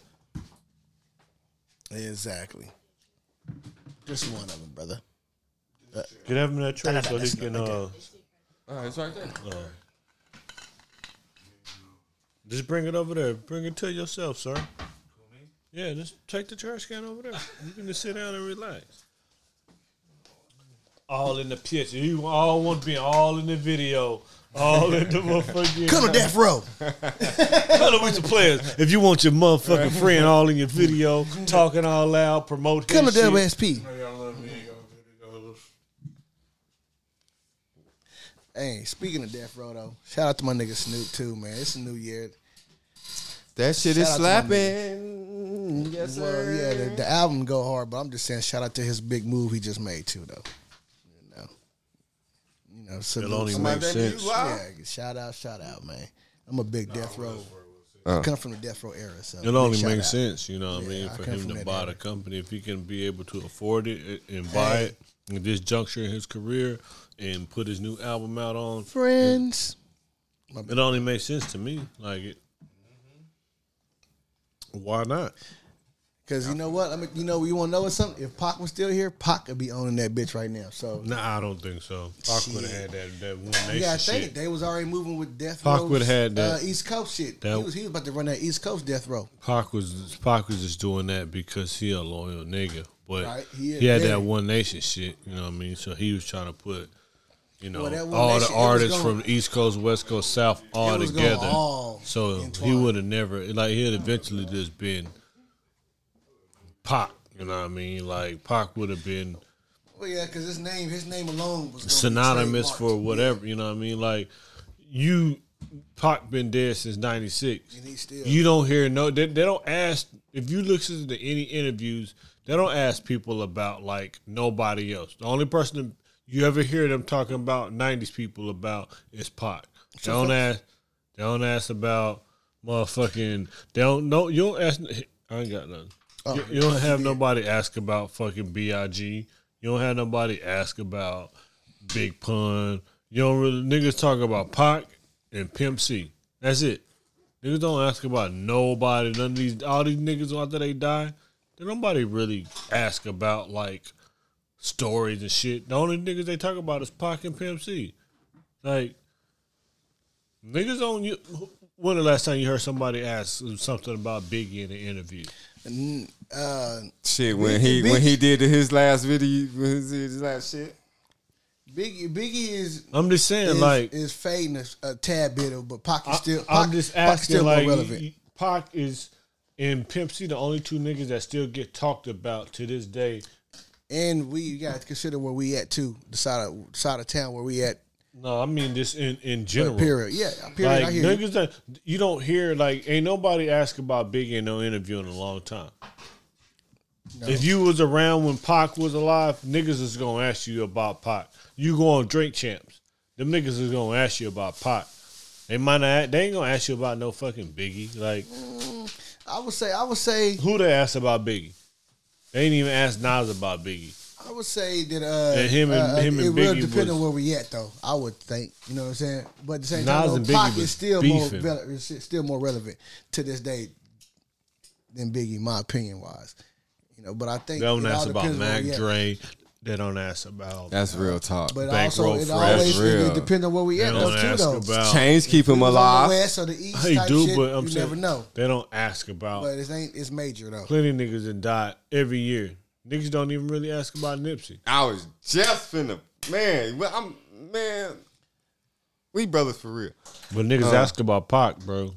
Speaker 1: Exactly. Just one of them, brother.
Speaker 4: Get him that tray so he can. Uh,
Speaker 2: All right, it's right there.
Speaker 4: Oh. just bring it over there. Bring it to yourself, sir. Yeah, just take the trash can over there. You can just sit down and relax. All in the picture. You all want to be all in the video. All in the motherfucking.
Speaker 1: Come to death row.
Speaker 4: Color with the players. If you want your motherfucking friend all in your video, talking all loud, promote his
Speaker 1: Come to
Speaker 4: shit.
Speaker 1: WSP.
Speaker 6: I know y'all love me. Y'all videos.
Speaker 1: Hey, speaking of death row though, shout out to my nigga Snoop too, man. It's a new year.
Speaker 2: That shit is
Speaker 1: Shout out to my
Speaker 2: slapping. Yes,
Speaker 1: Well,
Speaker 2: sir.
Speaker 1: yeah, the, the album go hard, but I'm just saying, shout out to his big move he just made too, though. You know, you know, salute.
Speaker 4: only
Speaker 1: Somebody-
Speaker 4: makes sense.
Speaker 1: Yeah, shout out, shout out, man. I'm a big death row. I
Speaker 2: Uh.
Speaker 1: come from the death row era, so
Speaker 4: It only
Speaker 1: big shout
Speaker 4: makes
Speaker 1: out.
Speaker 4: sense, you know what I
Speaker 1: Yeah,
Speaker 4: mean,
Speaker 1: I
Speaker 4: for
Speaker 1: come
Speaker 4: him
Speaker 1: from
Speaker 4: to
Speaker 1: that
Speaker 4: buy
Speaker 1: era.
Speaker 4: the company if he can be able to afford it eh, and buy it at this juncture in his career and put his new album out on.
Speaker 1: Friends,
Speaker 4: It only makes sense to me. Like it
Speaker 1: Mm-hmm.
Speaker 4: why not?
Speaker 1: because you know what? I mean, you know, you want to know what's something? If Pac was still here, Pac would be owning that bitch right now. So
Speaker 4: Nah, I don't think so. Pac
Speaker 1: Shit.
Speaker 4: would have had that that one
Speaker 1: you
Speaker 4: nation
Speaker 1: gotta think
Speaker 4: shit.
Speaker 1: they was already moving with death.
Speaker 4: Pac
Speaker 1: Row's,
Speaker 4: would've had that-
Speaker 1: uh, East Coast shit.
Speaker 4: that-
Speaker 1: he was he was about to run that East Coast death row.
Speaker 4: Pac was Pac was just doing that because he a loyal nigga, but
Speaker 1: Right, he
Speaker 4: he,
Speaker 1: is
Speaker 4: had
Speaker 1: very.
Speaker 4: that one nation shit. You know what I mean? So he was trying to put. You know,
Speaker 1: Well, that One
Speaker 4: all
Speaker 1: Nation,
Speaker 4: the
Speaker 1: it was
Speaker 4: artists
Speaker 1: gonna-
Speaker 4: from the East Coast, West Coast, South, all
Speaker 1: was gonna
Speaker 4: together.
Speaker 1: all
Speaker 4: so he
Speaker 1: entwine.
Speaker 4: would have never, like, he'd eventually just been Pac. You know what I mean? Like, Pac would have been
Speaker 1: Well, yeah, because his name, his name alone was gonna be
Speaker 4: synonymous
Speaker 1: trademarked.
Speaker 4: for whatever. You know what I mean? Like, you, Pac been dead since '96.
Speaker 1: And he still-
Speaker 4: You don't hear no. They, they don't ask if you listen to any interviews. They don't ask people about like nobody else. The only person that you ever hear them talking about '90s people about is Pac. They don't ask. They don't ask about motherfucking. They don't know. You don't ask. I ain't got nothing. you, you don't have nobody ask about fucking Big. You don't have nobody ask about Big Pun. You don't really niggas talk about Pac and Pimp C. That's it. Niggas don't ask about nobody. None of these, all these niggas after they die, then nobody really ask about like stories and shit. The only niggas they talk about is Pac and Pimp C. Like niggas don't. You, when the last time you heard somebody ask something about Biggie in an interview?
Speaker 1: Uh,
Speaker 2: Shit, when he when he did his last video, when he did his last shit.
Speaker 1: Biggie, Biggie is
Speaker 4: I'm just saying,
Speaker 1: is,
Speaker 4: like
Speaker 1: is fading a, a tad bit of, but Pac is still.
Speaker 4: I, am
Speaker 1: Pac-
Speaker 4: just
Speaker 1: Pac's
Speaker 4: asking,
Speaker 1: still more
Speaker 4: like,
Speaker 1: relevant.
Speaker 4: y- y- Pac is and Pimp C the only two niggas that still get talked about to this day.
Speaker 1: and we you got to consider where we at too, the side of side of town where we at.
Speaker 4: No, I mean this in in general.
Speaker 1: Period. Yeah, period.
Speaker 4: Like
Speaker 1: I hear you.
Speaker 4: niggas that you don't hear, like ain't nobody ask about Biggie in no interview in a long time. If you was around when Pac was alive, niggas is gonna ask you about Pac. You go on Drink Champs, them niggas is gonna ask you about Pac. They might not. They ain't gonna ask you about no fucking Biggie. Like
Speaker 1: I would say, I would say,
Speaker 4: who they asked about Biggie? They ain't even asked Nas about Biggie.
Speaker 1: I would say that. Uh,
Speaker 4: And him and-
Speaker 1: uh,
Speaker 4: him
Speaker 1: it
Speaker 4: and
Speaker 1: really
Speaker 4: Biggie
Speaker 1: depends
Speaker 4: was-
Speaker 1: on where we at though. I would think, you know what I'm saying. But at the same
Speaker 4: Nas
Speaker 1: time,
Speaker 4: and
Speaker 1: though, Pac
Speaker 4: Biggie
Speaker 1: is
Speaker 4: was
Speaker 1: still
Speaker 4: beefing.
Speaker 1: more rele- is still more relevant to this day than Biggie, my opinion wise. You know, but I think
Speaker 4: They don't
Speaker 1: it all
Speaker 4: ask about
Speaker 1: depends on where
Speaker 4: Mac
Speaker 1: we at.
Speaker 4: Dre. They don't ask about.
Speaker 2: That's real talk.
Speaker 1: But
Speaker 4: Bank
Speaker 1: also,
Speaker 4: roll
Speaker 1: it
Speaker 4: fresh.
Speaker 1: always
Speaker 2: That's
Speaker 1: it
Speaker 2: real.
Speaker 1: depends on where we
Speaker 4: they
Speaker 1: at
Speaker 4: don't
Speaker 1: though too
Speaker 4: ask
Speaker 1: though.
Speaker 4: about.
Speaker 2: Change keep him
Speaker 1: On the
Speaker 2: alive.
Speaker 1: west or the east
Speaker 4: They
Speaker 1: type
Speaker 4: do,
Speaker 1: shit,
Speaker 4: but I'm
Speaker 1: you
Speaker 4: saying
Speaker 1: never know.
Speaker 4: they don't ask about.
Speaker 1: But it ain't it's major though.
Speaker 4: plenty niggas that die every year. Niggas don't even really ask about Nipsey.
Speaker 2: I was just finna man. well, I'm man. We brothers for real.
Speaker 4: But niggas ask about Pac, bro.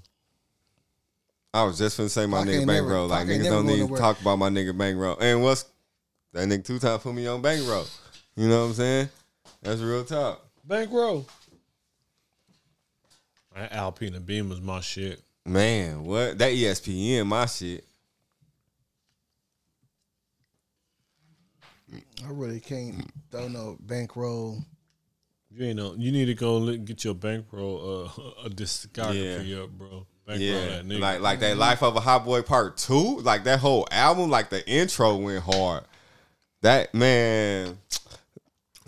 Speaker 2: I was just finna say my
Speaker 1: Pac
Speaker 2: nigga
Speaker 1: ain't never-
Speaker 2: bankroll. Like
Speaker 1: Pac ain't
Speaker 2: niggas
Speaker 1: never
Speaker 2: don't
Speaker 1: going
Speaker 2: need to
Speaker 1: nowhere.
Speaker 2: talk about my nigga bankroll. And what's that nigga two times put me on bankroll? You know what I'm saying? That's real talk.
Speaker 4: Bankroll. That Alpina Beam was my shit.
Speaker 2: Man, what that E ESPN my shit.
Speaker 1: I really can't throw no bankroll.
Speaker 4: You ain't know. You need to go li- get your bankroll uh, a discography up, bro. Bankroll
Speaker 2: Yeah,
Speaker 4: that nigga.
Speaker 2: like like
Speaker 4: Mm-hmm.
Speaker 2: that life of a hot boy part two, like that whole album, like the intro went hard. That man,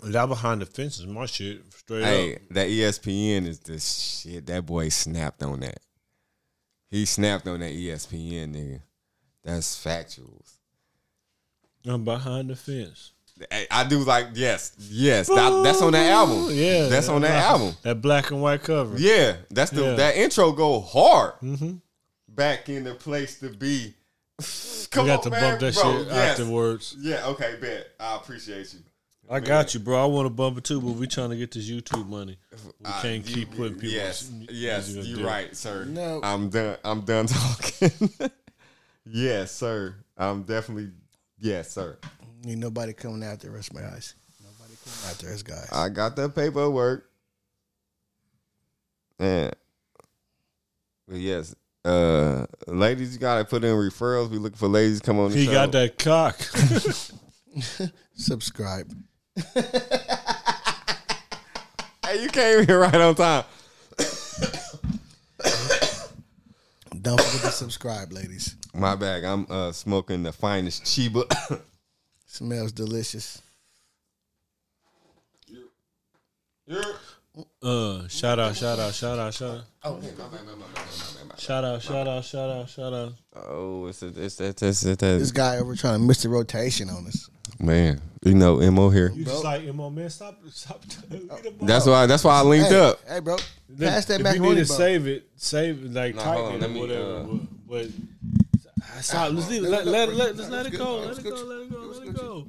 Speaker 4: that behind the fence is my shit. Straight
Speaker 2: hey, E
Speaker 4: up.
Speaker 2: that ESPN is the shit. That boy snapped on that. He snapped on that E ESPN nigga. That's factuals.
Speaker 4: I'm behind the fence.
Speaker 2: I, I do like yes, yes. That, that's on that album.
Speaker 4: Yeah,
Speaker 2: that's on that
Speaker 4: black-
Speaker 2: album.
Speaker 4: That black and white cover.
Speaker 2: Yeah, that's the
Speaker 4: Yeah. Mm-hmm.
Speaker 2: that intro go hard. Back in the place to be. Come
Speaker 4: we got
Speaker 2: on,
Speaker 4: to
Speaker 2: man,
Speaker 4: bump that
Speaker 2: bro.
Speaker 4: shit
Speaker 2: yes.
Speaker 4: afterwards.
Speaker 2: Yeah, okay, bet. I appreciate you.
Speaker 4: I got you, bro. I want to bump it too, but we trying to get this YouTube money. We
Speaker 2: Uh,
Speaker 4: can't
Speaker 2: you-
Speaker 4: keep putting people.
Speaker 2: Yes, yes, you're right, sir.
Speaker 1: No.
Speaker 2: I'm done. I'm done talking. yes, sir. I'm definitely. Yes, sir.
Speaker 1: Ain't nobody coming out there. Rest my eyes. Nobody coming out there. It's guys.
Speaker 2: I got the paperwork. And but yes, uh, ladies, you gotta put in referrals. We looking for ladies. Come on, the
Speaker 4: He
Speaker 2: show.
Speaker 4: got that cock.
Speaker 1: Subscribe.
Speaker 2: Hey, you came here right on time.
Speaker 1: Don't forget to subscribe, ladies.
Speaker 2: My bag. I'm uh, smoking the finest Chiba.
Speaker 1: Smells delicious.
Speaker 4: Uh, shout out, shout out, shout out, shout out. Shout out, shout out, shout out, shout out.
Speaker 2: oh, it's a, it's that it's, it's, it's,
Speaker 1: This guy over trying to miss the rotation on us.
Speaker 2: man. You know, mo here.
Speaker 4: You just like, mo man, stop, stop.
Speaker 2: That's why. That's why I linked
Speaker 1: Hey,
Speaker 2: up.
Speaker 1: hey, bro.
Speaker 4: Then
Speaker 1: Pass that
Speaker 4: if
Speaker 1: macaroni.
Speaker 4: You need to
Speaker 1: bro.
Speaker 4: save it, save it, like
Speaker 2: Nah,
Speaker 4: tighten
Speaker 2: hold on,
Speaker 4: it
Speaker 2: let
Speaker 4: or
Speaker 2: me,
Speaker 4: whatever.
Speaker 2: uh, Ah,
Speaker 4: but but- stop. Let's leave. it. Let let let let's let it go.
Speaker 1: It
Speaker 4: Let
Speaker 1: was
Speaker 4: it
Speaker 1: good.
Speaker 4: go. Let it go. Let it go.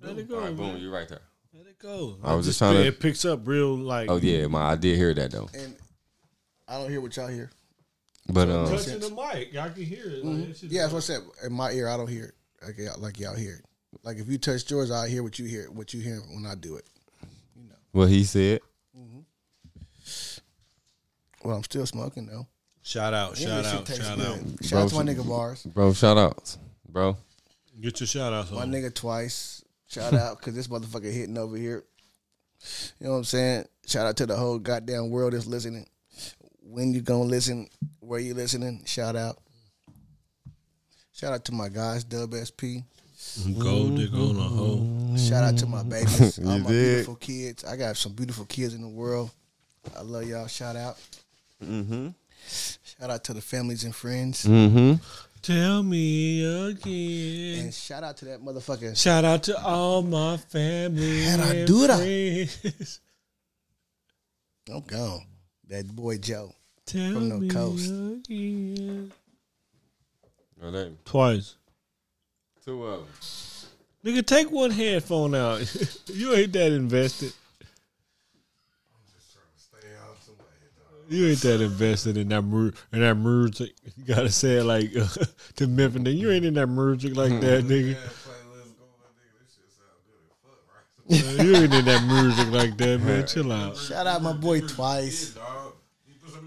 Speaker 4: Let it go.
Speaker 2: All right, boom.
Speaker 4: man.
Speaker 2: You right there.
Speaker 4: Let it go.
Speaker 2: I was
Speaker 4: It
Speaker 2: just trying to-
Speaker 4: It picks up real like.
Speaker 2: Oh yeah, my I did hear that though.
Speaker 1: And I don't hear what y'all hear.
Speaker 2: But um,
Speaker 4: Touching the mic, I can hear it.
Speaker 2: Mm-hmm.
Speaker 4: Like, that shit-
Speaker 1: Yeah, that's what I said. In my ear, I don't hear it. Like y'all, like y'all hear it. Like if you touch yours, I hear what you hear. What you hear when I do it.
Speaker 2: what he said.
Speaker 1: Well, I'm still smoking though.
Speaker 4: Shout out! Shout
Speaker 1: This shit
Speaker 4: out!
Speaker 1: tastes
Speaker 4: Shout out!
Speaker 1: good. Shout out to my nigga bars.
Speaker 2: Bro, shout outs. Bro.
Speaker 4: Get your shout outs
Speaker 1: My
Speaker 4: on.
Speaker 1: nigga twice. Shout out because this motherfucker hitting over here. You know what I'm saying? Shout out to the whole goddamn world that's listening. When you gonna listen? Where you listening? Shout out. Shout out to my guys, Dub SP.
Speaker 4: Gold digger on a hoe.
Speaker 1: Shout out to my babies, all
Speaker 2: You
Speaker 1: my
Speaker 2: dig?
Speaker 1: beautiful kids. I got some beautiful kids in the world. I love y'all. Shout out. Shout out to the families and friends,
Speaker 4: Tell me again.
Speaker 1: and shout out to that motherfucker.
Speaker 4: Shout out to all my family.
Speaker 1: How'd I
Speaker 4: and
Speaker 1: do that?
Speaker 4: friends.
Speaker 1: I'm gone. That boy Joe.
Speaker 4: Tell
Speaker 1: From the
Speaker 4: me
Speaker 1: coast.
Speaker 4: again.
Speaker 2: Two
Speaker 4: Twice.
Speaker 2: of them.
Speaker 4: Nigga, take one headphone out. you ain't that invested. You ain't that invested in that mu- in that music. You gotta say it like uh, to Memphis. nigga. You ain't in that music like that, nigga. Uh, you ain't in that music like that, man. Chill out.
Speaker 1: Shout out my boy twice.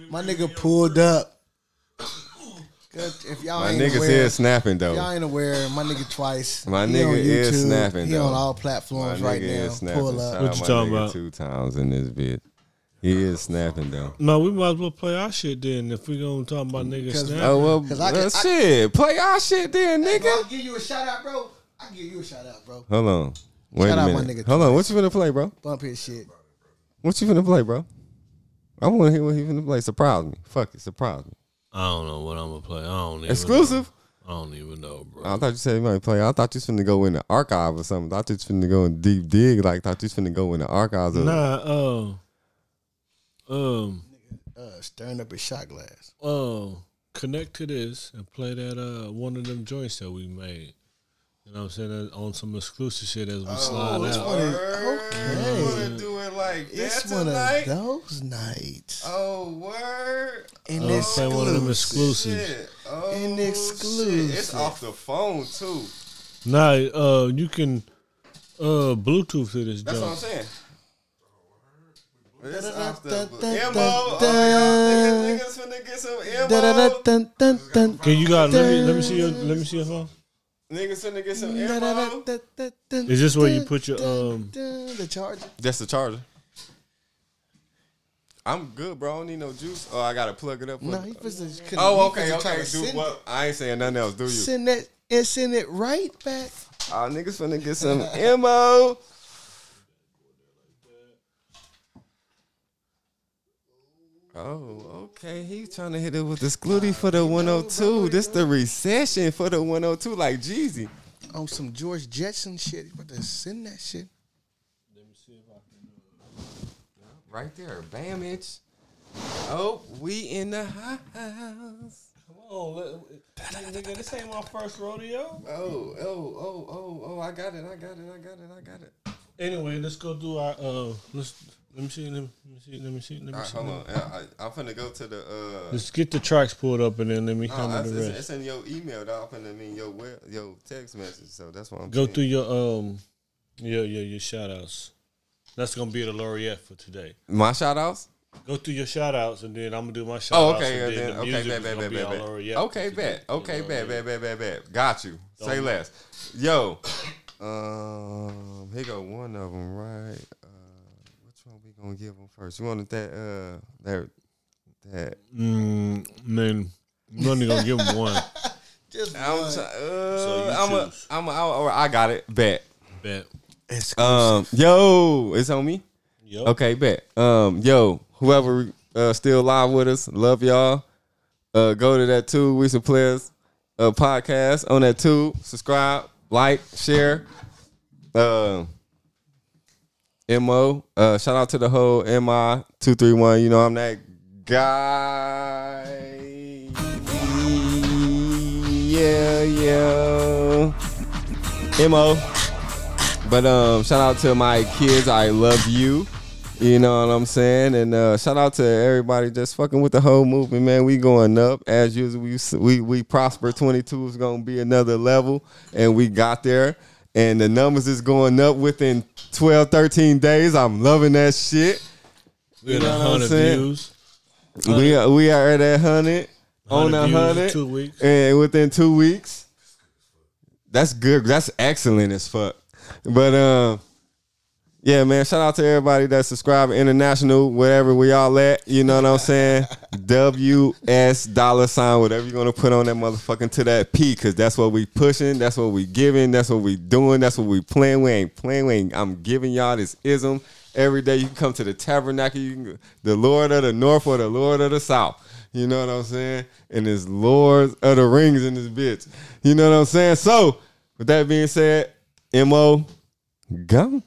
Speaker 1: My nigga pulled up. Good. If y'all
Speaker 2: My
Speaker 1: ain't
Speaker 2: niggas
Speaker 1: aware,
Speaker 2: here snapping
Speaker 1: if y'all
Speaker 2: though.
Speaker 1: ain't aware. My nigga twice.
Speaker 2: My
Speaker 1: He
Speaker 2: nigga
Speaker 1: on
Speaker 2: is
Speaker 1: YouTube.
Speaker 2: snapping,
Speaker 1: He
Speaker 2: though.
Speaker 1: on all
Speaker 2: My
Speaker 1: platforms
Speaker 2: nigga
Speaker 1: right
Speaker 2: is
Speaker 1: now.
Speaker 2: snapping.
Speaker 1: Pull up.
Speaker 2: Shout out
Speaker 4: What you
Speaker 2: my
Speaker 4: talking
Speaker 2: nigga
Speaker 4: about?
Speaker 2: Two times in this bit. He is snapping though.
Speaker 4: No, we might as well play our shit then if we gonna talk about niggas
Speaker 1: Cause-
Speaker 4: snapping.
Speaker 2: Oh well,
Speaker 1: 'Cause I can-
Speaker 2: well,
Speaker 1: I-
Speaker 2: shit. Play our shit then, nigga.
Speaker 1: give you a shout out, bro. I give you a shout out, bro.
Speaker 2: Hold on. Wait
Speaker 1: Shout
Speaker 2: a
Speaker 1: out my nigga
Speaker 2: minute. Hold on. What you finna play, bro?
Speaker 1: Bump his shit.
Speaker 2: What you finna play, bro? I want to hear what he finna play. Surprise me. Fuck it. Surprise me.
Speaker 4: I don't know what I'm gonna play. I don't even
Speaker 2: Exclusive.
Speaker 4: Know. I don't even know, bro.
Speaker 2: I thought you said you might play. I thought you was finna go in the archive or something. I thought you was finna go in deep dig. Like, I thought you was finna go in the archives. Of,
Speaker 4: Nah, uh, um,
Speaker 1: Uh, stirring up his shot glass.
Speaker 4: uh, connect to this and play that uh one of them joints that we made. You know what I'm saying? That- On some exclusive shit as we
Speaker 2: Oh,
Speaker 4: slide
Speaker 1: which
Speaker 4: out.
Speaker 1: one is- Okay.
Speaker 2: do it like
Speaker 1: It's one of those nights.
Speaker 2: Oh, word.
Speaker 1: and
Speaker 4: Let's Uh, play one of them exclusives.
Speaker 2: Oh,
Speaker 1: An exclusive.
Speaker 2: the phone, too.
Speaker 4: Nah, uh, you can uh Bluetooth to this joint.
Speaker 2: saying. It's
Speaker 1: Da-da-da-da-da-da.
Speaker 2: oh, finna get some
Speaker 1: Da-da-da-dun-dun-dun.
Speaker 4: Can you got? Let me let me see your let me see your phone.
Speaker 2: Niggas finna get some
Speaker 1: Da-da-da-da-da-dun.
Speaker 4: Is this where you put your, um,
Speaker 1: Dun-dun-dun. the charger?
Speaker 2: That's the charger. I'm good, bro. I don't need no juice. Oh, I gotta plug it up. for-
Speaker 1: No, he was just couldn't- he
Speaker 2: oh,
Speaker 1: was
Speaker 2: okay,
Speaker 1: just trying
Speaker 2: okay.
Speaker 1: to
Speaker 2: Do
Speaker 1: send
Speaker 2: what? I ain't saying nothing else. Do you?
Speaker 1: it- Send that and send it right back.
Speaker 2: Oh, niggas finna get some mo. Oh, okay. He's trying to hit it with the Scluty for the 102. This the recession for the 102, like Jeezy.
Speaker 1: On some George Jetson shit. You about to send that shit.
Speaker 2: Right there, Bamage. Oh, we in the house.
Speaker 4: Come on, let, nigga, this ain't my first rodeo.
Speaker 2: Oh, oh, oh, oh, oh, I got it, I got it, I got it, I got it.
Speaker 4: Anyway, let's go do our. Uh, let's let me see, let me, let me see, let me see, let me
Speaker 2: All right,
Speaker 4: see.
Speaker 2: hold on. I, I, I'm finna go to the. uh
Speaker 4: Let's get the tracks pulled up and then let me
Speaker 2: oh,
Speaker 4: handle
Speaker 2: that's,
Speaker 4: the
Speaker 2: it's,
Speaker 4: rest.
Speaker 2: it's in your email, dog. I'm finna mean your, web, your text message, so that's what I'm
Speaker 4: Go
Speaker 2: saying.
Speaker 4: through your um, yeah, yeah, your shout outs. That's gonna be the laureate for today.
Speaker 2: My shout outs?
Speaker 4: Go through your shout outs and then I'm gonna do my shout
Speaker 2: Oh,
Speaker 4: outs.
Speaker 2: okay.
Speaker 4: and
Speaker 2: and
Speaker 4: then,
Speaker 2: Then,
Speaker 4: the
Speaker 2: okay,
Speaker 4: music
Speaker 2: bet,
Speaker 4: is
Speaker 2: bet,
Speaker 4: gonna
Speaker 2: bet,
Speaker 4: be
Speaker 2: bet,
Speaker 4: our
Speaker 2: bet.
Speaker 4: laureate
Speaker 2: Okay,
Speaker 4: for
Speaker 2: bet.
Speaker 4: today.
Speaker 2: Okay,
Speaker 4: The
Speaker 2: bet, bet,
Speaker 4: laureate.
Speaker 2: bet, bet, bet. Got you. Say
Speaker 4: Don't-
Speaker 2: less. Yo. Um, here go one of them, right? Uh, which one we gonna give them first? You wanted that, uh, that, that.
Speaker 4: Mm, man, I'm only gonna give him one.
Speaker 1: Just
Speaker 2: I'm, try-
Speaker 4: So you
Speaker 2: uh, I'm a,
Speaker 4: choose.
Speaker 2: I'm a, or I got it. Bet.
Speaker 4: Bet.
Speaker 2: Um, yo, it's on me.
Speaker 4: Yup.
Speaker 2: Okay, bet. Um, yo, whoever uh, still live with us, love y'all. Uh, go to that two we some players uh, podcast on that two. Subscribe, like, share. Uh, Mo, uh, shout out to the whole Mi two three one. You know I'm that guy. Yeah, yeah. Mo. But um, shout out to my kids. I love you. You know what I'm saying? And uh, shout out to everybody just fucking with the whole movement, man. We going up as usual. We we, we prosper. 22 is gonna be another level, and we got there. And the numbers is going up within 12, 13 days. I'm loving that shit.
Speaker 4: We had
Speaker 2: know
Speaker 4: a
Speaker 2: what I'm
Speaker 4: hundred
Speaker 2: saying?
Speaker 4: views.
Speaker 2: We are, we are at that hundred on a
Speaker 4: views in
Speaker 2: hundred
Speaker 4: two weeks.
Speaker 2: and within two weeks. That's good. That's excellent as fuck. But um, yeah, man. Shout out to everybody that subscribe international, wherever we all at. You know what I'm saying? WS dollar sign, whatever you're gonna put on that motherfucking to that P, cause that's what we pushing, that's what we giving, that's what we doing, that's what we playing. We ain't playing. We ain't, I'm giving y'all this ism every day. You can come to the tabernacle. You can, the Lord of the North or the Lord of the South. You know what I'm saying? And it's Lords of the Rings in this bitch. You know what I'm saying? So, with that being said, mo, go.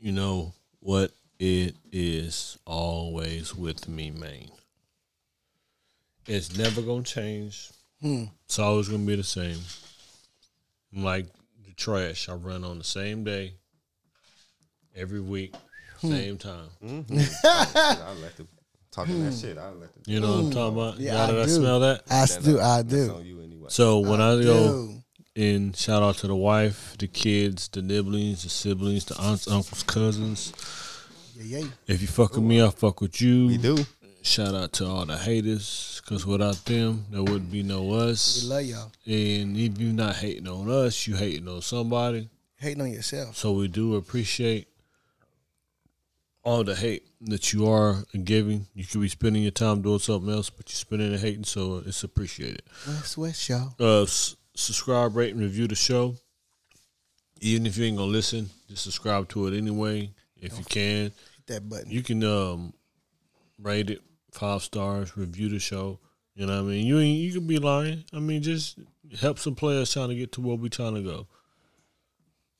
Speaker 4: You know what it is always with me, man. It's never gonna change. It's always gonna be the same. I'm like the trash. I run on the same day, every week, same time.
Speaker 2: I let them talking that shit. I let them.
Speaker 4: You know what I'm talking about?
Speaker 1: Yeah,
Speaker 4: Now
Speaker 1: I
Speaker 4: that I
Speaker 1: do.
Speaker 4: smell that.
Speaker 1: I do. I do.
Speaker 2: on you anyway.
Speaker 4: So when I, go
Speaker 1: Dude.
Speaker 4: and shout out to the wife, the kids, the nibblings, the siblings, the aunts, uncles, cousins.
Speaker 1: Yeah, yeah.
Speaker 4: If you fuck with me, I fuck with you.
Speaker 2: We do.
Speaker 4: Shout out to all the haters, because without them, there wouldn't be no
Speaker 1: We
Speaker 4: us.
Speaker 1: love y'all.
Speaker 4: And if you not hating on us, you hating on somebody.
Speaker 1: Hating on yourself.
Speaker 4: So we do appreciate all the hate that you are giving. You could be spending your time doing something else, but you're spending it hating, so it's appreciated.
Speaker 1: West, West, y'all.
Speaker 4: Uh, s- subscribe, rate, and review the show. Even if you ain't gonna listen, just subscribe to it anyway if you can.
Speaker 1: Hit that button.
Speaker 4: You can um rate it five stars, review the show. You know what I mean? You ain't you could be lying. I mean, just help some players trying to get to where we trying to go.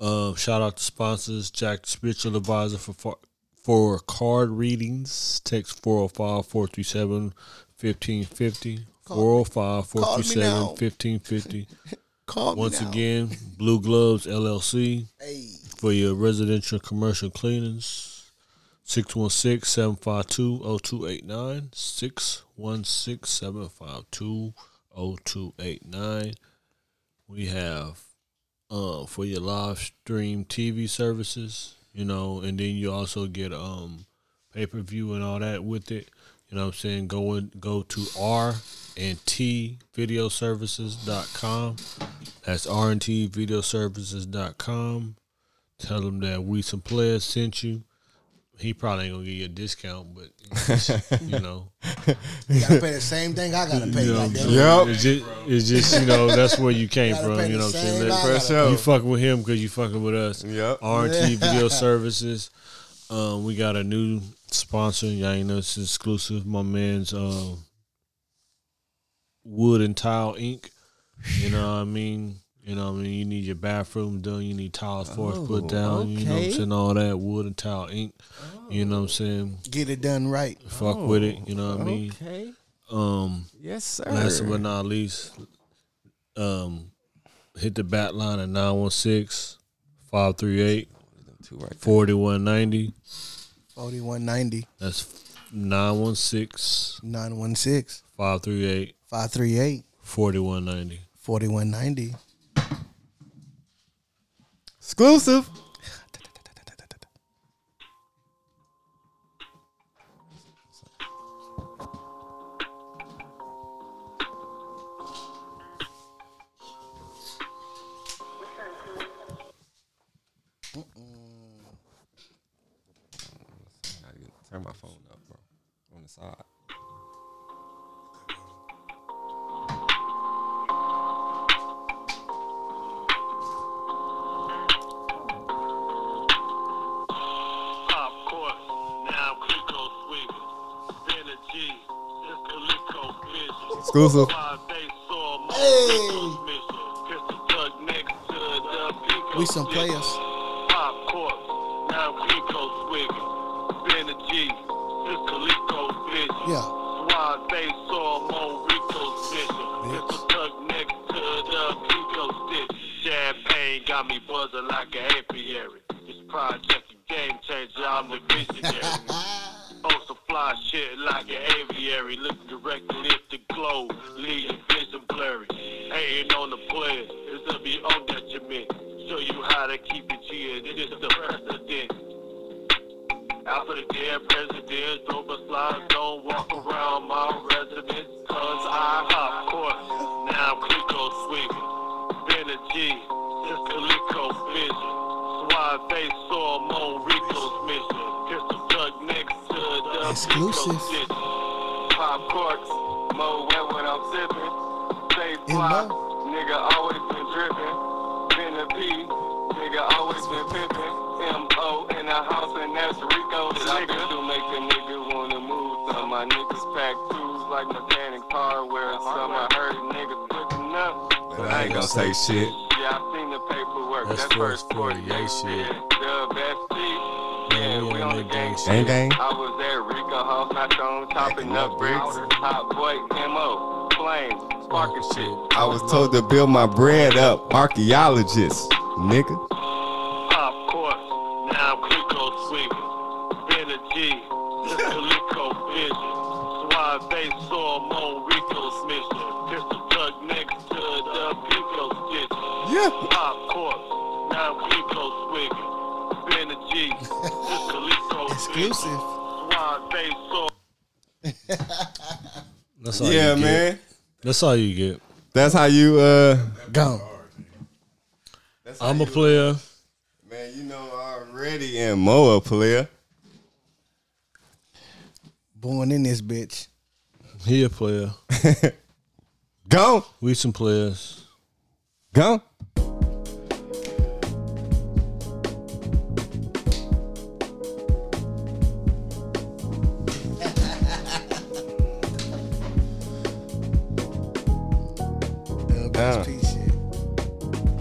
Speaker 4: Um, shout out to sponsors, Jack the Spiritual Advisor for far, for card readings. Text 405-437-1550. 405-437-1550.
Speaker 1: Call me
Speaker 4: Once
Speaker 1: now.
Speaker 4: again, Blue Gloves LLC
Speaker 1: Hey.
Speaker 4: for your residential commercial cleanings. 616-752-0289. 616-752-0289. We have uh, for your live stream TV services, you know, and then you also get um pay per view and all that with it. You know what I'm saying? Go in, go to R and T Video Services.com. That's R and T Video Services.com. Tell them that we some players sent you. He probably ain't gonna give you a discount, but you know,
Speaker 1: You gotta pay the same thing I gotta pay.
Speaker 4: you know,
Speaker 1: goddamn.
Speaker 2: Yup.
Speaker 4: it's just, it's just you know that's where you came
Speaker 1: Gotta
Speaker 4: from.
Speaker 1: pay
Speaker 4: You
Speaker 1: the
Speaker 4: know what I'm
Speaker 1: same
Speaker 4: saying? Let-
Speaker 1: dollar.
Speaker 2: For sure.
Speaker 4: you fucking with him because you fucking with us.
Speaker 2: Yep.
Speaker 4: RT Video Services. Um, we got a new Sponsor, y'all ain't know it's exclusive. My man's uh, Wood and Tile Inc. You know what I mean? You know what I mean? You need your bathroom done. You need tiles for
Speaker 1: Oh,
Speaker 4: us put down. You know what I'm
Speaker 2: okay.
Speaker 4: saying? All that Wood and Tile Inc. You know what I'm saying?
Speaker 1: Get it done right.
Speaker 4: Fuck with it. You
Speaker 1: Oh,
Speaker 4: know what I mean?
Speaker 2: Okay.
Speaker 4: Um,
Speaker 2: Yes, sir.
Speaker 4: Last but not least, um, hit the bat line at 916 538
Speaker 2: Two right there.
Speaker 4: 4190.
Speaker 1: Forty one ninety
Speaker 4: That's 916
Speaker 1: nine one six
Speaker 4: 538
Speaker 1: five three eight
Speaker 4: 4190.
Speaker 1: forty one ninety.
Speaker 2: Exclusive. Turn my phone up, bro. On the side.
Speaker 8: Popcorn, now Clico Swiggy. Then a G, it's Calico Vision.
Speaker 2: Exclusive.
Speaker 8: Five days saw more Clico's mission. Kiss the thug next to the Clico
Speaker 1: We some
Speaker 8: Swiggy.
Speaker 1: players.
Speaker 8: Popcorn, now Clico Swiggy. Then a G, it's Calico Vision.
Speaker 1: Yeah.
Speaker 8: Suave bass saw more Rico's vision. Kiss the thug next to the Clico stitch. Champagne got me buzzing like an apiary. This project a game changer, I'm the visionary. Oh, some fly shit like an aviary. Look directly at the globe, leave your vision blurry. Hating on the players, it's to be on detriment. Show you how to keep it G, and it's the precedent. After the dead presidents, don't slide, don't walk around my residence. Cause I hop court, now I'm Clico swinging. Been a G, it's Calico vision. Suave face, saw I'm on Rico's mission. Here's the drug next to the
Speaker 1: Exclusive.
Speaker 8: Pico City. Pop corks, mo wet when I'm sipping. Stay
Speaker 1: In love.
Speaker 8: fly, nigga always been dripping. Been a P, nigga always been pimping. M.O. in the house and that's Rico. Nigga to make a nigga wanna move. Some my niggas pack tools like mechanic hardware. Some I heard niggas putting up. But
Speaker 2: I ain't gonna say shit.
Speaker 8: Yeah, I seen the paperwork.
Speaker 4: That's
Speaker 8: that first
Speaker 4: first
Speaker 8: 48
Speaker 4: 48 shit.
Speaker 8: The best seat. Yeah, we on the gang shit.
Speaker 2: Gang gang.
Speaker 8: I was at Rico House, not on chopping up bricks. Top boy, M.O. Flame, sparking shit.
Speaker 2: I was told to build my bread up. Archaeologist, nigga.
Speaker 8: popcorn. Now I'm Clico swinging. Been a G, just Calico vision. Suave bass saw I'm on Rico's mission. Here's the drug next to the Pico stitch.
Speaker 2: Yeah.
Speaker 8: Popcorn. Now I'm Clico swinging. Been a G, just Calico vision.
Speaker 1: Exclusive.
Speaker 8: Suave bass saw.
Speaker 4: That's all
Speaker 2: Yeah,
Speaker 4: you get.
Speaker 2: man.
Speaker 4: That's all you get.
Speaker 2: That's how you uh
Speaker 1: Gone.
Speaker 4: I'm a player.
Speaker 2: man, you know already in Moa player.
Speaker 1: Born in this bitch.
Speaker 4: He a player.
Speaker 2: Go.
Speaker 4: We some players.
Speaker 2: Go.
Speaker 1: WSP shit.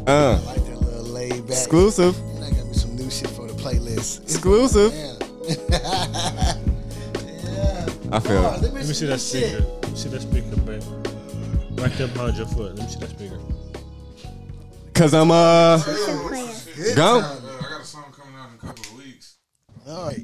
Speaker 2: Uh.
Speaker 1: I like that little laid back.
Speaker 2: Exclusive.
Speaker 1: And I got me some new shit for the playlist.
Speaker 2: Exclusive.
Speaker 1: Yeah. yeah.
Speaker 2: I feel
Speaker 1: Oh,
Speaker 2: it.
Speaker 1: me
Speaker 4: Let me see
Speaker 1: some
Speaker 4: that
Speaker 1: new shit.
Speaker 4: speaker. Let me see that speaker, babe. Right there behind your foot. Let me see that speaker.
Speaker 2: Cause I'm uh
Speaker 3: We some players.
Speaker 1: Good
Speaker 2: Go.
Speaker 1: time.
Speaker 6: I got a song coming out in a couple of weeks.
Speaker 1: All right.